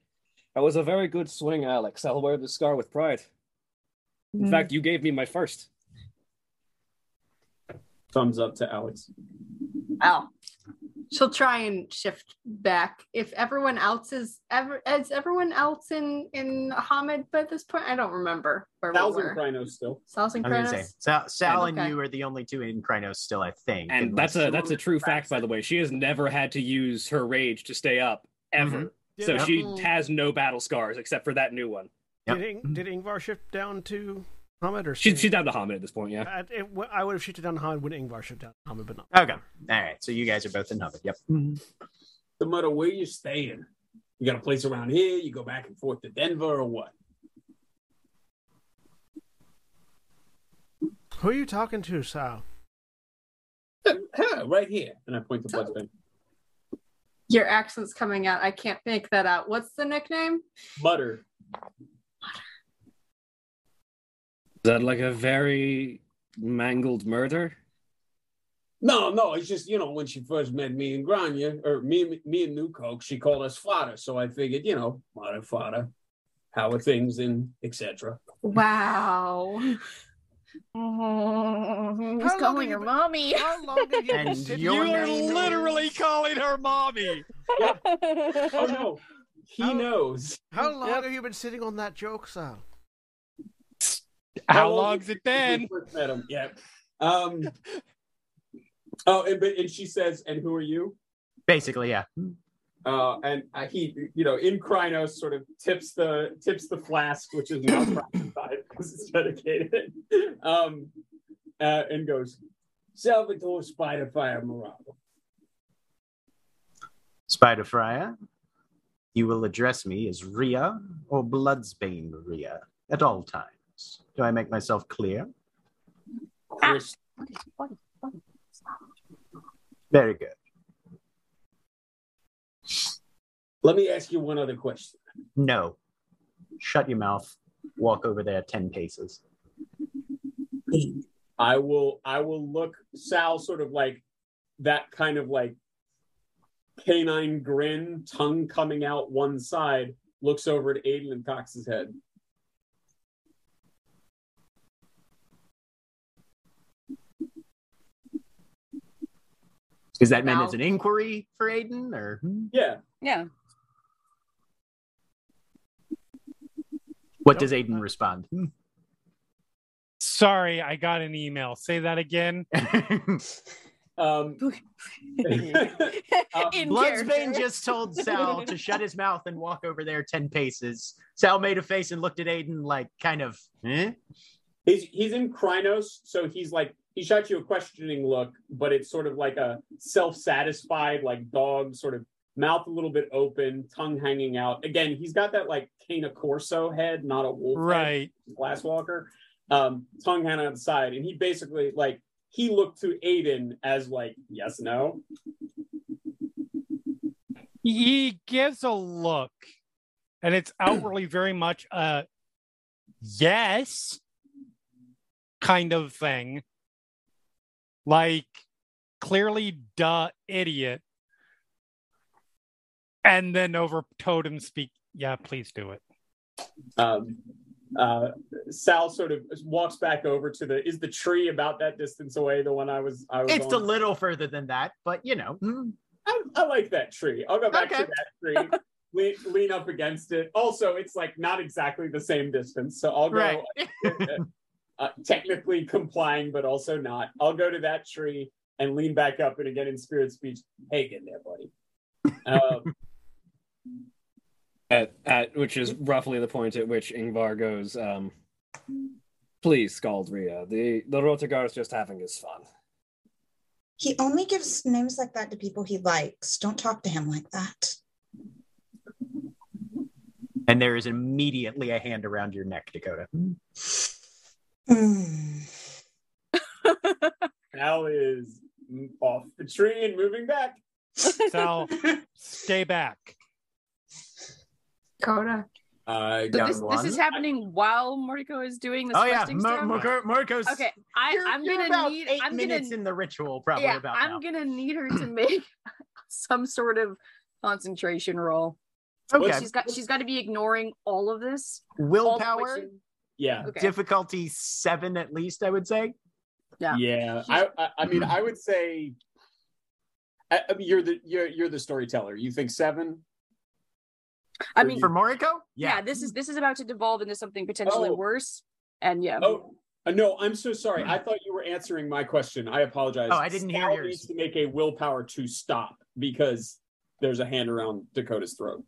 S5: that was a very good swing, Alex. I'll wear the scar with pride. In
S6: <laughs>
S5: fact, you gave me my first.
S2: Thumbs up to Alex.
S6: Oh. She'll try and shift back. If everyone else is ever is everyone else in in Hamid by this point? I don't remember where we
S2: Thousand
S6: were.
S2: Krynos still.
S6: Thousand
S1: I was gonna say
S6: Kronos.
S1: Sal, Sal
S6: Yeah,
S1: and
S6: okay.
S1: you are the only two in Krynos still, I think.
S5: And
S1: unless-
S5: that's a that's a true fact, by the way. She has never had to use her rage to stay up
S1: Mm-hmm.
S5: ever. So
S4: did,
S5: she
S6: Mhm.
S5: has no battle scars except for that new one.
S4: did, Ing, did Ingvar shift down to Hamid or
S5: She, she's down to Hamid at this point, yeah.
S4: <laughs> I, it, I would have shifted down to Hamid when Ingvar shifted down to Hamid, but not.
S1: Okay. All right. So you guys are both in Hubbard. Yep.
S5: Mm-hmm.
S2: No matter where you're staying, you got a place around here. You go back and forth to Denver or what?
S4: Who are you talking to, Sal?
S2: Huh, right here. And I point to Bloodstain.
S6: Your accent's coming out. I can't make that out. What's the nickname?
S2: Butter.
S5: Is that like a very mangled murder?
S2: No, no, it's just you know when she first met me and Grania, or me, and me and New Coke, she called us fodder. So I figured, you know, modern fodder, how are things, and etc.
S3: <laughs>
S6: Wow.
S3: Mm, Who's
S4: long have
S3: calling
S4: you
S3: your
S4: been-
S3: mommy?
S4: How long did
S3: <laughs>
S4: you
S1: And
S4: did
S1: Your
S7: you are
S1: name
S7: literally calling her mommy.
S2: <laughs> Oh no, he
S4: Oh.
S2: knows.
S4: How long have you been sitting on that joke, Sal?
S7: How
S2: old
S7: long's it been?
S2: We first met him. Yeah. Um. Oh, and but and she says, "And who are you?"
S1: Basically, yeah.
S2: Uh, and uh, he, you know, in Krynos, sort of tips the tips the flask, which is
S7: <coughs>
S2: now private because it's dedicated, um, uh, and goes, "Salvatore Spiderfire Moravo."
S1: Spider Friar, you will address me as Rhea or Bloodsbane Rhea at all times. Do I make myself clear?
S3: Ah.
S2: Chris,
S1: Very good.
S2: let me ask you one other question.
S1: No. Shut your mouth. Walk over there 10 paces.
S2: I will, I will look Sal sort of like that kind of like canine grin, tongue coming out one side, looks over at Aiden and cocks his head.
S1: Is that meant
S6: Wow.
S1: as an inquiry for Aiden or? hmm?
S2: Yeah,
S3: yeah.
S1: What does Aiden respond? <laughs>
S7: Sorry, I got an email. Say
S1: <laughs>
S7: that again.
S2: um,
S3: <laughs> In
S1: uh, Um, Bloodsbane
S3: character.
S1: just
S6: <laughs>
S1: told Sal to shut his mouth and walk over there 10 paces. Sal made a face and looked at Aiden like kind of, eh?
S2: He's he's in Krynos, so he's like he shot you a questioning look, but it's sort of like a self-satisfied, like dog, sort of mouth a little bit open, tongue hanging out. Again, he's got that like Cana Corso head, not a wolf. head,
S7: Right.
S2: Glass Walker, um, tongue hanging out the side, and he basically like he looked to Aiden as like yes, no,
S7: He gives a look, and it's outwardly very much a yes kind of thing. Like, clearly, duh, idiot. And then over totem speak, yeah, please do it.
S2: um, uh, Sal sort of walks back over to the is the tree about that distance away the one I was I was
S1: It's a
S2: on?
S1: little further than that, but you know.
S3: Mm.
S1: hmm.
S2: I, I like that tree I'll go back
S1: Okay.
S2: to
S1: <laughs>
S2: that tree lean, lean up against it also it's like not exactly the same distance so I'll go
S1: Right.
S2: uh, technically complying but also not I'll go to that tree and lean back up and again in spirit speech hey get in there buddy um,
S5: <laughs> At, at which is roughly the point at which Ingvar goes, um, "Please, Scaldria, the the Rotagar is just having his fun."
S8: He only gives names like that to people he likes. Don't talk to him like that.
S1: And there is immediately a hand around your neck, Dakota.
S8: Hmm.
S2: Al is off the tree and moving back <laughs>
S7: Sal, stay back.
S6: Coda.
S1: Uh,
S3: So this, this is happening while Mortico is doing this
S1: Oh yeah,
S3: questing
S1: Mo-
S3: stuff.
S1: Mo- Marcos.
S3: okay, I,
S1: you're,
S3: I'm
S1: you're
S3: gonna
S1: about
S3: need.
S1: 8
S3: I'm gonna.
S1: minutes in the ritual, probably
S3: yeah,
S1: about
S3: I'm
S1: now.
S3: gonna need
S1: <laughs>
S3: her to make <laughs> some sort of concentration roll.
S1: okay,
S3: She's got. She's got to be ignoring all of this. all the
S1: willpower,
S3: questions.
S2: yeah
S3: Okay.
S1: difficulty seven at least, I would say.
S3: Yeah.
S2: yeah Uh, I, I i mean i would say I, I mean, you're the you're you're the storyteller you think seven
S3: I mean,
S1: For Moriko,
S3: yeah.
S1: yeah,
S3: This is this is about to devolve into something potentially
S2: Oh.
S3: worse. And yeah,
S2: oh uh, no i'm so sorry i thought you were answering my question i apologize
S1: Oh, I didn't hear
S2: Sal
S1: yours.
S2: needs to make a willpower to stop because there's a hand around dakota's throat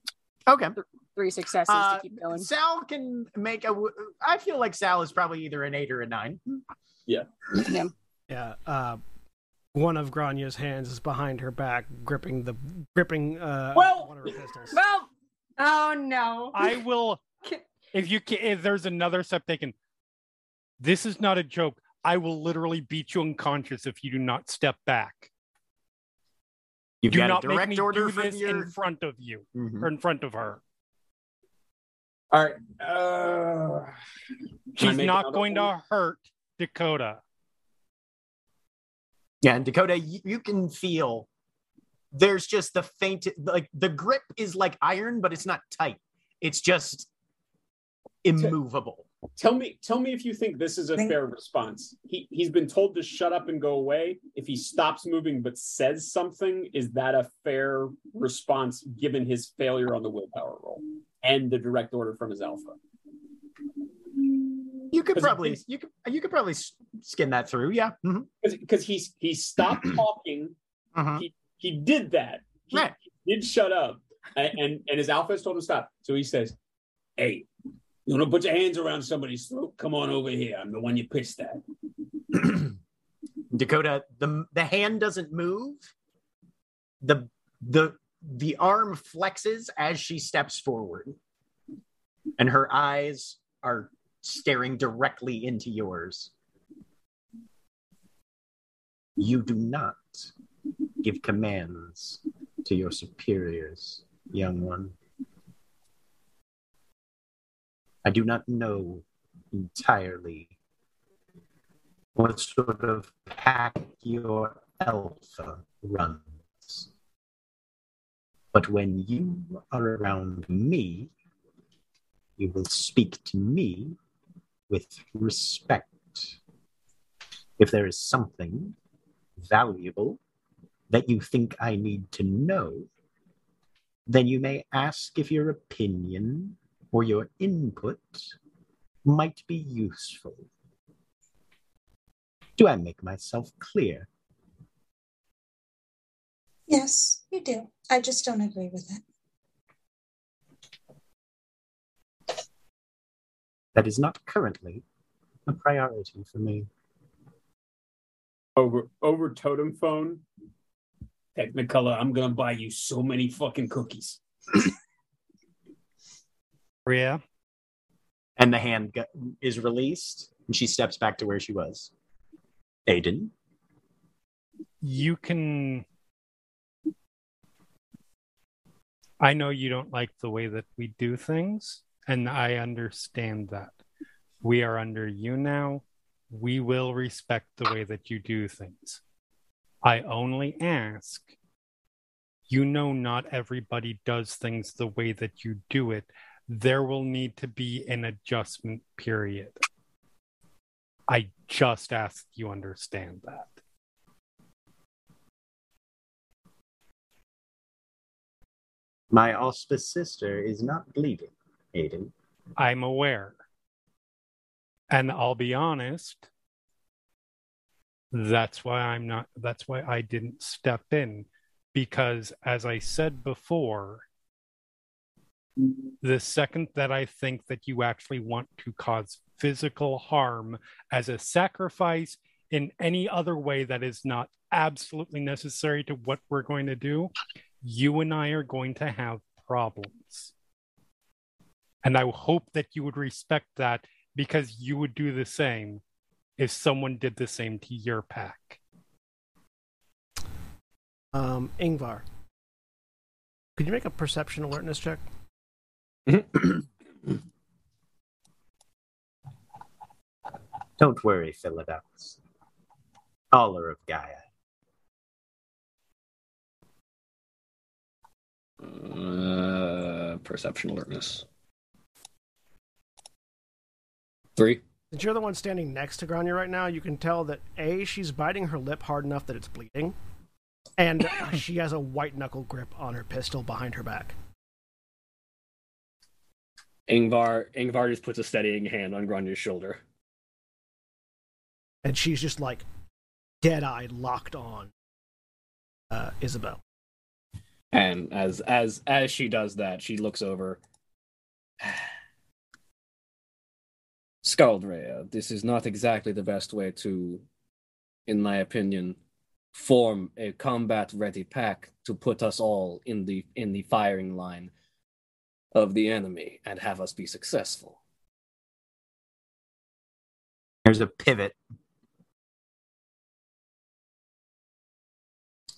S1: okay.
S3: three successes
S1: Uh,
S3: to keep going.
S1: Sal can make a. w- I feel like Sal is probably either an eight or a nine.
S3: Yeah.
S4: Yeah. Uh, one of Grania's hands is behind her back, gripping the gripping uh,
S2: Well-
S4: one of her pistols.
S3: Well,
S6: Oh no.
S7: I will. If you can, if there's another step taken, this is not a joke. I will literally beat you unconscious if you do not step back.
S1: You've
S7: do
S1: got
S7: not
S1: a
S7: make
S1: direct
S7: me
S1: order
S7: do
S1: from
S7: this
S1: your.
S7: in front of you
S1: Mhm.
S7: or in front of her.
S2: all right uh, Can I
S7: She's
S2: make
S7: not
S2: another
S7: going
S2: one?
S7: to hurt Dakota.
S1: Yeah, and Dakota, you, you can feel there's just the faint, like the grip is like iron, but it's not tight. It's just immovable.
S2: tell me tell me if you think this is a
S8: Think-
S2: fair response he he's been told to shut up and go away if he stops moving but says something is that a fair response given his failure on the willpower roll and the direct order from his alpha
S1: You could
S2: 'Cause it
S1: probably,
S2: is-
S1: you could, you could probably s- skin that through. Yeah. Mhm.
S2: because he's he stopped <clears throat> talking
S1: Mhm.
S2: he did that he
S1: Right.
S2: did shut up and, and and his alpha has told him to stop so he says hey you want to put your hands around somebody's throat come on over here i'm the one you pissed at
S1: <clears throat> Dakota, the the hand doesn't move. The the the arm flexes as she steps forward, and her eyes are staring directly into yours. You do not give commands to your superiors, young one. I do not know entirely what sort of pack your alpha runs. But when you are around me, you will speak to me with respect. If there is something valuable that you think I need to know, then you may ask if your opinion or your input might be useful. Do I make myself clear?
S8: Yes, you do. I just don't agree with it.
S1: That is not currently
S9: a priority for me.
S7: Oh,
S2: over over totem phone. Technicolor, I'm gonna buy you so many fucking cookies.
S7: Yeah.
S1: and the hand gu- is released and she steps back to where she was aiden
S7: you can I know you don't like the way that we do things and I understand that. We are under you now. We will respect the way that you do things. I only ask you know not everybody does things the way that you do it. There will need to be an adjustment period. I just ask you understand that.
S1: my auspice sister is not bleeding aiden
S7: I'm aware. And I'll be honest, that's why I'm not, that's why I didn't step in. Because as I said before, the second that I think that you actually want to cause physical harm as a sacrifice in any other way that is not absolutely necessary to what we're going to do, you and I are going to have problems. And I hope that you would respect that because you would do the same if someone did the same to your pack.
S4: Um, Ingvar, could you make a perception alertness check?
S1: Mm-hmm. <clears throat> don't worry philadelphus Aller of gaia
S10: Uh, perception alertness. Three.
S4: Since you're the one standing next to Grania right now, you can tell that A, she's biting her lip hard enough that it's bleeding, and uh,
S7: <coughs>
S4: she has a white knuckle grip on her pistol behind her back.
S10: Ingvar Ingvar just puts a steadying hand on Granya's shoulder.
S4: And she's just like dead eyed, locked on uh, Isabel.
S10: And as as as she does that, she looks over. <sighs> Skaldrea, this is not exactly the best way to, in my opinion, form a combat ready pack to put us all in the in the firing line of the enemy and have us be successful.
S1: there's a pivot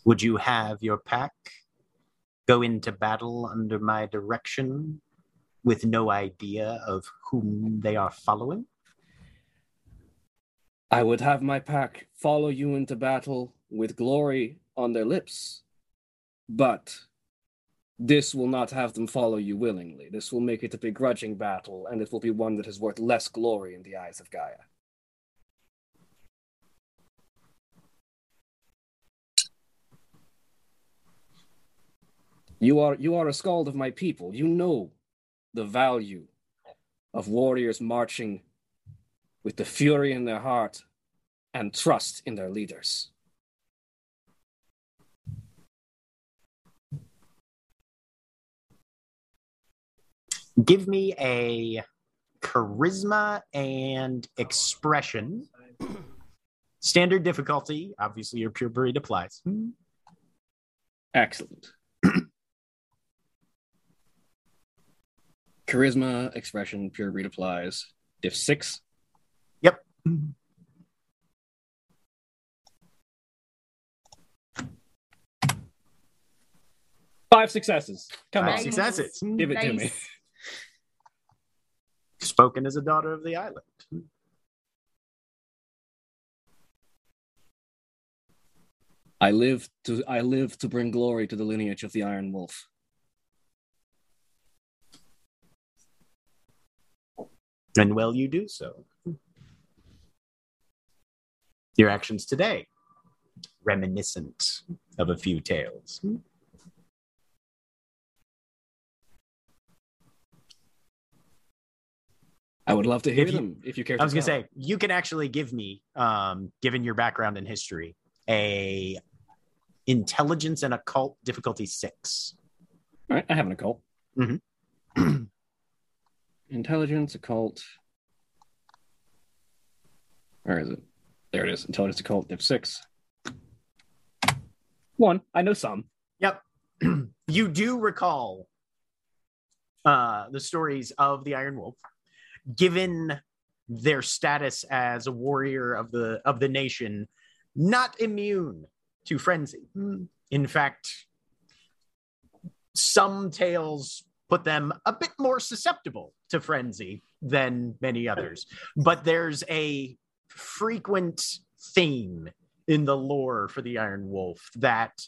S1: would you have your pack go into battle under my direction with no idea of whom they are following
S10: I would have my pack follow you into battle with glory on their lips. But this will not have them follow you willingly. This will make it a begrudging battle, and it will be one that is worth less glory in the eyes of Gaia. You are you are a scald of my people. You know the value of warriors marching with the fury in their heart and trust in their leaders.
S1: give me a charisma and expression. Standard difficulty, obviously your pure breed applies.
S10: Excellent. Charisma, expression, pure read applies. Diff six.
S1: Yep.
S10: Five successes. Come
S1: Five
S10: on.
S11: Nice.
S1: successes.
S10: Give it to me.
S11: Nice.
S1: Spoken as a daughter of the island.
S10: I live to I live to bring glory to the lineage of the Iron Wolf.
S1: And well, you do so. Your actions today, reminiscent of a few tales.
S10: I would love to hear
S1: If you-
S10: them if you care.
S1: I was gonna
S10: tell.
S1: say you can actually give me, um, given your background in history, a intelligence and occult difficulty six.
S10: All right, I have an occult.
S1: Mhm.
S10: <clears throat> Intelligence, occult.
S5: Where is it? There it is. Intelligence occult div six. One. I know some.
S1: <clears throat> you do recall uh, the stories of the Iron Wolf, given their status as a warrior of the of the nation, not immune to frenzy.
S6: Hmm.
S1: In fact, some tales put them a bit more susceptible to frenzy than many others. But there's a frequent theme in the lore for the Iron Wolf that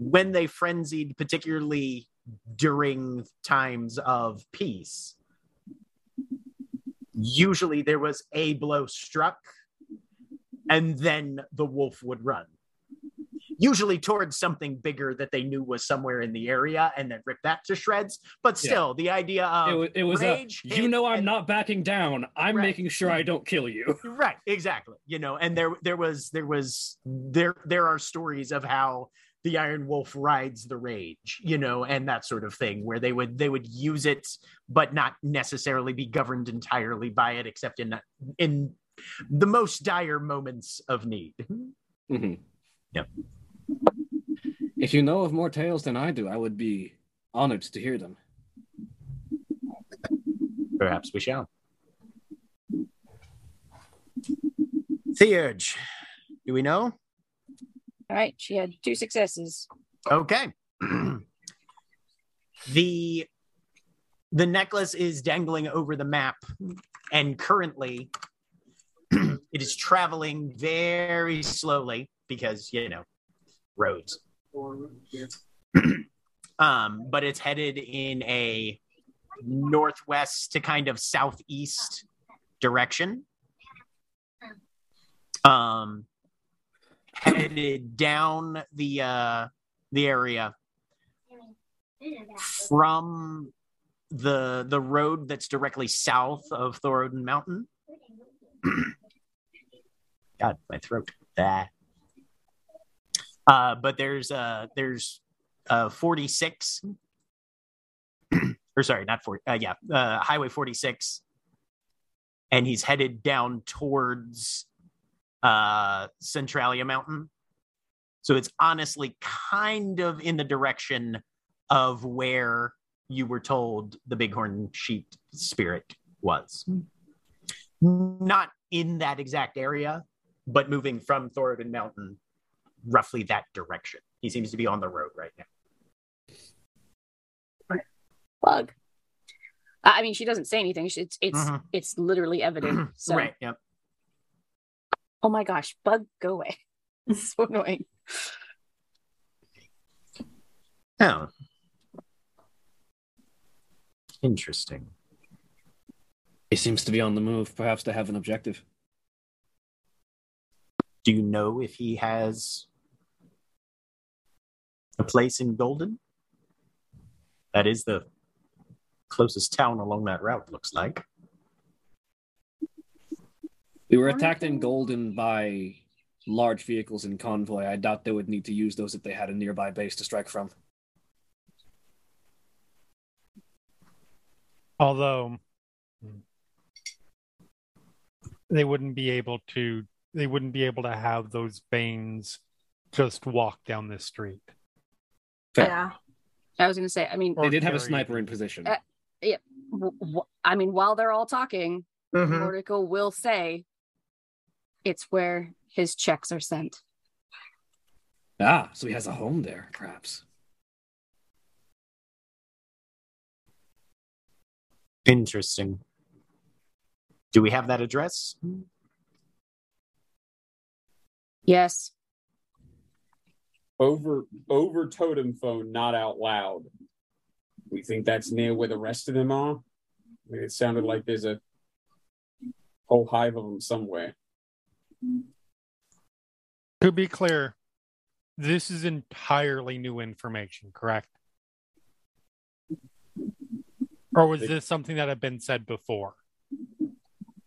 S1: when they frenzied, particularly during times of peace, usually there was a blow struck and then the wolf would run. Usually towards something bigger that they knew was somewhere in the area and then rip that to shreds. But
S5: Yeah.
S1: still, the idea
S5: It,
S1: of
S5: wa- it was a,
S1: rage
S5: you
S1: hit
S5: know I'm
S1: and-
S5: not backing down. I'm
S1: Right.
S5: making sure I don't kill you.
S1: <laughs> right exactly you know and there there was there was there there are stories of how the iron wolf rides the rage you know and that sort of thing where they would they would use it but not necessarily be governed entirely by it except in in the most dire moments of need
S5: Mm-hmm.
S1: Yep.
S5: If you know of more tales than I do, I would be honored to hear them.
S1: perhaps we shall theurge do we know
S3: All right, she had two successes.
S1: <clears throat> Okay. the the necklace is dangling over the map and currently <clears throat> it is traveling very slowly because you know <clears throat> roads um but it's headed in a northwest to kind of southeast direction um headed down the uh the area from the the road that's directly south of Thoroden Mountain. God, my throat. That. Uh, but there's uh there's uh 46 <clears throat> or sorry, not 40. Uh, yeah, uh, Highway 46 and he's headed down towards uh Centralia Mountain. So it's honestly kind of in the direction of where you were told the bighorn sheep spirit was. Not in that exact area, but moving from Thorodin Mountain roughly that direction. He seems to be on the road right now.
S3: Bug. I I mean, she doesn't say anything. She- It's
S5: Mm-hmm.
S3: it's
S1: Mhm.
S3: it's
S5: <clears throat>
S1: <clears throat>
S3: literally evident. So,
S1: Right. Yep.
S3: oh my gosh, bug, go away. <laughs> It's so annoying.
S1: Oh. Interesting.
S5: He seems to be on the move, perhaps to have an objective.
S1: Do you know if he has a place in Golden? That is the closest town along that route, looks like.
S5: We were attacked in Golden by large vehicles in convoy. I doubt they would need to use those if they had a nearby base to strike from.
S7: Although they wouldn't be able to, they wouldn't be able to have those veins just walk down this street.
S5: Fair.
S6: Yeah.
S3: I was gonna say. I mean,
S5: They did have a
S7: Or carry-
S5: sniper in position.
S3: Uh, w- w- I mean, while they're all talking,
S5: Mm-hmm.
S3: Mordecai will say, "It's where his checks are sent."
S5: Ah, so he has a home there, perhaps.
S1: Interesting. Do we have that address?
S3: Yes,
S2: Over over totem phone, not out loud. We think that's near where the rest of them are. I mean, it sounded like there's a whole hive of them somewhere.
S7: To be clear, this is entirely new information, correct? Or was this something that had been said before?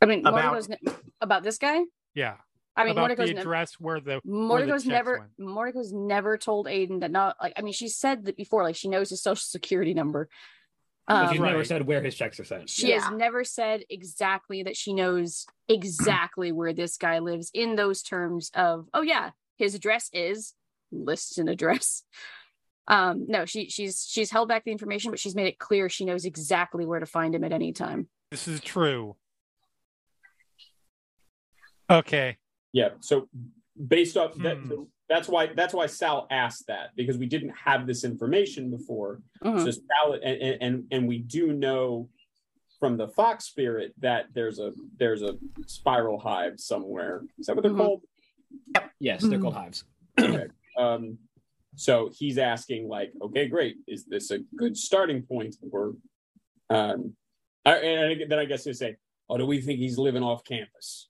S3: I mean,
S1: About-
S3: Mordecai's ne- about this guy.
S7: Yeah,
S3: I mean,
S7: about the
S3: Mordecai's ne-
S7: address where the where the
S3: Mordecai's
S7: checks
S3: never
S7: went.
S3: Mordecai's never told Aiden that not like I mean she said that before like she knows his social security number.
S5: But
S3: Um,
S5: she's never
S4: Right.
S5: said where his checks are sent.
S3: She has
S6: Yeah.
S3: never said exactly that she knows exactly where this guy lives in those terms of, oh yeah, his address is lists an address. <laughs> Um, no, she she's she's held back the information, but she's made it clear she knows exactly where to find him at any time.
S7: This is true. Okay.
S2: Yeah. So based off that,
S7: Hmm.
S2: that's why that's why Sal asked that because we didn't have this information before.
S3: Mhm.
S2: So Sal and, and and and we do know from the fox spirit that there's a there's a spiral hive somewhere. Is that what they're
S3: Mhm.
S2: called?
S5: Yes, they're called hives.
S2: Um, so he's asking, like, okay, great, is this a good starting point? Or, um, I, and then I guess he'll say, oh, do we think he's living off campus?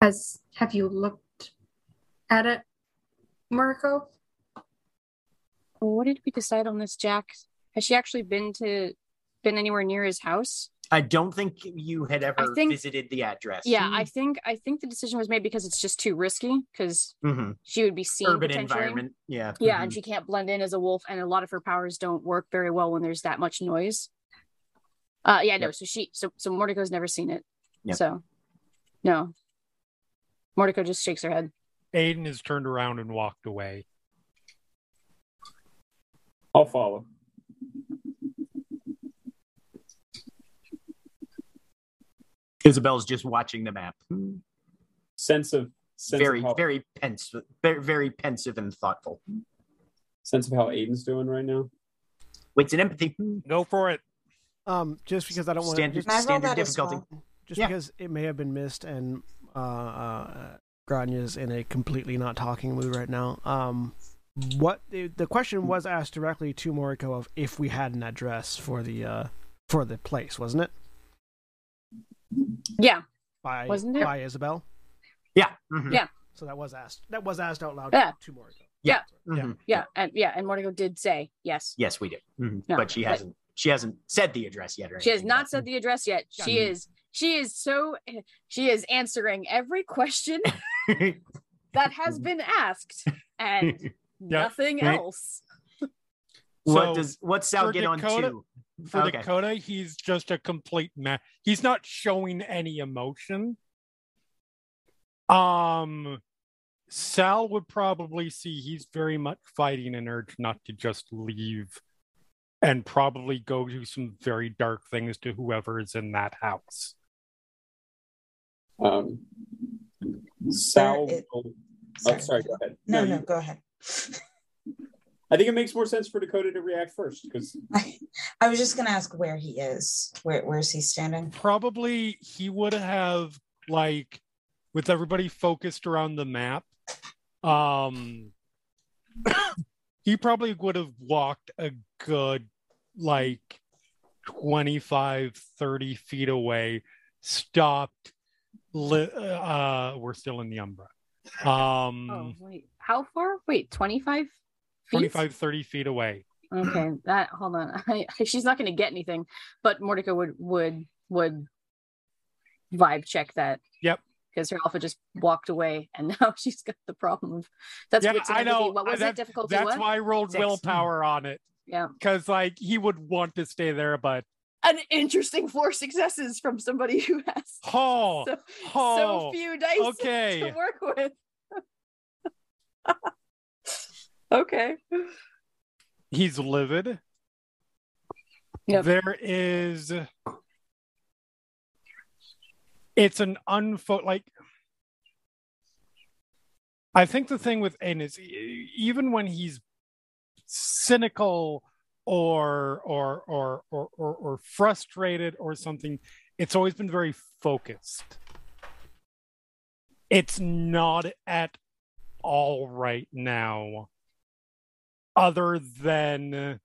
S6: Has have you looked at it, Marco?
S3: What did we decide on this, Jack? Has she actually been to been anywhere near his house?
S1: I don't think you had ever
S3: think-
S1: visited the address.
S3: Yeah,
S6: Mm-hmm.
S3: I think I think the decision was made because it's just too risky because
S1: Mhm.
S3: she would be seen
S1: urban
S3: potentially.
S1: environment. Yeah.
S3: Yeah,
S1: Mhm.
S3: and she can't blend in as a wolf, and a lot of her powers don't work very well when there's that much noise. Uh, yeah, no. So she, so so Mordico's never seen it.
S1: Yep.
S3: So, no. Mordico just shakes her head.
S7: Aiden has turned around and walked away.
S2: I'll follow.
S1: Isabel's just watching the map.
S2: Sense of sense
S1: Very,
S2: of how,
S1: very pensive, very, very pensive and thoughtful.
S2: sense of how Aiden's doing right now.
S1: Wait, it's an empathy.
S7: Go for it.
S4: Um, just because I don't want
S1: standard,
S4: to,
S8: Can I roll
S1: standard
S8: that as
S1: difficulty.
S8: well?
S4: just
S1: yeah.
S4: because it may have been missed, and uh, uh, Granya's in a completely not talking mood right now. Um, what the, the question was asked directly to Moriko of if we had an address for the uh, for the place, wasn't it?
S3: Yeah,
S4: By
S3: Wasn't it?
S4: by Isabel.
S1: Yeah. mhm.
S3: Yeah.
S4: So that was asked. That was asked out loud
S3: Yeah.
S4: to Moriko.
S1: Yeah.
S4: Yeah.
S1: Mhm.
S3: yeah, and yeah, and Mordico did say yes.
S1: Yes, we did. Mhm.
S3: Yeah,
S1: But she
S3: but-
S1: hasn't. She hasn't said the address yet, or
S3: She has
S1: anything,
S3: not
S1: but-
S3: said the address yet. She
S1: Yeah.
S3: is she is so she is answering
S7: <laughs>
S3: every question that has been asked
S7: <laughs>
S3: and nothing
S1: Right.
S3: else.
S1: what
S7: So,
S1: does what's Sal
S7: for
S1: get
S7: Dakota-
S1: on to?
S7: For
S1: okay.
S7: Dakota, he's just a complete mess. He's not showing any emotion. Um, Sal would probably see he's very much fighting an urge not to just leave and probably go do some very dark things to whoever is in that house.
S2: Um, Sal,
S8: it-
S2: will- oh,
S8: Sorry.
S2: sorry, go ahead.
S8: No, no,
S2: you-
S8: go ahead.
S2: I think it makes more sense for Dakota to react first because
S8: I, I was just gonna ask where he is. Where where is he standing?
S7: Probably he would have like with everybody focused around the map. Um he probably would have walked a good like 25 30 feet away stopped li- uh we're still in the umbra um
S3: Oh wait, how far? Wait, twenty five.
S7: 25 30 feet away
S3: Okay, that hold on. <laughs> I, she's not going to get anything, but Mordecai would would would vibe check that.
S7: Yep.
S3: Because her alpha just walked away, and <laughs> now she's got the problem of that's
S7: Yeah,
S3: what's an
S7: I
S3: empathy-
S7: know.
S3: What was
S7: That's-
S3: it? Difficulty
S7: that's
S3: what?
S7: why i rolled
S3: Six. Mm-hmm.
S7: willpower on it
S3: Yeah.
S7: because like he would want to stay there
S3: <laughs>
S7: but
S3: An interesting four successes from somebody who has
S7: oh
S3: so, so
S7: oh
S3: few dice <laughs> to
S7: okay
S3: work with. okay.
S7: he's livid
S3: Yep.
S7: there is it's an unfo like i think the thing with aiden is e- even when he's cynical or or or or or, or frustrated or something it's always been very focused it's not at all right now other than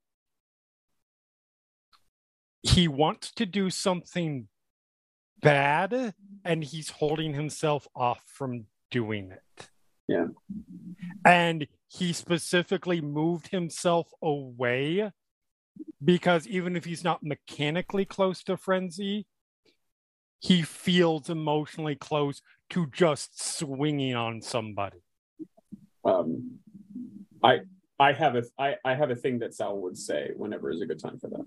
S7: he wants to do something bad and he's holding himself off from doing it.
S2: Yeah.
S7: And he specifically moved himself away because even if he's not mechanically close to frenzy, he feels emotionally close to just swinging on somebody.
S2: Um, I I have a I, I have a thing that Sal would say whenever is a good time for that.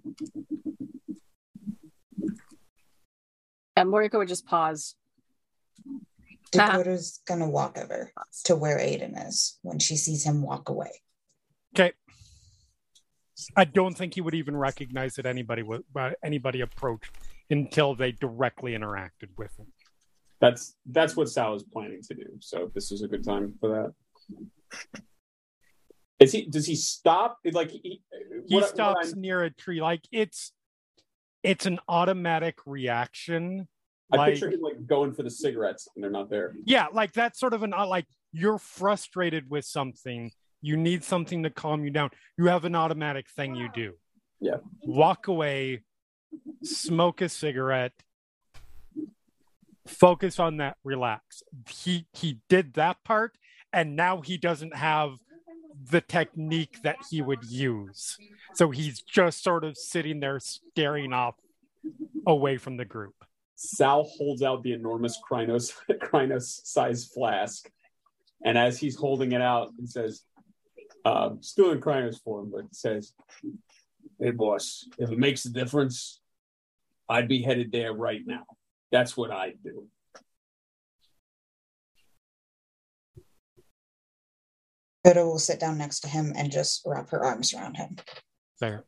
S3: And Moriko would just pause. Ah,
S8: Dakota's gonna walk over to where Aiden is when she sees him walk away.
S7: Okay. I don't think he would even recognize that anybody was uh, anybody approached until they directly interacted with him.
S2: That's that's what Sal is planning to do. So this is a good time for that. Is he? Does he stop? It's Like he,
S7: He
S2: what- what
S7: stops
S2: I'm-
S7: near a tree, like it's it's an automatic reaction.
S2: I
S7: like
S2: picture him like going for the cigarettes, and they're not there.
S7: yeah, like that's sort of an uh, like you're frustrated with something. You need something to calm you down. You have an automatic thing you do.
S2: Yeah.
S7: Walk away, smoke a cigarette, focus on that, relax. He he did that part and now he doesn't have the technique that he would use. So he's just sort of sitting there staring off away from the group.
S2: Sal holds out the enormous Krynos <laughs> Krynos size flask, and as he's holding it out, he says, uh, still in Krynos form, but says, "Hey, boss, if it makes a difference, I'd be headed there right now. That's what I'd do."
S8: Dakota will sit down next to him and just wrap her arms around him.
S7: There.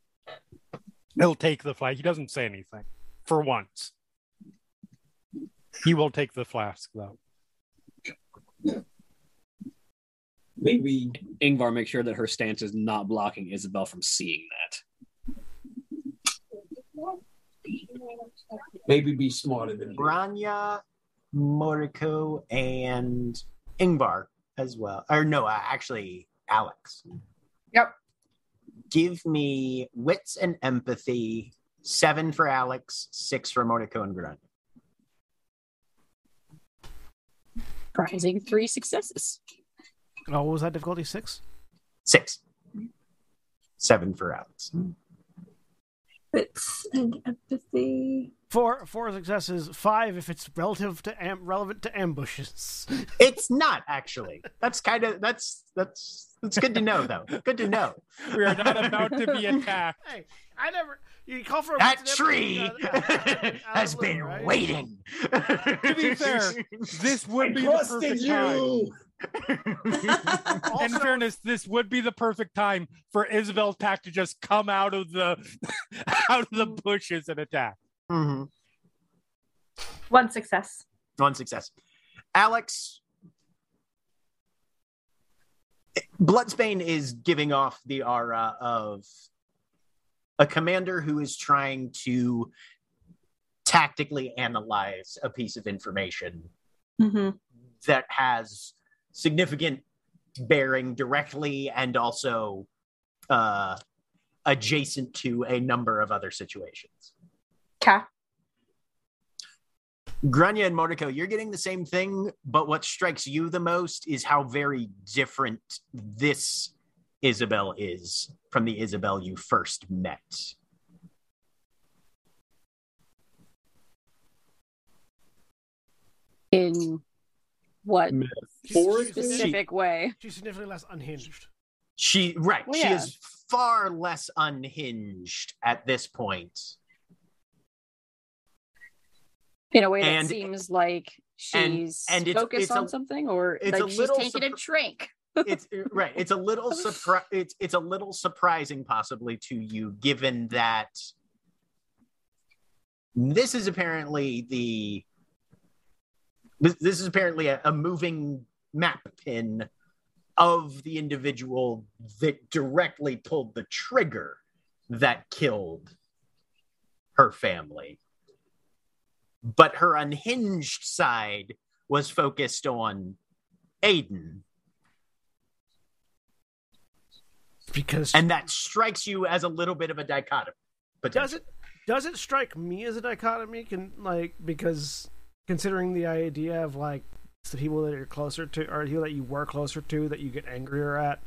S7: He'll take the flag. He doesn't say anything for once. He will take the flask though.
S2: Maybe
S5: Ingvar makes sure that her stance is not blocking Isabel from seeing that.
S2: maybe be smarter than me.
S1: Branya, Moriko, and Ingvar as well. Or no, uh, actually, Alex.
S6: Yep.
S1: Give me wits and empathy. Seven for Alex, six for Moriko and Grania.
S3: Prizing three successes.
S4: Oh, what was that difficulty? Six?
S1: Six. Seven for Alex.
S6: It's an empathy.
S4: Four, four successes. Five if it's relative to am- relevant to ambushes. <laughs>
S1: It's not actually. That's kind of that's that's that's good to know though. Good to know.
S7: <laughs> We are not about to
S1: <laughs>
S7: be attacked.
S4: hey, I never. You call for a
S1: That
S4: wits and empathy,
S1: tree
S7: <laughs>
S4: you got it out- out of the
S1: <laughs> has
S4: blue,
S1: been
S4: right?
S1: waiting. to <laughs>
S7: be fair, This would be the perfect time. In
S4: Also,
S7: fairness, this would be the perfect time for Isabel Tack to just come out of the <laughs> out of the bushes and attack.
S1: Mhm.
S6: One success.
S1: One success. Alex. Bloodsbane is giving off the aura of a commander who is trying to tactically analyze a piece of information
S6: Mm-hmm.
S1: that has significant bearing directly and also uh, adjacent to a number of other situations.
S6: Okay.
S1: Grania and Mordecai, you're getting the same thing, but what strikes you the most is how very different this Isabel is from the Isabel you first met.
S3: In what
S2: Metaphorically,
S3: specific way?
S4: she's significantly less unhinged.
S1: She right,
S3: Well,
S1: she
S3: yeah.
S1: is far less unhinged at this point.
S3: In a way that
S1: And-
S3: seems like
S1: and-
S3: she's
S1: and it's-
S3: focused
S1: it's
S3: on
S1: a-
S3: something or
S1: it's
S3: like
S1: a
S3: she's
S1: little
S3: taking a
S1: surpri-
S3: drink.
S1: It's right, it's a little surpri- it's it's a little surprising possibly to you given that this is apparently the this, this is apparently a, a moving map pin of the individual that directly pulled the trigger that killed her family but her unhinged side was focused on aiden
S4: Because
S1: and that strikes you as a little bit of a dichotomy but
S4: does it does it strike me as a dichotomy? Can like because considering the idea of like it's the people that you're closer to, or people that you were closer to, that you get angrier at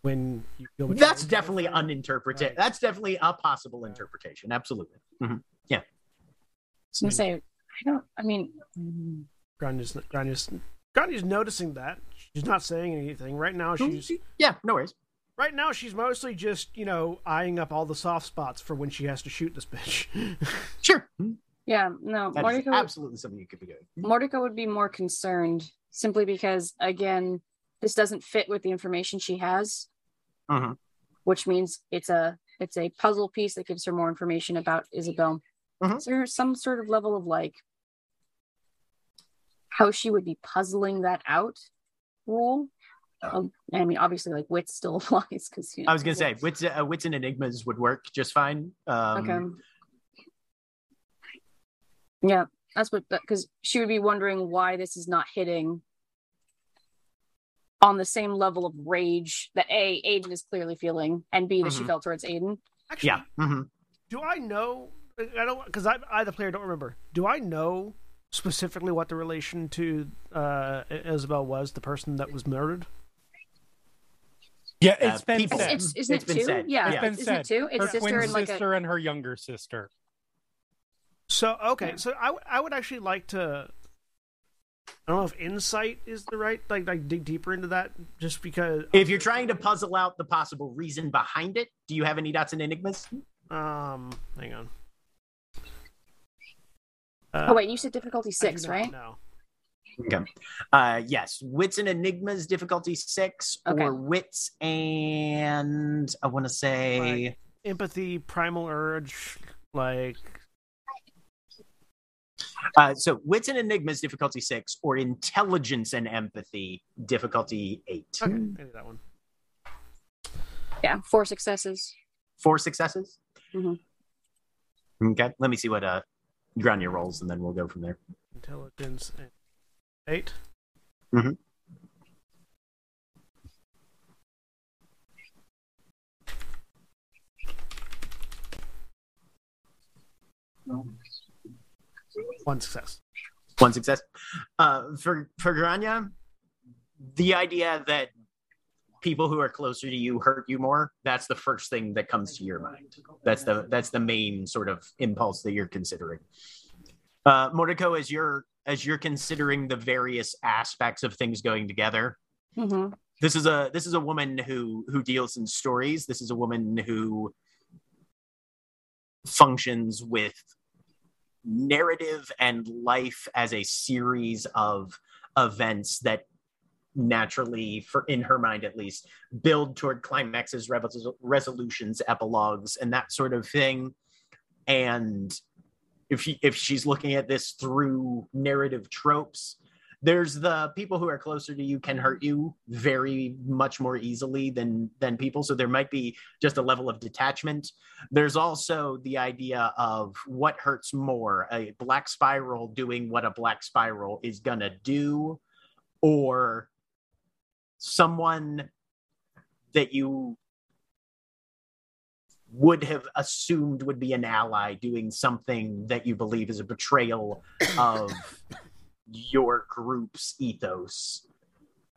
S4: when you feel. betrayed
S1: that's
S4: by
S1: definitely
S4: them?
S1: uninterpreted
S4: Right.
S1: that's definitely a possible interpretation absolutely
S3: I was gonna say, I don't. I mean,
S4: Mm-hmm. Granya's, Granya's, Granya's noticing that. She's not saying anything right now. She's
S1: Yeah, no worries.
S4: right now she's mostly just you know eyeing up all the soft spots for when she has to shoot this bitch. <laughs>
S1: Sure.
S3: Yeah, no,
S1: That is
S3: Mordecai,
S1: absolutely something you could be doing.
S3: Mordecai would be more concerned simply because, again, this doesn't fit with the information she has,
S1: Mhm.
S3: which means it's a it's a puzzle piece that gives her more information about Isabel.
S1: Mhm.
S3: Is there some sort of level of like how she would be puzzling that out rule? Um, I mean, obviously, like wit still <laughs> applies because you know,
S1: Oh. I was gonna say wits, uh, wits and enigmas would work just fine. Um,
S3: Okay. Yeah, that's what because she would be wondering why this is not hitting on the same level of rage that A Aiden is clearly feeling, and B that she
S1: Mhm.
S3: felt towards Aiden.
S4: Actually,
S1: Yeah. mhm.
S4: Do I know? I don't because I, I, the player, don't remember. Do I know specifically what the relation to uh, Isabel was, the person that was murdered?
S7: Yeah,
S1: Uh,
S7: it's been
S1: people.
S3: It's,
S7: said.
S3: it's isn't
S1: It's
S3: it
S1: been
S3: two?
S1: said.
S3: Yeah,
S7: It's been
S3: isn't
S7: said.
S3: it two? It's
S7: her
S3: sister
S7: twin
S3: and like a
S7: sister and her younger sister.
S4: So okay, so I, w- I would actually like to. I don't know if insight is the right like like dig deeper into that just because
S1: If you're trying to puzzle out the possible reason behind it, do you have any dots and enigmas?
S4: um hang on uh,
S7: Uh,
S3: oh wait, you said difficulty six, right?
S4: no
S1: Okay. Uh, yes, wits and enigmas difficulty six,
S3: Okay.
S1: or wits and I want to say
S4: empathy primal urge like
S1: uh, so wits and enigmas difficulty six, or intelligence and empathy difficulty eight.
S4: okay I did that one
S3: Hmm. Yeah, four successes.
S1: Four successes.
S3: Mhm.
S1: Okay, let me see what uh Grania rolls, and then we'll go from there.
S4: intelligence and eight
S1: Mhm.
S4: one success
S1: one success uh, for for Grania. The idea that people who are closer to you hurt you more—that's the first thing that comes to your mind. That's the that's the main sort of impulse that you're considering. Uh, Mordecai, as you're as you're considering the various aspects of things going together,
S3: hmm
S7: Mm-hmm.
S1: this is a this is a woman who who deals in stories this is a woman who functions with narrative and life as a series of events that naturally for in her mind at least build toward climaxes revel- resolutions epilogues and that sort of thing and if she if she's looking at this through narrative tropes there's the people who are closer to you can hurt you very much more easily than than people so there might be just a level of detachment there's also the idea of what hurts more a black spiral doing what a black spiral is going to do or someone that you would have assumed would be an ally doing something that you believe is a betrayal of your group's ethos.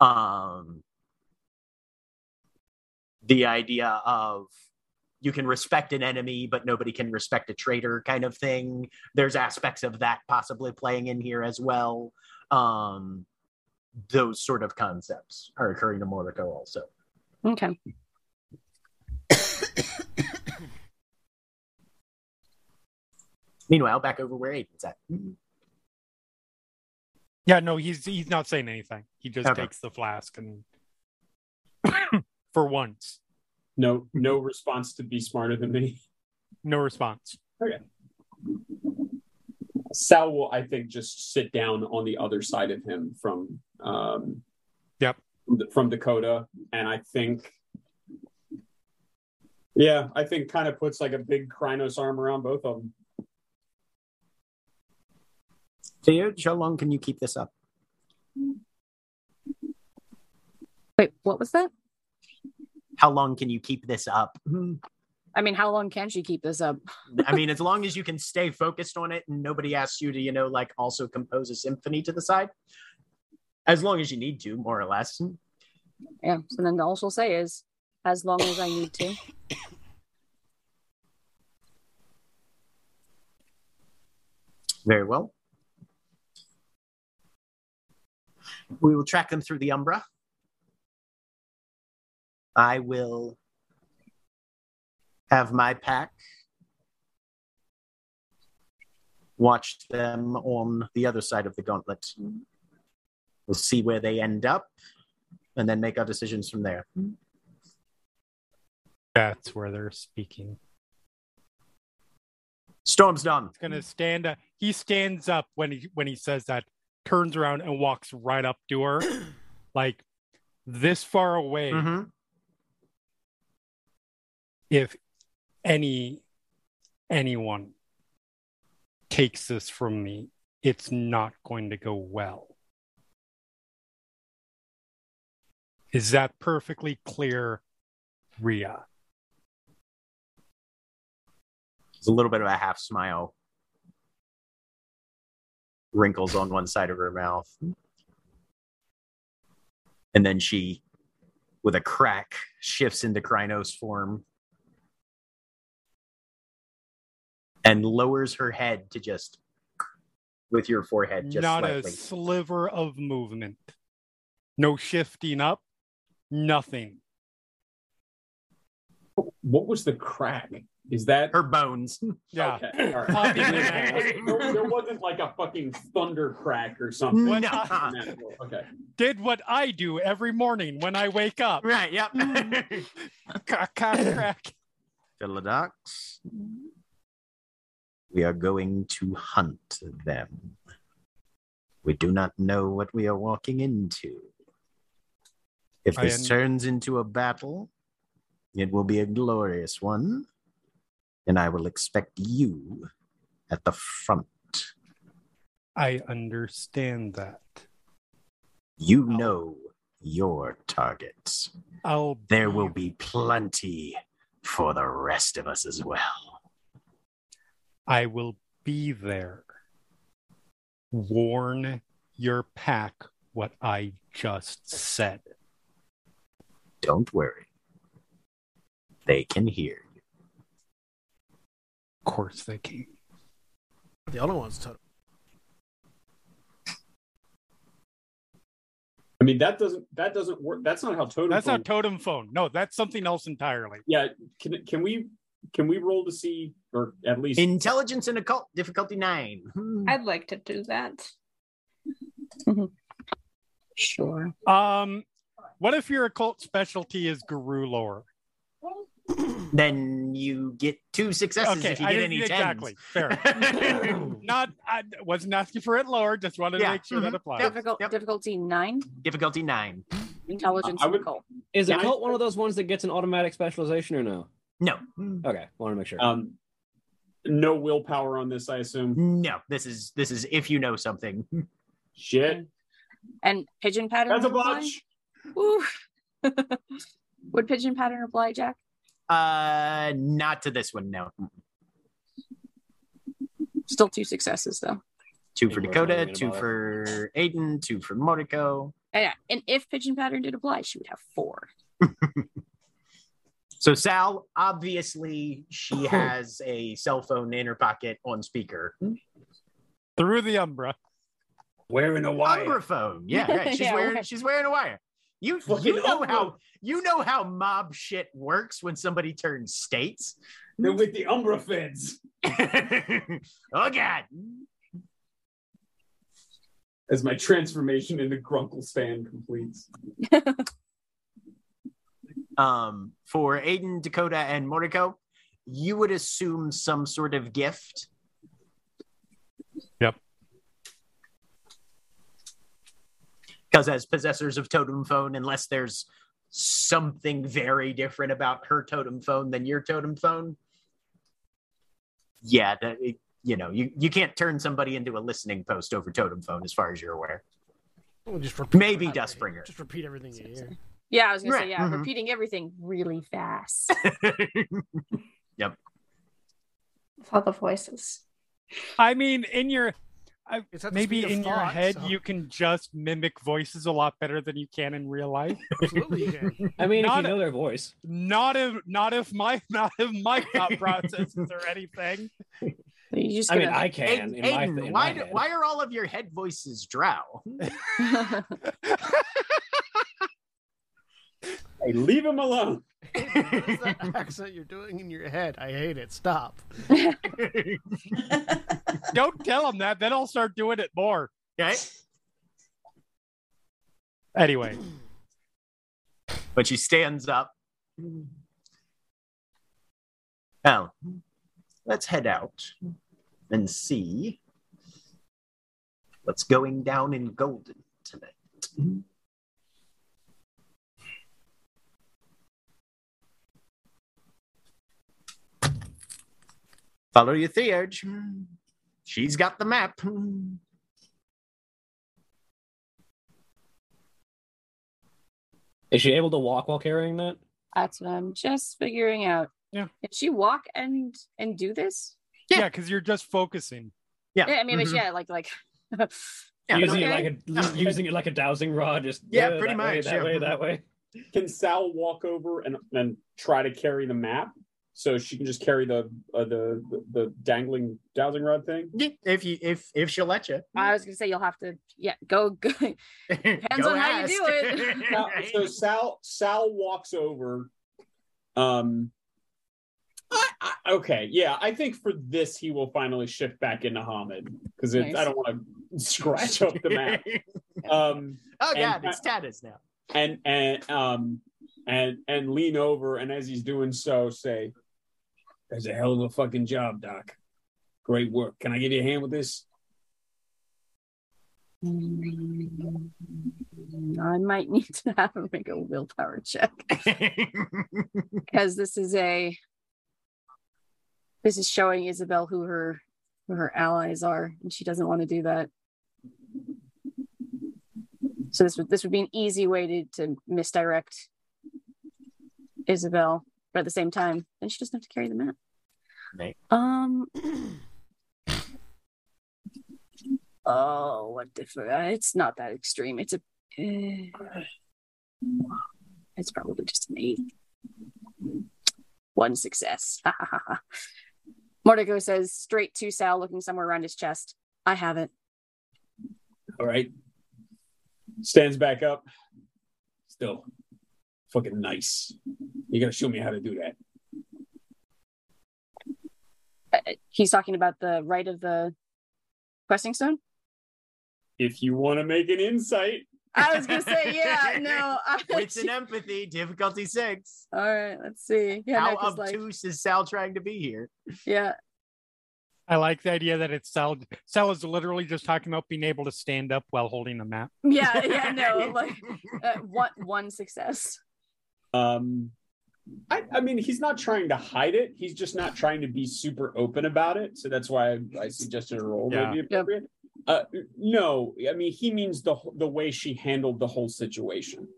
S1: Um, the idea of you can respect an enemy, but nobody can respect a traitor kind of thing. There's aspects of that possibly playing in here as well. Um, those sort of concepts are occurring to Mordecai also.
S3: Okay.
S1: Meanwhile, back over where Aiden's at.
S7: Yeah, no, he's he's not saying anything. He just
S1: Okay.
S7: takes the flask and <coughs> for once,
S2: No, no response to be smarter than me. <laughs>
S7: no response.
S2: Sal will, I think, just sit down on the other side of him from um,
S7: Yep.
S2: from Dakota, and I think, yeah, I think kind of puts like a big Krynos arm around both of them.
S1: Theoj, how long can you keep this up?
S3: Wait, what was that?
S1: How long can you keep this up?
S2: Mm-hmm.
S3: I mean, how long can she keep this up?
S1: I mean, as long as you can stay focused on it and nobody asks you to, you know, like also compose a symphony to the side, as long as you need to, more or less.
S3: Yeah. So then all she'll say is, as long as I
S7: <laughs>
S3: need to.
S1: Very well. We will track them through the Umbra I will have my pack watch them on the other side of the gauntlet. We'll see where they end up and then make our decisions from there.
S7: That's where they're speaking.
S1: Storm's done.
S7: He's gonna stand. Up. He stands up when he when he says that. Turns around and walks right up to her, like this far away.
S1: Mhm.
S7: If any anyone takes this from me, it's not going to go well. Is that perfectly clear, Ria?
S1: There's a little bit of a half smile. Wrinkles on one side of her mouth. And then she, with a crack, shifts into Krynos form and lowers her head to just with your forehead just
S7: not
S1: slightly.
S7: a sliver of movement. No shifting up, nothing.
S2: What was the crack? Is that
S1: Her
S2: <laughs>
S1: bones.
S7: Yeah.
S2: Okay, all right.
S7: Obviously.
S2: <laughs> there, there wasn't like a fucking thunder crack or something.
S7: What
S1: No.
S7: I
S2: Okay.
S7: did what I do every morning when I wake up.
S1: Right,
S7: <laughs>
S1: yep.
S7: Crack, crack, crack.
S1: Philodox. We are going to hunt them. We do not know what we are walking into. If
S7: I
S1: this
S7: am-
S1: turns into a battle, it will be a glorious one. And I will expect you at the front.
S7: I understand that.
S1: You know your targets.
S7: I'll
S1: There will be plenty for the rest of us as well.
S7: I will be there. Warn your pack what I just said.
S1: Don't worry. They can hear you.
S7: Of course they can.
S4: The only ones to
S2: I mean that doesn't that doesn't work. That's not how totem.
S7: That's
S2: pole-
S7: not totem phone. No, that's something else entirely.
S2: yeah. Can can we can we roll to see or at least
S1: Intelligence and occult difficulty nine.
S6: I'd like to do that.
S3: Mm-hmm. Sure.
S7: Um, what if your occult specialty is guru lore?
S1: Then you get two successes if you get
S7: didn't-
S1: any
S7: exactly. Fair.
S1: <laughs>
S7: <laughs>
S1: tens.
S7: Not, I wasn't asking for it lower. Just wanted
S1: Yeah,
S7: to make sure
S2: Mm-hmm.
S7: that
S1: mhm.
S7: applies.
S1: Yep,
S3: Difficult
S1: yep.
S3: difficulty nine.
S1: difficulty nine.
S3: Intelligence
S2: I would-
S3: occult.
S5: Is
S2: Yeah.
S5: occult one of those ones that gets an automatic specialization or no?
S1: No,
S5: Okay, want to make sure.
S2: um no willpower on this? I assume.
S1: no. This is this is if you know something.
S2: Shit.
S3: And pigeon pattern.
S2: That's a
S3: apply?
S2: bunch.
S3: Woo. <laughs> Would pigeon pattern apply, Jack?
S1: Uh, not to this one. No.
S3: Still two successes though.
S1: Two for
S5: Ignore
S1: Dakota,
S5: something
S1: two
S5: about it.
S1: for Aiden, two for Mordeko.
S3: And, yeah, and if pigeon pattern did apply, she would have four.
S1: So Sal,
S2: Ah,
S1: obviously, she has a cell phone in her pocket on speaker.
S7: Through the umbra.
S5: Wearing a
S1: Umbra phone. Yeah, right. She's
S3: Yeah,
S1: wearing
S3: right.
S1: she's wearing a wire. You,
S2: Fucking
S1: you know
S2: Umbra.
S1: how you know how mob shit works when somebody turns states.
S2: They're with the
S1: <laughs>
S2: Umbra feds.
S1: oh god.
S2: As my transformation into Grunkle Stan completes.
S1: Um, for Aiden, Dakota, and Mordeko, you would assume some sort of gift.
S7: Yep.
S1: Because as possessors of totem phone, unless there's something very different about her totem phone than your totem phone, yeah, that it, you know, you, you can't turn somebody into a listening post over totem phone, as far as you're aware.
S4: Well, Oh, just repeat
S1: Maybe
S4: everything.
S1: Dustbringer.
S4: Just repeat
S1: <laughs>
S4: everything you hear.
S3: Yeah, I was gonna
S1: Right,
S3: say, yeah,
S1: mhm.
S3: repeating everything really
S5: <laughs>
S3: fast.
S6: With all the voices.
S7: I mean, in your
S4: It's at the
S7: maybe
S4: speed of
S7: in your
S4: thought,
S7: head,
S4: so-
S7: you can just mimic voices a lot better than you can in real life.
S4: <laughs> absolutely you can.
S5: I mean, if you
S7: Not a-
S5: know their voice.
S7: not if not if my <laughs> not if my thought processes or anything.
S3: You just
S5: I mean,
S3: gonna
S5: I can.
S1: Aiden,
S5: in my,
S1: Aiden,
S5: in my
S1: why, do,
S5: head.
S1: why are all of your
S5: <laughs>
S1: head voices drow?
S2: Hey, leave him alone.
S4: what is that accent you're doing in your head? I hate it.
S3: <laughs>
S4: Stop.
S7: <laughs> Don't tell him that. Then I'll start doing it more.
S1: Okay.
S7: Anyway,
S1: But she stands up. Now, let's head out and see what's going down in Golden tonight. Follow your Theurge. She's got the map.
S5: Is she able to walk while carrying that?
S3: That's what I'm just figuring out.
S7: Yeah.
S3: Did she walk and and do this?
S7: yeah, because you're just focusing.
S1: Yeah.
S3: Yeah. I mean, but
S1: Mhm.
S3: yeah, like like. <laughs>
S1: Yeah,
S5: using
S3: okay.
S5: it Mm-hmm. like a using it like a dowsing rod, just
S1: Yeah,
S5: uh,
S1: pretty
S5: that way,
S1: much,
S5: that
S1: yeah.
S5: way, that way.
S2: Can Sal walk over and, and try to carry the map so she can just carry the uh, the, the the dangling dowsing rod thing?
S1: Yeah, If you if if she'll let you.
S3: I was gonna say you'll have to yeah go go
S1: Depends
S3: on how you do
S1: <laughs>
S3: it.
S2: Sal- so Sal Sal walks over. Um. I, I, okay, yeah, I think for this he will finally shift back into Hamid because
S3: Nice.
S2: I don't want to scratch up
S1: <laughs>
S2: the map. Um,
S1: oh god,
S2: And-
S1: it's Tatis now.
S2: and and um and and lean over and as he's doing so say that's a hell of a fucking job doc great work can i give you a hand with this
S3: Mm, I might need to <laughs> have him make a willpower check because this is a this is showing Isabel who her who her allies are, and she doesn't want to do that. So this would this would be an easy way to, to misdirect Isabel, but at the same time, then she doesn't have to carry the map.
S1: Right.
S3: Um. Oh, what different? It's not that extreme. It's a. eh, it's probably just an eight. One success. <laughs> Mordego says straight to Sal, looking somewhere around his chest. I have it.
S2: all right stands back up still fucking nice you gotta show me how to do that
S3: Uh, He's talking about the right of the questing stone.
S2: if you want to make an insight
S3: I was gonna say, yeah, no.
S1: <laughs>
S3: I-
S1: Wits and empathy, difficulty six.
S3: All right, let's see. Yeah,
S1: How
S3: no, 'cause, like,
S1: obtuse is Sal trying to be here?
S3: yeah,
S7: I like the idea that it's Sal. Sal is literally just talking about being able to stand up while holding the map.
S3: yeah, <laughs> yeah, no, like uh, one one success.
S2: <laughs> um I, I mean he's not trying to hide it he's just not trying to be super open about it so that's why i, I suggested a role
S7: Yeah.
S2: would be appropriate uh no i mean he means the wh- the way she handled the whole situation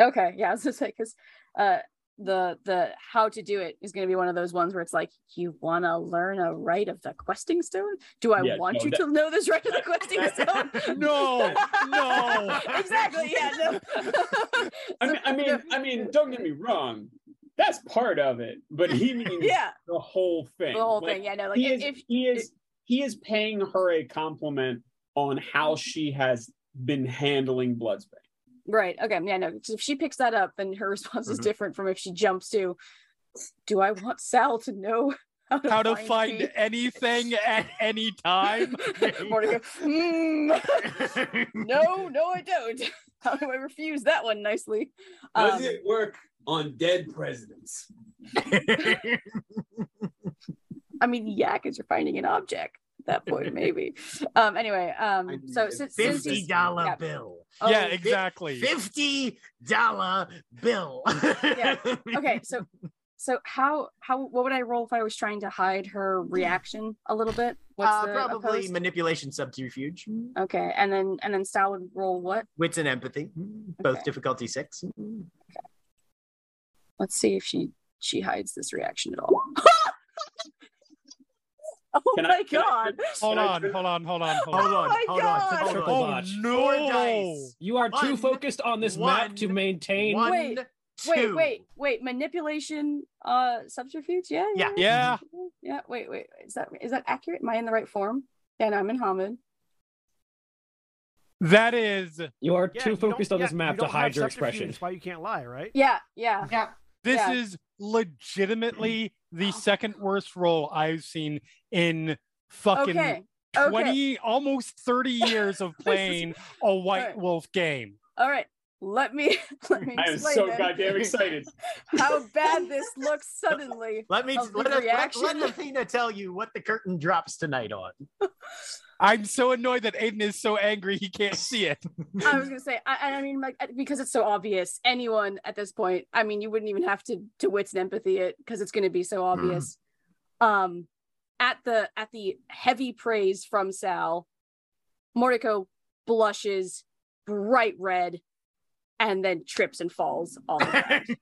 S3: Okay, yeah, I was gonna say because uh, the the how to do it is gonna be one of those ones where it's like you want to learn a rite of the questing stone. Do I
S2: Yeah,
S3: want
S2: no,
S3: you
S2: that-
S3: to know this rite
S2: <laughs>
S3: of the questing stone?
S7: No, no.
S3: <laughs> exactly. Yeah,
S2: <laughs>
S3: no.
S2: i
S3: So,
S2: mean i mean
S3: no,
S2: i mean don't get me wrong that's part of it but he means
S3: <laughs> yeah,
S2: the whole thing
S3: the whole
S2: Like,
S3: thing. Yeah, no, like
S2: he
S3: if,
S2: is,
S3: if
S2: he is he is paying her a compliment on how she has been handling bloodspain
S3: right, okay, yeah, no. 'cause If she picks that up, then her <laughs> response is
S7: Mm-hmm.
S1: Mhm.
S3: different from if she jumps to, "Do I want Sal to know <laughs> how to
S7: How to
S3: find,
S7: find
S3: me?"
S7: anything at any time.
S3: <laughs> Mordecai,
S7: <laughs>
S3: "Mm." no, no, I don't. <laughs> How do I refuse that one nicely? Um,
S2: work on dead presidents
S3: I mean, yak is you're finding an object at
S7: <laughs>
S3: that point, maybe. Um, anyway,
S2: I
S3: um, so
S2: mean,
S3: since, since
S1: Fifty
S3: he's,
S1: dollar
S3: Yeah.
S1: bill.
S3: oh,
S7: yeah, exactly.
S1: Fifty dollar <laughs> bill.
S3: Yeah. okay,
S1: <laughs>
S3: so so how how what would I roll if I was trying to hide her
S7: <gasps>
S3: reaction a little bit? What's
S1: Uh,
S3: the
S1: probably
S3: opposed?
S1: manipulation subterfuge.
S3: okay, and then and then Sal would roll what?
S1: Wits and empathy. Both
S3: Okay.
S1: difficulty six.
S3: Let's see if she she hides this reaction at all. <laughs> oh
S2: Can I-
S3: my
S2: can I-
S3: god! Oh
S7: Hold
S2: Can I
S7: on,
S2: trip-
S7: hold on, hold on, hold
S1: Hold
S7: on.
S1: on,
S3: my
S1: hold on,
S3: God.
S1: hold
S5: Triple
S1: on.
S7: Oh
S5: Watch.
S1: Four
S7: no!
S1: dice.
S5: You are too
S1: One-
S5: focused on this map to
S1: one-
S5: maintain.
S1: One,
S3: Wait,
S1: two.
S3: Wait, wait, wait! Manipulation, uh, subterfuge. Yeah,
S1: Yeah.
S7: Yeah,
S3: yeah. yeah. Wait, wait. Is that is that accurate? Am I in the right form? Yeah, no, I'm in Hamid.
S7: That is
S5: You are
S4: Yeah,
S5: too
S4: you don't-
S5: focused on
S4: yeah,
S5: this map
S4: you
S5: to
S4: don't have
S5: hide your
S4: subterfuge,
S5: expression.
S4: that's Why you can't lie, right?
S3: Yeah, yeah.
S6: Yeah.
S7: this
S3: Yeah. Oh.
S7: is legitimately the second worst roll I've seen in fucking
S3: Okay. Okay.
S7: 20 almost
S3: <laughs>
S7: 30 years of playing a White
S3: Alright.
S7: Wolf game.
S3: All right. Let me <laughs> let me
S2: I am
S3: explain
S2: so
S3: then
S2: goddamn excited.
S3: <laughs> how bad this looks suddenly.
S1: Let me
S3: Of the
S1: let, us- let,
S3: reaction.
S1: let Athena tell you what the curtain drops tonight on.
S7: <laughs> I'm so annoyed that Aiden is so angry he can't <laughs>
S1: <laughs>
S7: see it.
S3: I was gonna say, I, I- I mean, like I- because it's so obvious. Anyone at this point, I mean, you wouldn't even have to to wits and empathy it because it's gonna be so obvious. Um, at the at the heavy praise from Sal, Mordecai blushes bright red, and then trips and falls on the ground.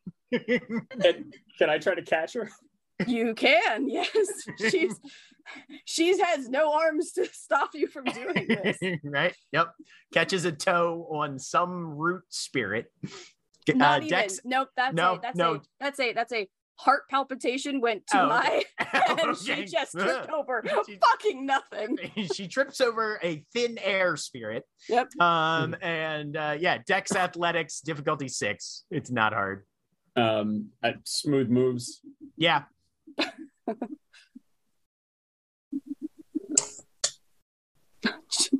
S2: Can, can I try to catch her?
S3: you can, yes, she's she's has no arms to stop you from doing this.
S1: <laughs> right? Yep. Catches a toe on some root spirit. G- uh,
S3: Not even.
S1: Dex-
S3: Nope. That's
S1: No,
S3: a that's a
S1: no.
S3: that's a that's a heart palpitation went to
S1: Oh,
S3: my <laughs> <laughs> and
S1: Okay.
S3: she
S1: <laughs>
S3: just tripped over
S1: She-
S3: <laughs>
S1: <laughs>
S3: fucking nothing.
S1: she trips over a thin air spirit.
S3: Yep.
S1: Um, and uh, yeah, Dex Athletics, difficulty six. It's not hard.
S2: Um, uh, smooth moves.
S1: Yeah.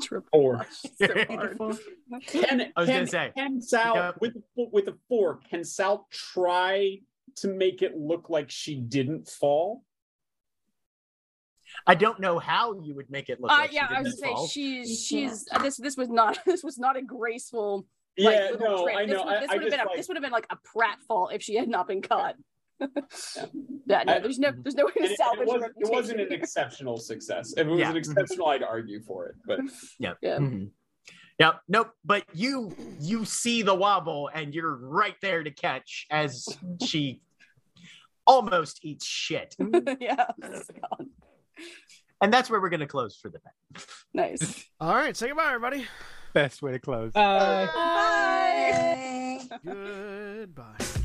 S3: Tripped
S2: Four.
S3: so
S1: <laughs>
S3: hard.
S2: Can,
S1: I was
S2: can-
S1: gonna say.
S2: Can Sal
S1: Yep.
S2: with the fo- with a four? Can Sal try to make it look like she didn't fall?
S1: I don't know how you would make it look.
S3: Uh,
S1: like she
S3: yeah, I was
S1: didn't
S3: gonna
S1: fall.
S3: say she's she's uh, this this was not <laughs> this was not a graceful like
S2: Yeah,
S3: little
S2: no,
S3: trip.
S2: I know.
S3: This would, this
S2: I, I
S3: would
S2: just
S3: have been a,
S2: like,
S3: this would have been like a pratfall if she had not been caught. <laughs> yeah, no,
S2: I-
S3: there's no there's no way
S2: and
S3: to
S2: it, it,
S3: salvage her
S2: wasn't, it wasn't
S3: reputation
S2: an
S3: <laughs>
S2: exceptional success. If it was
S1: Yeah.
S2: an exceptional, I'd argue for it. But
S1: Yep.
S3: Yeah.
S1: Mhm. Yep. Nope. But you you see the wobble and you're right there to catch as she almost eats shit.
S3: here. yeah. God.
S1: And that's where we're gonna close for the night.
S3: Nice.
S4: All right, say goodbye, everybody.
S5: Uh,
S7: Best way to close.
S8: Bye.
S4: goodbye.